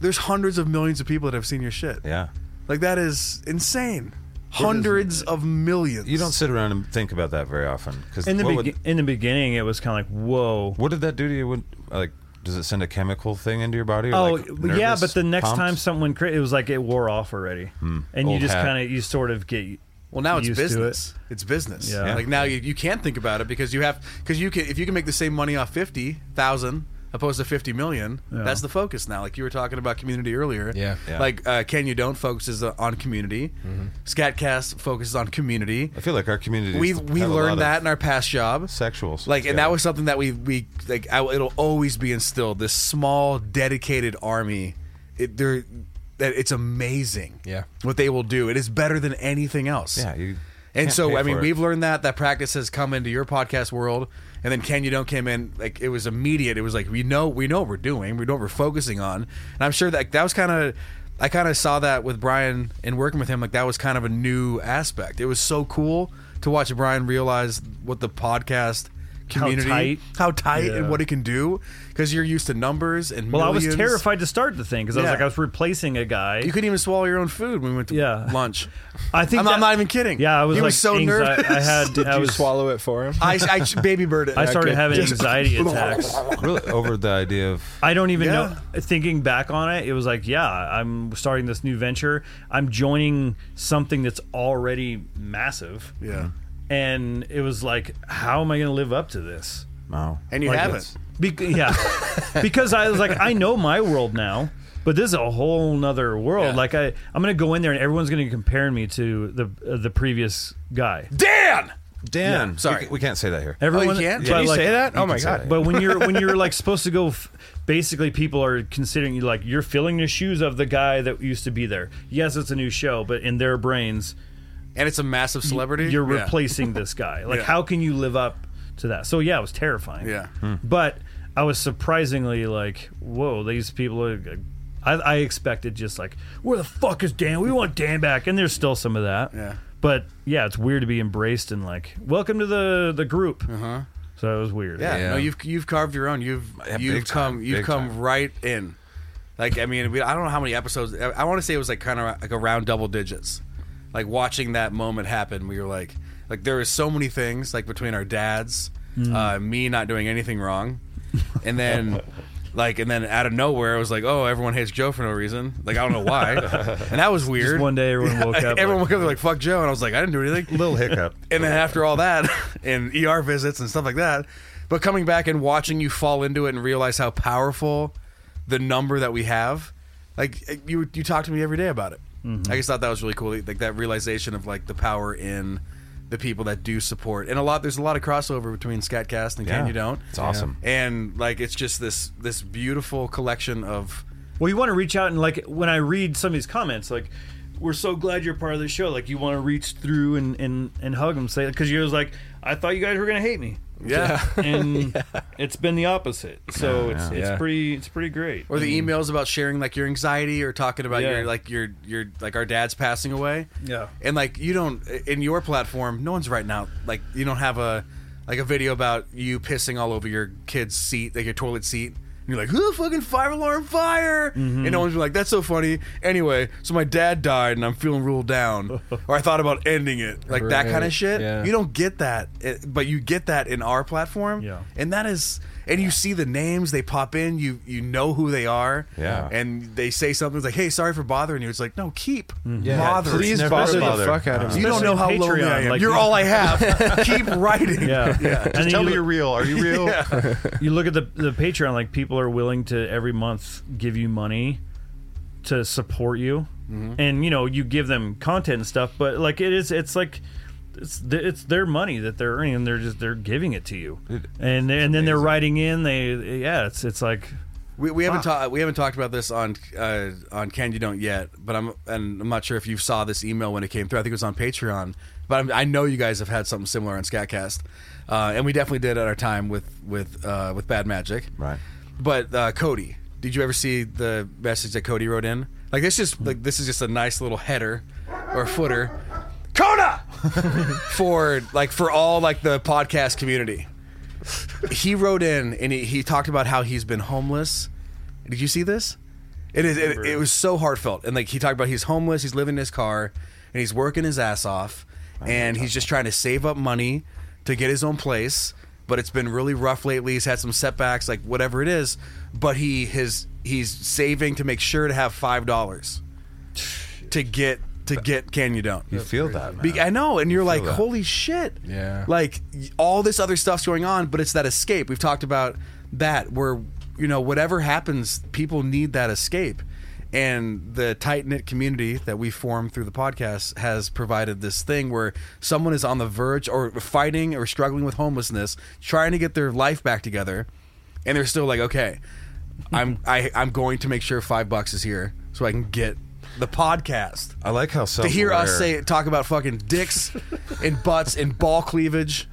There's hundreds of millions of people that have seen your shit.
Yeah.
Like that is insane. Hundreds of millions.
You don't sit around and think about that very often. Because
in the
what,
be-
would-
in the beginning, it was kind of like whoa.
what did that do to you? Would, like, does it send a chemical thing into your body? Or
Oh
like
but yeah,
nervous
but the next
pumps?
time someone cra- it was like it wore off already, and you
Old
just
hat.
kind of you sort of get
Hmm. Well, now it's
used to it.
business. It's business.
Yeah.
Like now you, you can't think about it because you have because you can if you can make the same money off fifty thousand opposed to fifty million. That's the focus now. Like you were talking about community earlier.
Yeah. Yeah.
Like uh, Can You Don't focuses on community. Scatcast focuses on community.
I feel like our community.
We
is-
we
have a lot of
learned that in our past job.
sexuals.
like and
Yeah.
that was something that we we like I, it'll always be instilled this small dedicated army it they're that it's amazing
Yeah.
what they will do it is better than anything else
Yeah, you
and
can't
so
pay
i mean
for it.
we've learned that that practice has come into your podcast world and then ken you don't came in like it was immediate it was like we know we know what we're doing we know what we're focusing on and i'm sure that that was kind of i kind of saw that with brian and working with him like that was kind of a new aspect it was so cool to watch brian realize what the podcast community
tight.
how tight
Yeah.
and what it can do because you're used to numbers and
Well, I was
millions.
terrified to start the thing because I was
Yeah.
like I was replacing a guy.
you couldn't even swallow your own food when we went to
Yeah.
lunch
I think
I'm not-
that-
I'm not even kidding.
Yeah, I was
He
like
was so
anxi-
nervous.
I had
Did
I
you
was,
swallow it for him?
I, I baby bird it
I started
Okay.
having
Just-
anxiety attacks.
really over the idea of
I don't even
Yeah.
know. Thinking back on it, it was like, yeah, I'm starting this new venture. I'm joining something that's already massive.
yeah
And it was like, how am I going to live up to this?
no.
and you
Like
haven't
it's- Be- yeah. because I was like, I know my world now, but this is a whole nother world.
Yeah.
Like, I, I'm going to go in there and everyone's going to compare me to the, uh, the previous guy.
dan
Dan,
sorry.
we, we can't say that here.
Everyone,
can't?
but
Can you
like-
say that? Oh my
can say
god!
that.
But when you're when you're like supposed to go, f- basically people are considering you like you're filling the shoes of the guy that used to be there. Yes, it's a new show, but in their brains,
and it's a massive celebrity
you're
Yeah.
replacing this guy. Like,
Yeah.
how can you live up to that? So yeah, it was terrifying.
Yeah.
but I was surprisingly like, whoa, these people are. I, I expected just like, where the fuck is Dan? We want Dan back, and there's still some of that.
Yeah.
but yeah, it's weird to be embraced and like, welcome to the the group. Uh huh. So it was weird.
Uh-huh. Yeah, no,
Yeah.
you've you've carved your own. You've
Yeah,
you've
big
come
time,
you've
big
come
time.
right in. Like I mean, we, I don't know how many episodes. I, I want to say it was like kind of like around double digits. Like watching that moment happen, we were like, like there was so many things like between our dads,
Mm.
uh, me not doing anything wrong, and then. Like and then out of nowhere, it was like, "Oh, everyone hates Joe for no reason." Like I don't know why, and that was weird.
one day everyone woke up,
everyone
like-
woke up they're like, "Fuck Joe," and I was like, "I didn't do anything."
Little hiccup.
and then after all that and ER visits and stuff like that, but coming back and watching you fall into it and realize how powerful the number that we have, like eh, you you talk to me every day about it.
Mm-hmm.
I just thought that was really cool, like that realization of like the power in the people that do support and a lot. There's a lot of crossover between Scatcast and Can
Yeah.
You Don't.
It's awesome.
and like it's just this this beautiful collection of.
Well, you want to reach out and like when I read some of these comments, like we're so glad you're part of the show. Like you want to reach through and and and hug them, say because you was like, I thought you guys were gonna hate me,
Yeah.
and it's been the opposite. So it's it's
Yeah.
pretty it's pretty great.
Or the emails about sharing like your anxiety or talking about
Yeah.
your like your your like our dad's passing away.
Yeah.
And like you don't in your platform, no one's right now like you don't have a like a video about you pissing all over your kid's seat, like your toilet seat. And you're like, who fucking fire alarm fire? And no one's like, that's so funny. Anyway, so my dad died and I'm feeling real down. or I thought about ending it. Like that kind of
Right,
shit.
yeah.
You don't get that, eh, but you get that in our platform.
Yeah.
And that is and you see the names they pop in. You you know who they are.
Yeah.
and they say something it's like, "Hey, sorry for bothering you." It's like, no, keep bothering.
Please
never
bother the
bothered.
fuck out of me.
You don't know how
Mm-hmm. Especially
lonely I
Patreon,
am.
like-
You're all I have. Keep writing.
Yeah, yeah. And then you
Uh, Tell me
look-
you're real. Are you real?
you look at the the Patreon, like people are willing to every month give you money to support you,
Mm-hmm.
and you know you give them content and stuff, but like it is, it's like. It's, th- it's their money that they're earning and they're just they're giving it to you and they- and then they're writing in they yeah it's it's like
We, we haven't talked we haven't talked about this on uh, on Can You Don't yet, but I'm and I'm not sure if you saw this email when it came through. I think it was on Patreon, but I'm, I know you guys have had something similar on Scatcast, uh, and we definitely did at our time with with uh, with Bad Magic,
Right.
But uh, Cody, did you ever see the message that Cody wrote in? Like this just like this is just a nice little header or footer, Coda for like for all like the podcast community he wrote in and he, he talked about how he's been homeless. Did you see this? It is. It, it was so heartfelt, and like he talked about, he's homeless. He's living in his car, and he's working his ass off, and he's just trying to save up money to get his own place. But it's been really rough lately. He's had some setbacks, like whatever it is. But he his he's saving to make sure to have five dollars to get to get. Can you don't?
You feel that, man.
Be- I know, and you're like,
that.
holy shit.
Yeah.
Like y- all this other stuff's going on, but it's that escape. We've talked about that where you know whatever happens, people need that escape, and the tight knit community that we form through the podcast has provided this thing where someone is on the verge or fighting or struggling with homelessness, trying to get their life back together, and they're still like, okay, I'm I, I'm going to make sure five bucks is here so I can get the podcast
I like how
to
self
hear us say talk about fucking dicks and butts and ball cleavage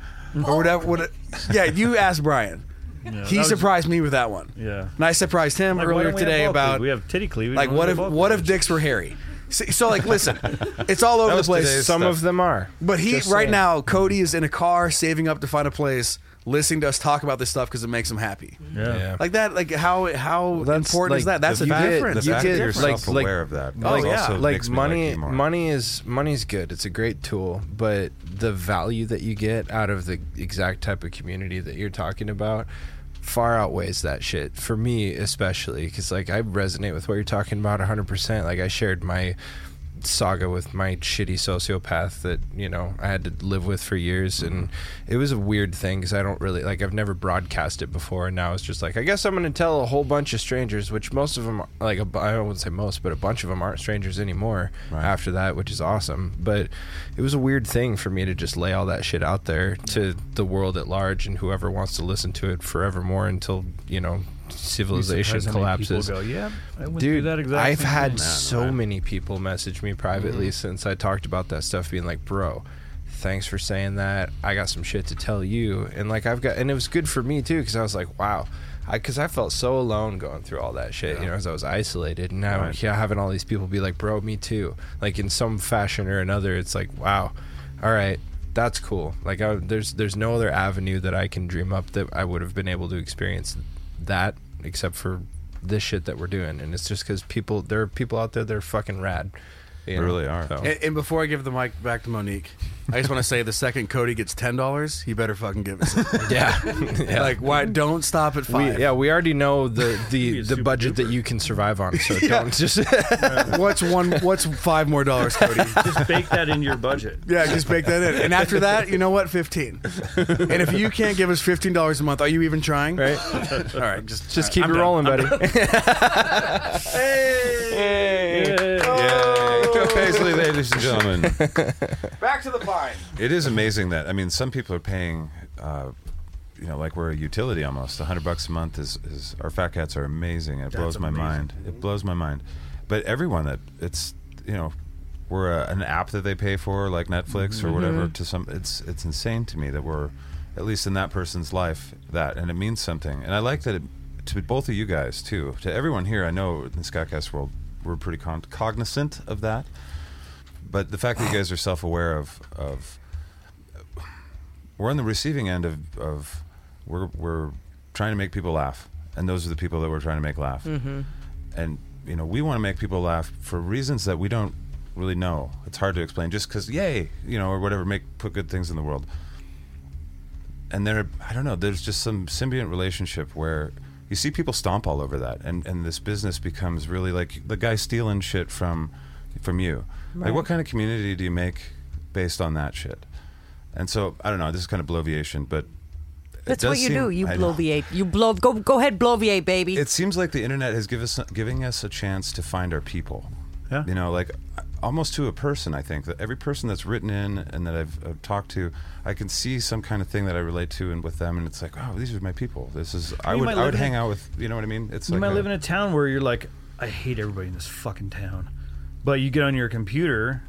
or whatever. What, yeah, you asked Brian.
that
he
was-
surprised me with that one.
Yeah.
and I surprised him
Like, why
earlier
don't we
today
have ball
about
cleavage? we have titty cleavage.
like
why don't
what
we
if
have ball
what if
cleavage?
dicks were hairy? See, so like, listen, it's all over
That
the
was
place.
today's
Some
stuff.
of them are.
But he
Just
right
saying.
now, Cody is in a car saving up to find a place, listening to us talk about this stuff because it makes him happy.
yeah.
Yeah.
Like that, like how how
that's,
important is
like,
that? That's
the
a
fact-
difference.
you
The fact
get,
that you're
like-
self aware of that.
Oh, yeah.
also
like
makes me
money
you more.
money is money's good it's a great tool but the value that you get out of the exact type of community that you're talking about far outweighs that shit for me especially because like i resonate with what you're talking about 100% like i shared my saga with my shitty sociopath that you know i had to live with for years and it was a weird thing because i don't really like i've never broadcast it before and now it's just like i guess i'm going to tell a whole bunch of strangers which most of them like a bu- i wouldn't say most but a bunch of them aren't strangers anymore after that which is awesome but it was a weird thing for me to just lay all that shit out there to the world at large and whoever wants to listen to it forevermore until you know civilization
Surprised how many people
collapses
Go, yeah, I went through
Dude,
that exact
I've
same
had
thing."
so many people message me privately since I talked about that stuff, being like, "Bro, thanks for saying that. I got some shit to tell you." And like, I've got, and it was good for me too because I was like, "Wow," because I, felt so alone going through all that shit, you know, as I was isolated. And now, yeah, having all these people be like, "Bro, me too," like in some fashion or another, it's like, "Wow, all right." That's cool. Like, I, there's there's no other avenue that I can dream up that I would have been able to experience that except for this shit that we're doing, and it's just because people there are people out there that are fucking rad. you
They really are.
So.
And, and before I give the mic back to Monique, I just want to say the second Cody gets ten dollars, he better fucking give us. it.
yeah, yeah.
Like, why? Don't stop at
we,
five.
yeah, we already know the the, the
super
budget that you can survive on, so don't just
What's one? What's five more dollars, Cody?
just bake that into your budget.
yeah, just bake that in. And after that, you know what? Fifteen. And if you can't give us fifteen dollars a month, are you even trying?
right.
All right, just
Just keep it rolling, buddy.
Yay. Joe Paisley, ladies and gentlemen.
Back to the vine.
It is amazing that I mean, some people are paying, uh, you know, like we're a utility almost. A hundred bucks a month is, is our fat cats are amazing. It blows my mind. It blows my mind. But everyone that it's you know, we're a, an app that they pay for, like Netflix or whatever. To some, it's it's insane to me that we're at least in that person's life that, and it means something. And I like that it, to both of you guys too, to everyone here. I know in the Skycast world, we're pretty con- cognizant of that. But the fact that you guys are self-aware of of we're on the receiving end of, of we're, we're trying to make people laugh and those are the people that we're trying to make laugh and you know we want to make people laugh for reasons that we don't really know it's hard to explain just because yay you know or whatever make put good things in the world and there I don't know, there's just some symbiont relationship where you see people stomp all over that and, and this business becomes really like the guy stealing shit from from you. Like what kind of community do you make based on that shit? And so I don't know, this is kind of bloviation, but it
That's
does
what you
seem-
do. You
I know.
bloviate. You blow. Go go ahead, bloviate, baby.
It seems like the internet has give us, giving us a chance to find our people.
Yeah.
You know, like almost to a person, I think that every person that's written in and that I've, I've talked to, I can see some kind of thing that I relate to and with them, and it's like, oh, these are my people. This is I
You
would
might
I
live
would
in a-
hang out with. You know what I mean? It's
You
like
might
a-
live in a town where you're like, I hate everybody in this fucking town, but you get on your computer,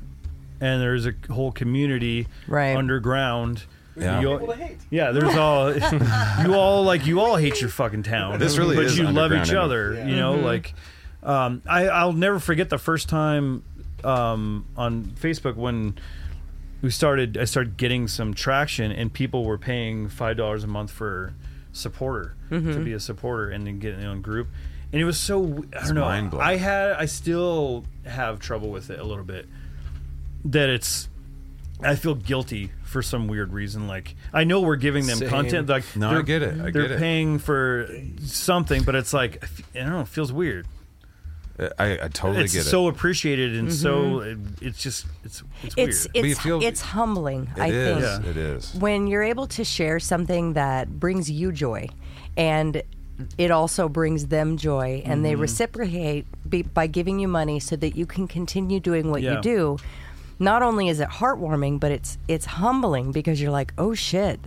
and there's a whole community
Right.
underground.
Yeah.
You
People
all,
to hate.
yeah, there's all you all like you all hate your fucking town.
This really
but
is
you love
underground,
each
isn't it?
other. You know, like um, I I'll never forget the first time um, on Facebook when we started I started getting some traction and people were paying five dollars a month for supporter to be a supporter and then get in their own group and it was so I don't know
mind-blowing.
I had I still have trouble with it a little bit that it's I feel guilty for some weird reason like I know we're giving them
Same.
content like
No, I
they're-
get it. I
they're
get it.
paying for something but it's like I f- I don't know it feels weird
I, I totally
it's
get it.
so appreciated and so it, it's just it's it's,
It's
weird
you
it's
feel-
it's humbling. I
It is.
think.
Yeah.
It is.
when you're able to share something that brings you joy and it also brings them joy and they reciprocate be, by giving you money so that you can continue doing what
Yeah.
you do not only is it heartwarming but it's it's humbling because you're like oh shit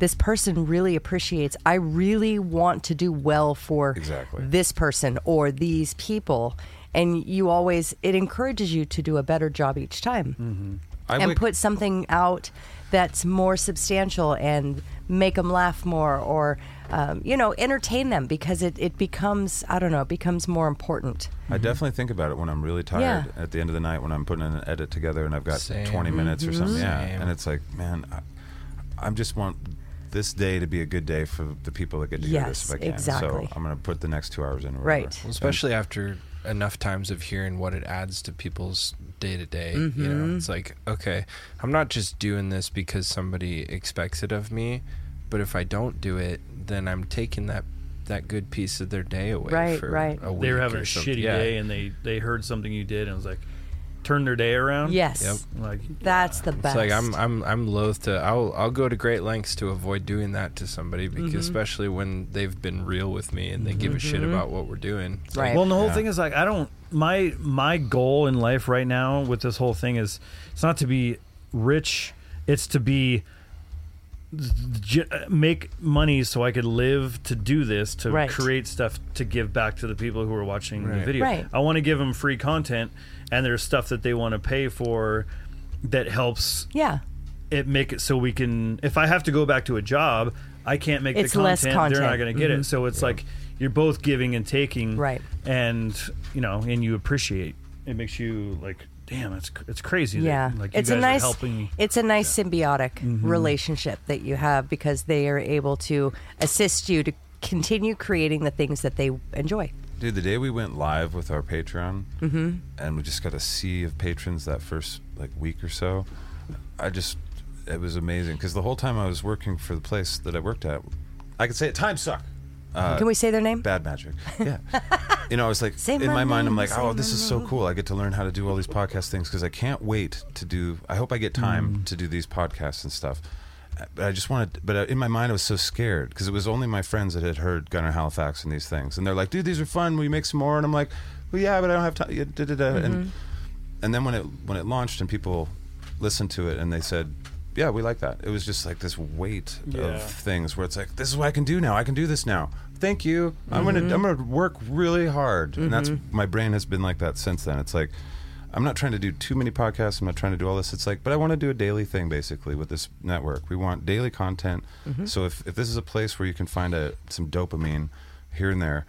this person really appreciates i really want to do well for
Exactly.
this person or these people and you always it encourages you to do a better job each time
I
and
wake-
put something out that's more substantial and make them laugh more or um, you know entertain them because it, it becomes i don't know it becomes more important
I definitely think about it when I'm really tired
Mm-hmm. Yeah.
at the end of the night when I'm putting an edit together and I've got
Same.
20 minutes
Mm-hmm.
or something. Yeah,
Same.
and it's like, man, I, I just want this day to be a good day for the people that get to hear this
Yes,
if I can.
exactly.
So I'm gonna put the next two hours in. or whatever.
Right.
Well, especially after enough times of hearing what it adds to people's day to day. You know,
Mm-hmm.
it's like, okay, I'm not just doing this because somebody expects it of me, but if I don't do it, then I'm taking that that good piece of their day away.
Right,
for
right.
A week
they were having
or
a
something.
shitty
Yeah.
day and they they heard something you did and it was like turn their day around
yes
like
that's the
It's
best
like I'm I'm I'm loath to I'll I'll go to great lengths to avoid doing that to somebody because
Mm-hmm.
especially when they've been real with me and they give a shit about what we're doing. It's
right
well and the whole thing is like i don't my my goal in life right now with this whole thing is it's not to be rich it's to be j- make money so i could live to do this to
Right.
create stuff to give back to the people who are watching the video
Right.
i want to give them free content and there's stuff that they want to pay for that helps
yeah
it make it so we can if i have to go back to a job i can't make
It's
the
less
content, they're not
content. Mm-hmm.
going to get it so it's like you're both giving and taking
Right.
and you know and you appreciate it makes you like damn it's it's crazy that,
yeah
like you
it's
guys
a
are
nice
helping Mm-hmm.
it's a nice symbiotic relationship that you have because they are able to assist you to continue creating the things that they enjoy
Dude, the day we went live with our Patreon, mm-hmm. and we just got a sea of patrons that first like week or so, I just it was amazing because the whole time I was working for the place that I worked at, I could say it time suck. Uh,
can we say their name
Bad magic. Yeah. you know, I was like,
Say
in
my
my mind, I'm
name,
like,
say
oh,
my
this is so cool. I get to learn how to do all these podcast things because I can't wait to do, I hope I get time to do these podcasts and stuff. Uh, But I just wanted, but uh, in my mind, I was so scared because it was only my friends that had heard Gunnar Halifax and these things. And they're like, dude, these are fun. Will you make some more? And I'm like, well, yeah, but I don't have time. Yeah, da, da, da. And, and then when it, when it launched and people listened to it and they said, yeah, we like that. It was just like this weight
Yeah.
of things where it's like this is what I can do now. I can do this now. Thank you. I'm gonna I'm gonna work really hard, and that's my brain has been like that since then. It's like I'm not trying to do too many podcasts. I'm not trying to do all this. It's like, but I want to do a daily thing basically with this network. We want daily content. So if if this is a place where you can find a some dopamine here and there,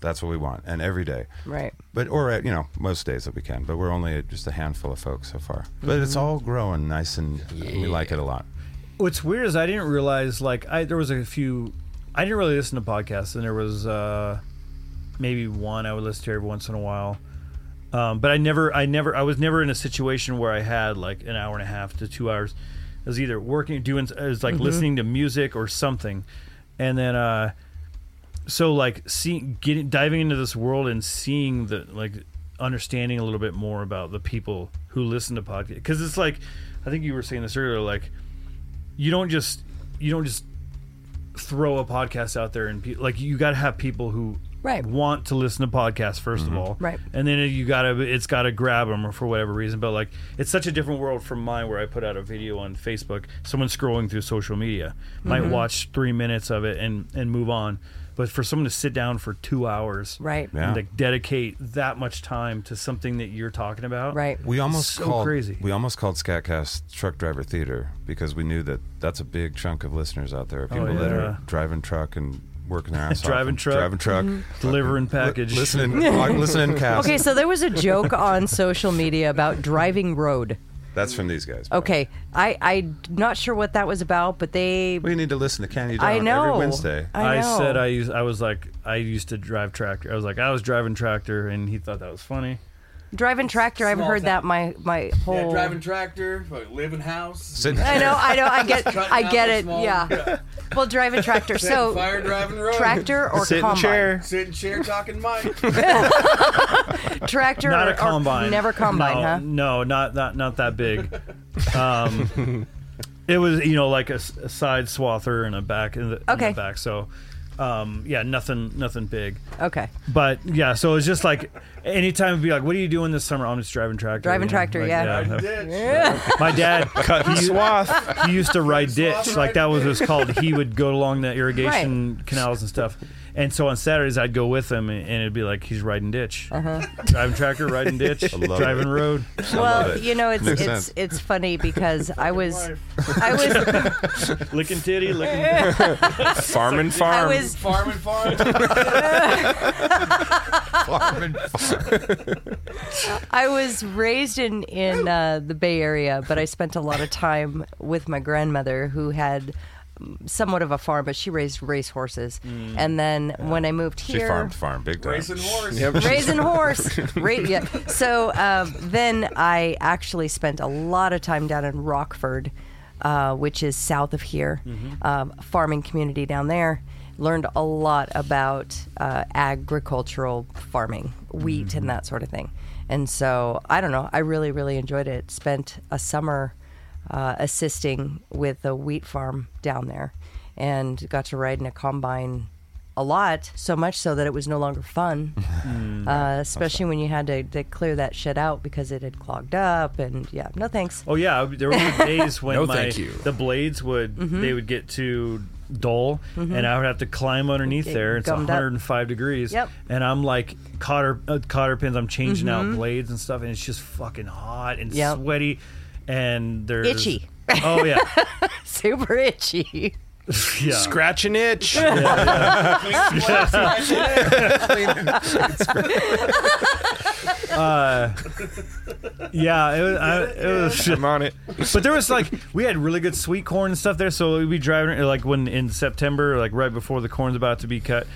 that's what we want, and every day.
right
But or at, you know most days that we can, but we're only just a handful of folks so far. But it's all growing nice, and we like it a lot.
what's weird is i didn't realize like i there was a few i didn't really listen to podcasts and there was uh maybe one i would listen to every once in a while um, but i never i never i was never in a situation where i had like an hour and a half to two hours was either working, doing, I was like listening to music or something, and then uh, so like seeing, getting, diving into this world and seeing the like, understanding a little bit more about the people who listen to podcast because it's like, I think you were saying this earlier, like you don't just you don't just throw a podcast out there and pe- like you got to have people who
Right.
want to listen to podcasts 1st of all
Right.
and then you gotta it's gotta grab them or for whatever reason but like it's such a different world from mine where i put out a video on facebook someone scrolling through social media might
Mm-hmm.
watch three minutes of it and and move on but for someone to sit down for two hours
Right.
and like dedicate that much time to something that you're talking about
Right.
We almost
so
called
crazy.
we almost called Scatcast Truck Driver Theater because we knew that that's a big chunk of listeners out there, people that
Oh, yeah.
are driving truck and working their ass off,
Driving
and
truck.
driving truck,
delivering package
Li- listening, uh, listening, cast.
Okay, so there was a joke on social media about driving road.
That's from these guys. bro.
Okay, I I'm not sure what that was about, but they.
We need to listen to Can You
I
Down
know.
every Wednesday.
I, know.
said I used. I was like, I used to drive tractor. I was like, I was driving tractor, and he thought that was funny.
driving tractor. I've
Small
heard that
town.
my my whole.
Oh.
Yeah, driving tractor, fucking living house,
Sitting-
I know. I know. I get.
Cutting
I
out
get
the
it.
small-
Yeah. Well, driving tractor.
so
So
fire driving road,
tractor or
Sit in
combine.
chair.
sitting chair talking mic.
Tractor.
Not
or,
a combine.
Or never combine,
no,
huh?
No, not not not that big. Um, it was you know like a, s- a side swather and a back in the, in the
Okay.
back. So, um, yeah, nothing nothing big.
Okay.
But yeah, so it's just like anytime it'd be like, what are you doing this summer? I'm just driving tractor. you
Driving
know,
tractor,
like,
yeah.
Riding ditch.
My dad cut he, swath. He used to ride ditch,
Swath
like that
riding
was what it's called. He would go along the irrigation canals and stuff. And so on Saturdays, I'd go with him, and and it'd be like he's riding ditch, driving tractor, riding ditch,
love
driving road.
Well, you know, it's
Makes
it's
sense.
it's funny because I was I was
licking titty, licking.
Farm and
I
farm.
was
farm and farm.
I was raised in in uh, the Bay Area, but I spent a lot of time with my grandmother, who had um, somewhat of a farm, but she raised race horses. And then when I moved
Mm. She
here,
farmed farm big time.
Racing horse.
raising horse. Ra- yeah. So um, then I actually spent a lot of time down in Rockford, uh, which is south of here, um, farming community down there. Learned a lot about uh, agricultural farming, wheat, and that sort of thing. And so I don't know. I really, really enjoyed it. Spent a summer uh, assisting with a wheat farm down there, and got to ride in a combine a lot, so much so that it was no longer fun,
Mm.
uh, especially when you had to, to clear that shit out because it had clogged up. And yeah, no thanks.
Oh yeah, there were days when
No,
my
thank you.
the blades would
Mm-hmm.
they would get too dull, and I would have to climb underneath
Get
there. It's
gummed up.
105 degrees,
Yep.
and I'm like cotter uh, cotter pins. I'm changing out blades and stuff, and it's just fucking hot and
Mm-hmm. Yep.
sweaty, and there's
Itchy.
Oh yeah,
Super itchy.
yeah.
Scratch an itch.
yeah, it was. I, it was
I'm on it.
but there was like we had really good sweet corn and stuff there, so we'd be driving like when in September, like right before the corn's about to be cut.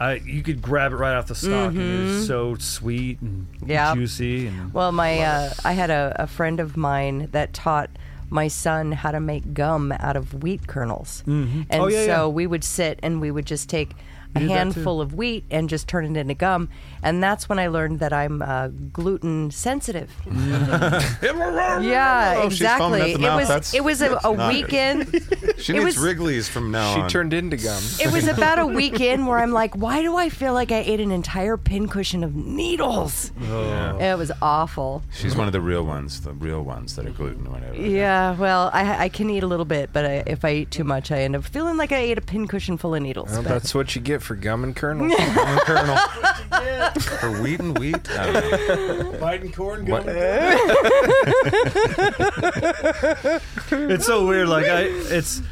I, you could grab it right off the stalk, and it was so sweet and
Mm-hmm. Yeah.
juicy. And
Well, my uh, I had a, a friend of mine that taught my son how to make gum out of wheat kernels, mm-hmm. and
Oh, yeah,
so
yeah.
we would sit and we would just take a
did that too.
handful of wheat and just turn it into gum, and that's when I learned that I'm uh, gluten sensitive. Yeah,
Oh, she's
exactly.
foaming at the
It
mouth.
was
That's-
it was a,
that's
a
not good.
weekend.
She
It
needs
was-
Wrigley's from now
She
on.
turned into gum.
It was about a weekend where I'm like, why do I feel like I ate an entire pincushion of needles?
Oh,
It was awful.
She's one of the real ones, the real ones that are gluten or whatever.
Yeah, well, I, I can eat a little bit, but I, if I eat too much, I end up feeling like I ate a pincushion full of needles.
Well,
but-
that's what you get for gum and kernels.
Corn kernel. Her wheat and wheat. I don't know.
Biden corn
What-
going.
it's so weird. Like I, it's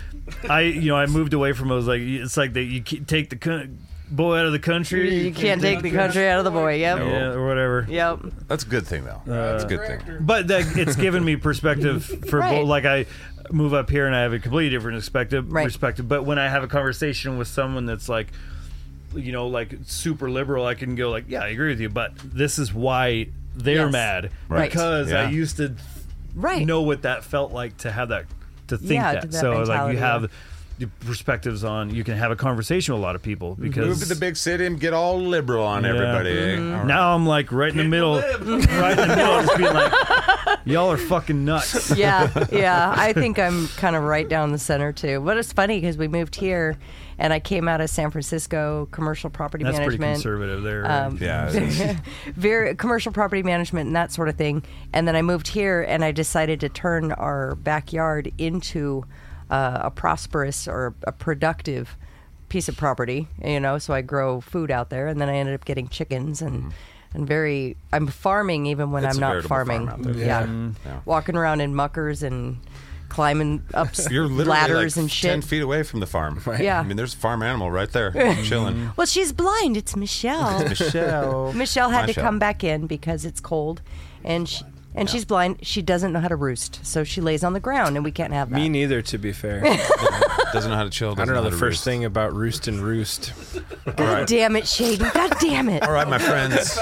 I, you know, I moved away from. it. I was like, it's like that. You ca- take the co- boy out of the country.
you can't take the country out of the boy. Yep.
Yeah, or whatever.
Yep.
That's a good thing, though.
Uh,
That's a good thing.
But that, it's given me perspective for
Right.
both. Like I move up here and I have a completely different perspective.
Right.
Perspective. But when I have a conversation with someone that's like, you know, like super liberal, I can go like, yeah, I agree with you, but this is why they're
Yes.
mad
Right.
because I
Yeah.
used to
Right.
know what that felt like to have that to think
Yeah,
that.
to that
so like
mentality,
you
yeah.
have the perspectives on you can have a conversation with a lot of people because
Move to the big city and get all liberal on
Yeah. Mm-hmm.
everybody. eh?
Mm-hmm.
All right.
now I'm like right in the middle, right in the middle, just being like, y'all are fucking nuts.
yeah, yeah. I think I'm kind of right down the center too. But it's funny because we moved here, and I came out of San Francisco commercial property
That's pretty
management.
conservative there.
Um,
Yeah, it's-
very commercial property management and that sort of thing. And then I moved here, and I decided to turn our backyard into uh, a prosperous or a productive piece of property. You know, so I grow food out there, and then I ended up getting chickens and. And very, I'm farming even when
Mm-hmm. It's a
I'm not
veritable farm
farming.
out there.
Yeah.
Yeah.
walking around in muckers and climbing up s-
You're literally
ladders
like
and shit.
ten feet away from the farm.
Yeah. Mm-hmm.
I mean, there's a farm animal right there, chilling.
Well, she's blind. It's Michelle.
Michelle.
Michelle had to
Michelle.
come back in because it's cold, and she, and she's blind. She doesn't know how to roost, so she lays on the ground, and we can't have that.
Me neither, to be fair.
Doesn't know how to
I
chill. doesn't
don't know
how
the
to
first
roost.
thing about roost and roost.
God damn it, Shady. God damn it.
All right, my friends,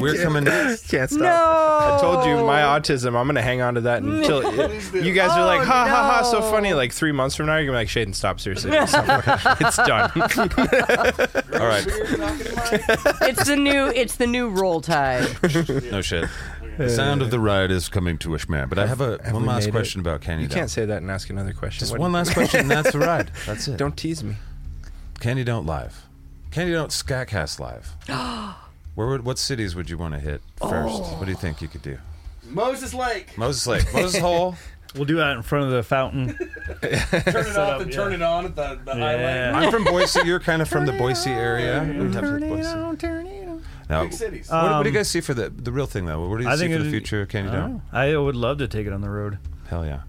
we're coming next.
Can't stop.
No.
I told you my autism. I'm gonna hang on to that until you guys are like,
Oh,
ha ha ha, so
no.
funny. Like three months from now, you're gonna be like, Shaden, stop seriously. it's done.
All right,
It's the new. It's the new roll tide.
no shit. The sound of the ride is coming to a schmear. But I have a one
we
last
made
question about Candy.
You
Dog.
can't say that and ask another question.
Just
What-
one last question, and that's the ride. That's it.
Don't tease me.
Candy Don't Live. Candy Don't Scatcast Live. Where would what cities would you want to hit first? What do you think you could do?
Moses Lake.
Moses Lake, Moses Hole.
we'll do that in front of the fountain.
Turn it off and turn it on at the, the island.
Yeah.
I'm from Boise. You're kind of from the Boise area. We'd have to Boise. Now,
Big cities.
what, what do you guys see for the the real thing though? What do you
I
see
think
for the
it'd-
future of Candy Don't?
I would love to take it on the road.
Hell yeah.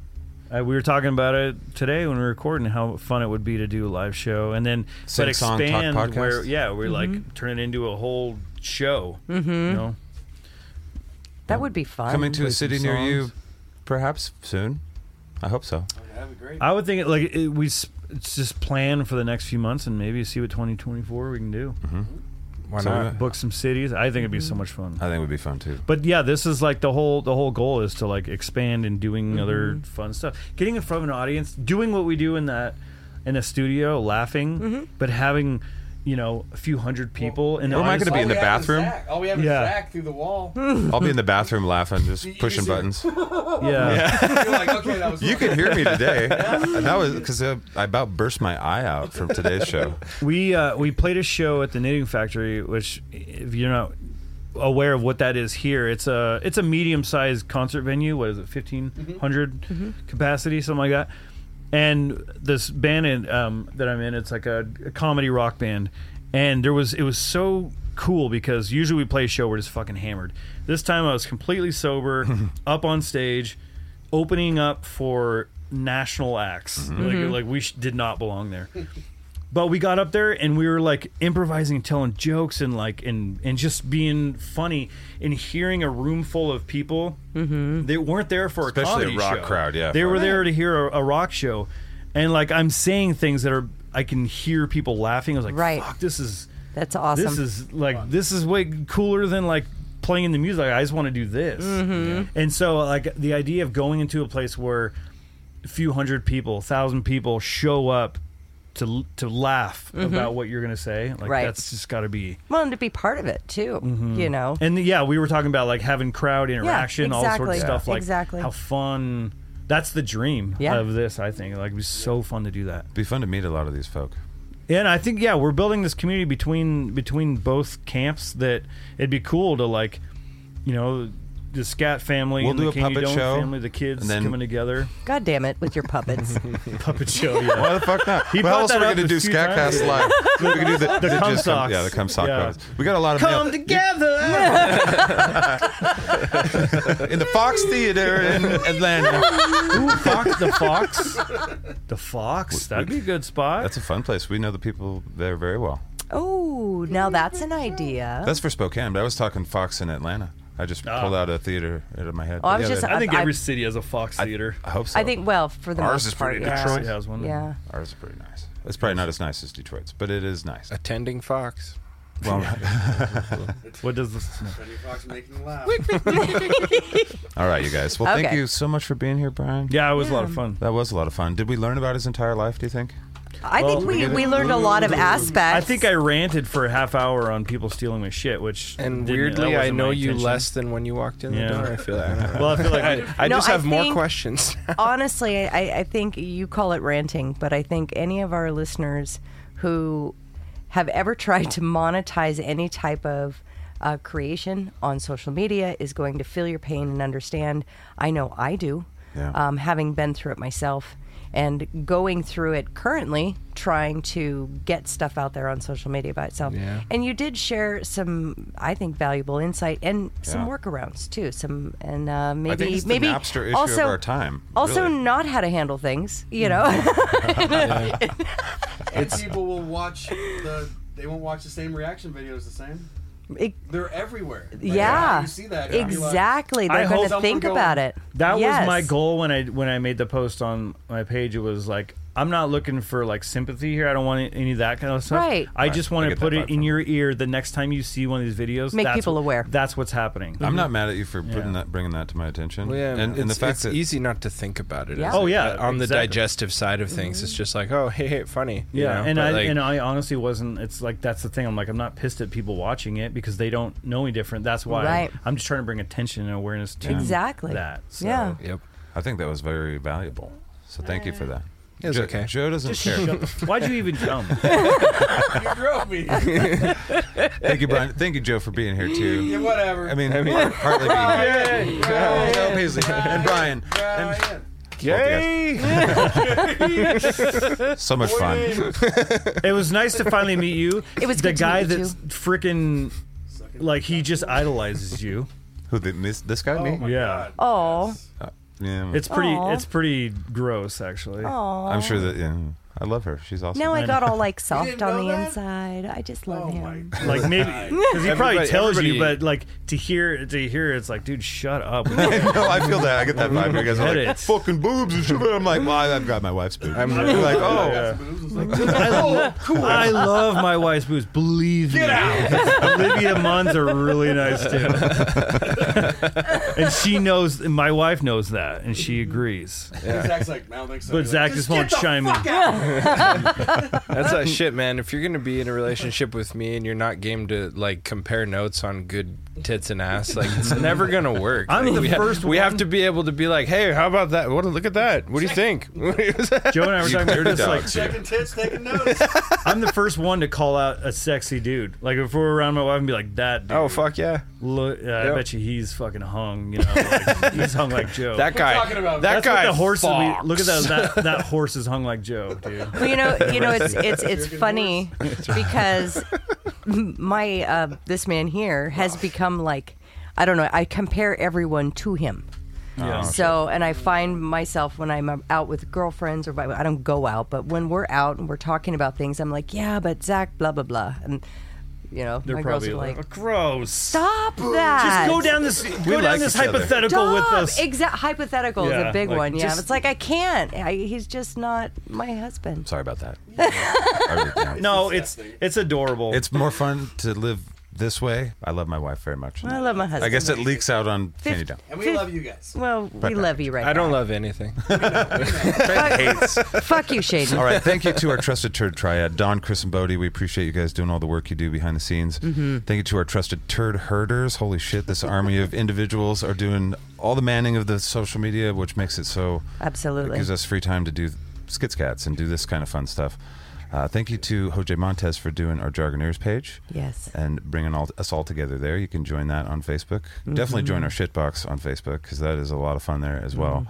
Uh, we were talking about it today when we were recording how fun it would be to do a live show and then
Sing
but
song, talk
expand
podcast?
where yeah we're
Mm-hmm.
like turn it into a whole show mm-hmm. you know
That would be fun.
Coming to a city near you,
songs.
perhaps soon. I hope so.
That'd be great.
I would think it, like it, we s- it's just plan for the next few months and maybe see what 2024 we can do
Why
So
not?
we-
book some cities I think it'd be so much fun
I think it would be fun too.
but yeah this is like the whole the whole goal is to like expand and doing
Mm-hmm.
other fun stuff getting in front of an audience doing what we do in that in the studio laughing but having you know a few hundred people and
Where am I
honestly-
gonna be in the
All we have is
bathroom?
Zach. All we have is
Yeah.
Zach through the wall.
I'll be in the bathroom laughing, just
You
pushing
see-
buttons.
yeah.
You're like, okay, that was
You could hear me today. And that was because uh, I about burst my eye out from today's show.
We uh, we played a show at the Knitting Factory, which if you're not aware of what that is here, it's a it's a medium sized concert venue. What is it, fifteen capacity, something like that. And this band in, um, that I'm in, it's like a, a comedy rock band, and there was it was so cool because usually we play a show we're just fucking hammered. This time I was completely sober, up on stage, opening up for national acts. Like, like we sh- did not belong there. But we got up there and we were like improvising, telling jokes, and like and and just being funny, and hearing a room full of people they weren't there for a
Especially
comedy
a rock
show.
crowd, yeah,
they
for-
were there to hear a, a rock show, and like I'm saying things that are I can hear people laughing. I was like,
Right.
fuck, this is
That's awesome.
this is like this is way cooler than like playing the music. I just want to do this.
Mm-hmm.
And so like the idea of going into a place where a few hundred people, thousand people show up to to laugh about what you're gonna say, like
Mm-hmm. Right.
that's just got to be.
well, and to be part of it too. You know.
Mm-hmm. And yeah, we were talking about like having crowd interaction, all sorts
exactly.
of stuff, like
Exactly.
how fun. That's the dream
Yeah.
of this, I think. Like it was so fun to do that.
It'd be fun to meet a lot of these folk.
And I think yeah, we're building this community between between both camps that it'd be cool to like, you know, the Scat family
We'll
and
do
the
a
Candy
puppet
Dome
show,
family, the kids
and then-
coming together.
God damn it with your puppets.
Puppet show, yeah.
Why the fuck not?
He
well,
brought
else
that
are we
up
gonna
a
do
few
Scatcast
times.
Live? we can do the,
the cum
just
socks.
yeah, the cum sock
Yeah.
brothers. We got a lot of
Come
mail.
together.
in the Fox Theater in Atlanta.
Ooh, Fox the Fox. The Fox. That'd be a good spot.
That's a fun place. We know the people there very well.
oh, now that's an idea.
That's for Spokane, but I was talking Fox in Atlanta. I just
Ah.
pulled out a theater out of my head.
Oh, I
Yeah,
was just-
that-
I think
I-
every city has a Fox theater.
I hope so.
I think. Well, for the
Ours
most
is
part,
pretty
yeah.
Detroit.
It has one.
Yeah.
ours is pretty nice. It's probably not as nice as Detroit's, but it is nice.
Attending Fox.
What does this?
Fox making laugh.
All right, you guys. Well, thank
Okay.
you so much for being here, Brian.
Yeah, it was a lot of fun.
That was a lot of fun. Did we learn about his entire life, do you think?
I think we, we learned a lot of aspects.
I think I ranted for a half hour on people stealing my shit, which didn't-
And
that
weirdly, I
wasn't my
know you
intention.
less than when you walked in
Yeah.
the door. I feel like.
Well, I feel like I,
I
No,
just
I
have more
think-
questions.
honestly, I, I think you call it ranting, but I think any of our listeners who have ever tried to monetize any type of uh, creation on social media is going to feel your pain and understand. I know I do,
Yeah.
um, having been through it myself and going through it currently, trying to get stuff out there on social media by itself.
Yeah.
And you did share some, I think, valuable insight and some
Yeah.
workarounds too. Some and uh, maybe
I think it's the
maybe
Napster issue
also
of our time.
also
really. Hmm.
not how to handle things you know
And people will watch the. They won't watch the same reaction videos the same.
It-
They're everywhere. Like,
yeah
You uh, see that. you'll be like,
exactly
I
they're going to
hope-
think
Someone
about
go-
it
That
Yes.
was my goal when I when I made the post on my page. It was like I'm not looking for like sympathy here. I don't want any of that kind of stuff.
Right.
I just
I
want to
get
put
that
it
vibe
in
from
your ear the next time you see one of these videos.
Make
that's
people
what-
aware.
That's what's happening.
I'm not mad at you for putting that, bringing that to my attention.
Well, yeah,
and,
it's,
and the fact
it's
that
easy not to think about it.
Yeah.
is it?
Oh, yeah,
Uh, on the
exactly.
digestive side of things, it's just like, oh, hey, hey, funny. you
Yeah,
know?
and
But,
I
like,
and I honestly wasn't. It's like that's the thing. I'm like I'm not pissed at people watching it because they don't know any different. That's why
Right.
I'm just trying to bring attention and awareness to
Exactly.
that. So.
yeah
yep,
I think that was very valuable. So thank you for that.
it's
Joe,
okay.
Joe doesn't care.
Shut the- Why'd you even come?
You drove me.
thank you, Brian. Thank you, Joe, for being here
Yeah,
too.
whatever.
I mean, I mean, partly being here.
Brian,
Joe Paisley and Brian.
Brian,
So much fun.
It was nice to finally meet you.
It was
the
good to
guy
meet you.
that's freaking like he just idolizes you.
Who the, this, this guy?
Oh.
me?
Yeah,
oh
Yeah.
it's pretty.
Aw.
It's pretty gross, actually.
oh
I'm sure that. Yeah, I love her. She's awesome.
now i
I
got all like soft
didn't
on
know
the
that?
inside i just love
Oh my
him
God.
Like maybe because he probably
Everybody-
tells you,
everybody-
but like to hear to hear it's like, dude, shut up.
no, I feel that. I get that vibe. You guys are
Get
like
it.
fucking boobs and shit. I'm like, well, I've got my wife's boobs. I'm like, oh,
I, lo- I love my wife's boots. Believe me. Olivia Munn's are really nice too, and she knows. and my wife knows that, and she agrees.
Zach's like, I don't think so.
But
He's
Zach
like,
just won't
get the
chime
fuck
in.
out.
That's that shit, man. If you're gonna be in a relationship with me and you're not game to like compare notes on good tits and ass, like it's never gonna work.
I'm
Like,
the
we ha-
first
we have
one-
to be able to be like, hey, how about that? What? Look at that. What do you think?
Joe and I were
You
talking about
dirty
this. Like,
dogs.
Checking tits, taking notes.
I'm the first one to call out a sexy dude. Like if we're around my wife and be like, "That dude,
oh fuck yeah,
look, uh, I bet you he's fucking hung. You know, like, he's hung like Joe.
that
talking
guy.
about?
That
That's
guy.
what the horse. is- we-
fucks.
Look at that, that. That horse is hung like Joe, dude.
Well, you know, you know, it's it's it's funny because my uh, this man here has become like I don't know. I compare everyone to him.
Yeah.
Oh.
So, and I find myself when I'm out with girlfriends or by, I don't go out, but when we're out and we're talking about things, I'm like, yeah, but Zach, blah blah blah, and you know,
They're
my girls
probably
are like,
like, gross. Stop.
stop that.
Just go down this. Go down
like
this
each other.
hypothetical
Stop!
with us.
Exact hypothetical is
Yeah,
a big
like,
one. Yeah,
just-
it's like I can't. I, he's just not my husband.
Sorry about that. I really- yeah.
no, it's it's adorable.
It's more fun to live this way. I love my wife very much.
I love my husband.
I guess it leaks out on Candy
Fif-
Down.
And we love you guys.
Well, we love you right
I don't love anything.
Hates.
now. Fuck you, Shaden.
All right, thank you to our trusted turd triad, Don, Chris, and Bodie. We appreciate you guys doing all the work you do behind the scenes.
Mm-hmm.
Thank you to our trusted turd herders. Holy shit, this army of individuals are doing all the manning of the social media, which makes it so
Absolutely.
It gives us free time to do skits cats and do this kind of fun stuff. Uh, thank you to Jose Montez for doing our Jargoneers page
Yes.
and bringing all, us all together there. You can join that on Facebook. Definitely join our
Mm-hmm.
shitbox on Facebook because that is a lot of fun there as well.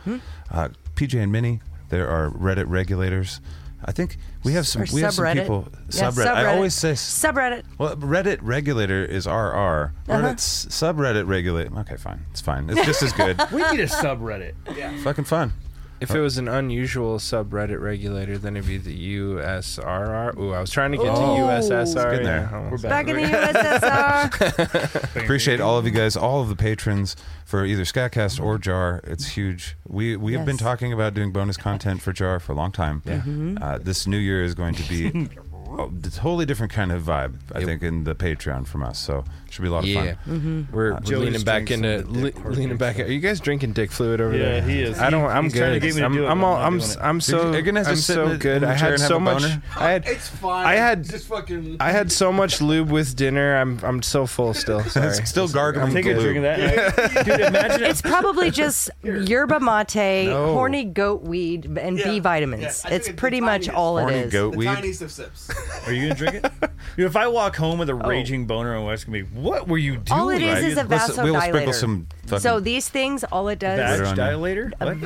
Uh, PJ and Minnie, there are Reddit regulators. I think we have some
Or
we have some
subreddit.
people
Yeah,
subreddit. I always say s-
subreddit.
well, Reddit regulator is RR. Reddit's
Uh-huh.
subreddit regulate. Okay, fine. It's fine. It's just as good.
we need a subreddit.
Fucking fun.
If it was an unusual subreddit regulator, then it'd be the USRR. Ooh, I was trying to get to USSR.
Oh, Getting there.
Yeah,
We're
Back in the USSR.
Appreciate all of you guys, all of the patrons for either Scatcast or Jar. It's huge. We we have been
Yes. Mm-hmm.
talking about doing bonus content for Jar for a long time. Yeah. Uh, this new year is going to be oh, d- totally different kind of vibe, I think, in the Patreon from us. So should be a lot of
Yeah,
fun.
Mm-hmm.
Uh,
we're, we're
Joey's
leaning back
drinking
into
some of the dick
le- leaning
hard
back. Are you guys drinking dick fluid over
Yeah,
there?
he is.
I don't.
He-
I'm
he's trying to
good.
get me to
I'm,
do it,
I'm
but
all.
I'm not
I'm.
doing
s-
it.
I'm so.
you're gonna have to
I'm
sit
so
in the-
good.
in the
I
chair
had
and have
so
a
much.
boner?
I had.
It's fine.
I had-
just fucking.
I had so much lube with dinner. I'm. I'm so full still. Sorry.
It's still gargling.
Take a
glue.
drink of that. Dude, imagine
It's probably just yerba mate, horny goat weed, and B
Yeah. Yeah, I
vitamins.
took
it's
it the
pretty much
tiniest.
all it
Horny
is.
goat
the
weed.
tiniest of sips.
Are you gonna drink it? Dude, if I walk home with a
Oh.
raging boner on West, gonna be what were you doing?
All it is is a
Listen,
vasodilator.
we will sprinkle some fucking-
so these things, all it does
Badge
Later on, yeah.
dilator.
a
What?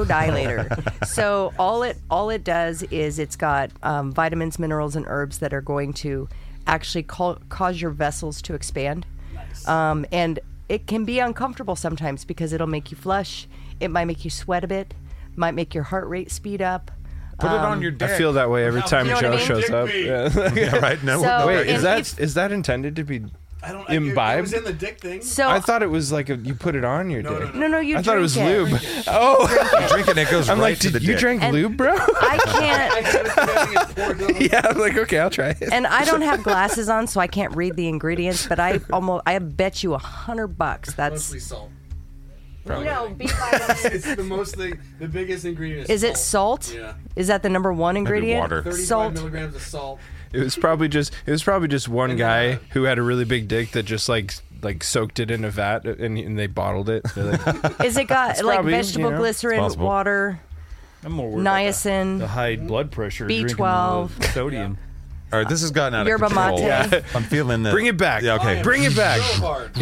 vasodilator. so all it all it does is it's got um, vitamins, minerals, and herbs that are going to actually call, cause your vessels to expand. Um, and it can be uncomfortable sometimes because it'll make you flush. It might make you sweat a bit. Might make your heart rate speed up.
Put it on your
I
dick.
feel that way every time
know what I
Joe
mean?
shows up. Yeah.
Yeah, right? No,
So-
no,
Wait,
Oh, and
is that is
if-
that intended to be?
I don't. I, it
Imbibed?
was in the dick thing.
So
I thought it was like a, you put it on your
no,
dick.
no.
no, no, you.
I thought it
drink
was lube. Oh,
you drink it and it goes
I'm
right
like,
to the
did you
dick.
drank
And-
lube, bro?
I can't.
I said it's having it poured down the-
yeah, I'm like, okay, I'll try it.
and I don't have glasses on, so I can't read the ingredients. But I almost, I bet you a hundred bucks. That's
Mostly salt.
you know, B vitamins.
it's the most thing, the biggest ingredient.
Is it salt?
Yeah.
Is that the number one ingredient?
water.
Thirty-five
Salt.
milligrams of salt.
It was probably just it was probably just one guy who had a really big dick that just like like soaked it in a vat and, and they bottled it. They're like,
Is it got like
probably, you
vegetable
know,
glycerin,
possible.
water,
I'm more worried about the, the
niacin?
high blood pressure, drinking
B12.
the sodium.
All right, this has gotten out of
Yerba
control.
mate. Yeah.
I'm feeling this.
Bring it back.
Yeah, okay.
Bring it back.
So hard.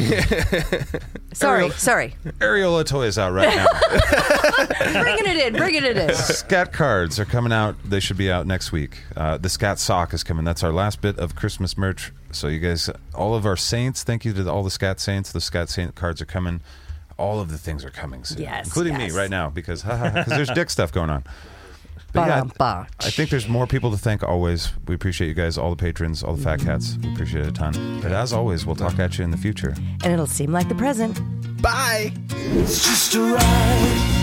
Sorry, sorry.
Ariola toys out right now.
Bringing it in, bringing it in.
Scat cards are coming out. They should be out next week. Uh, the Scat sock is coming. That's our last bit of Christmas merch. So you guys, all of our saints. Thank you to all the Scat saints. The Scat saint cards are coming. All of the things are coming soon,
Yes,
including
yes.
me right now because because there's dick stuff going on. But yeah,
Ba-dum-ba.
I think there's more people to thank. Always, we appreciate you guys, all the patrons, all the fat cats. We appreciate it a ton. But as always, we'll talk at you in the future.
And it'll seem like the present.
It's just a ride.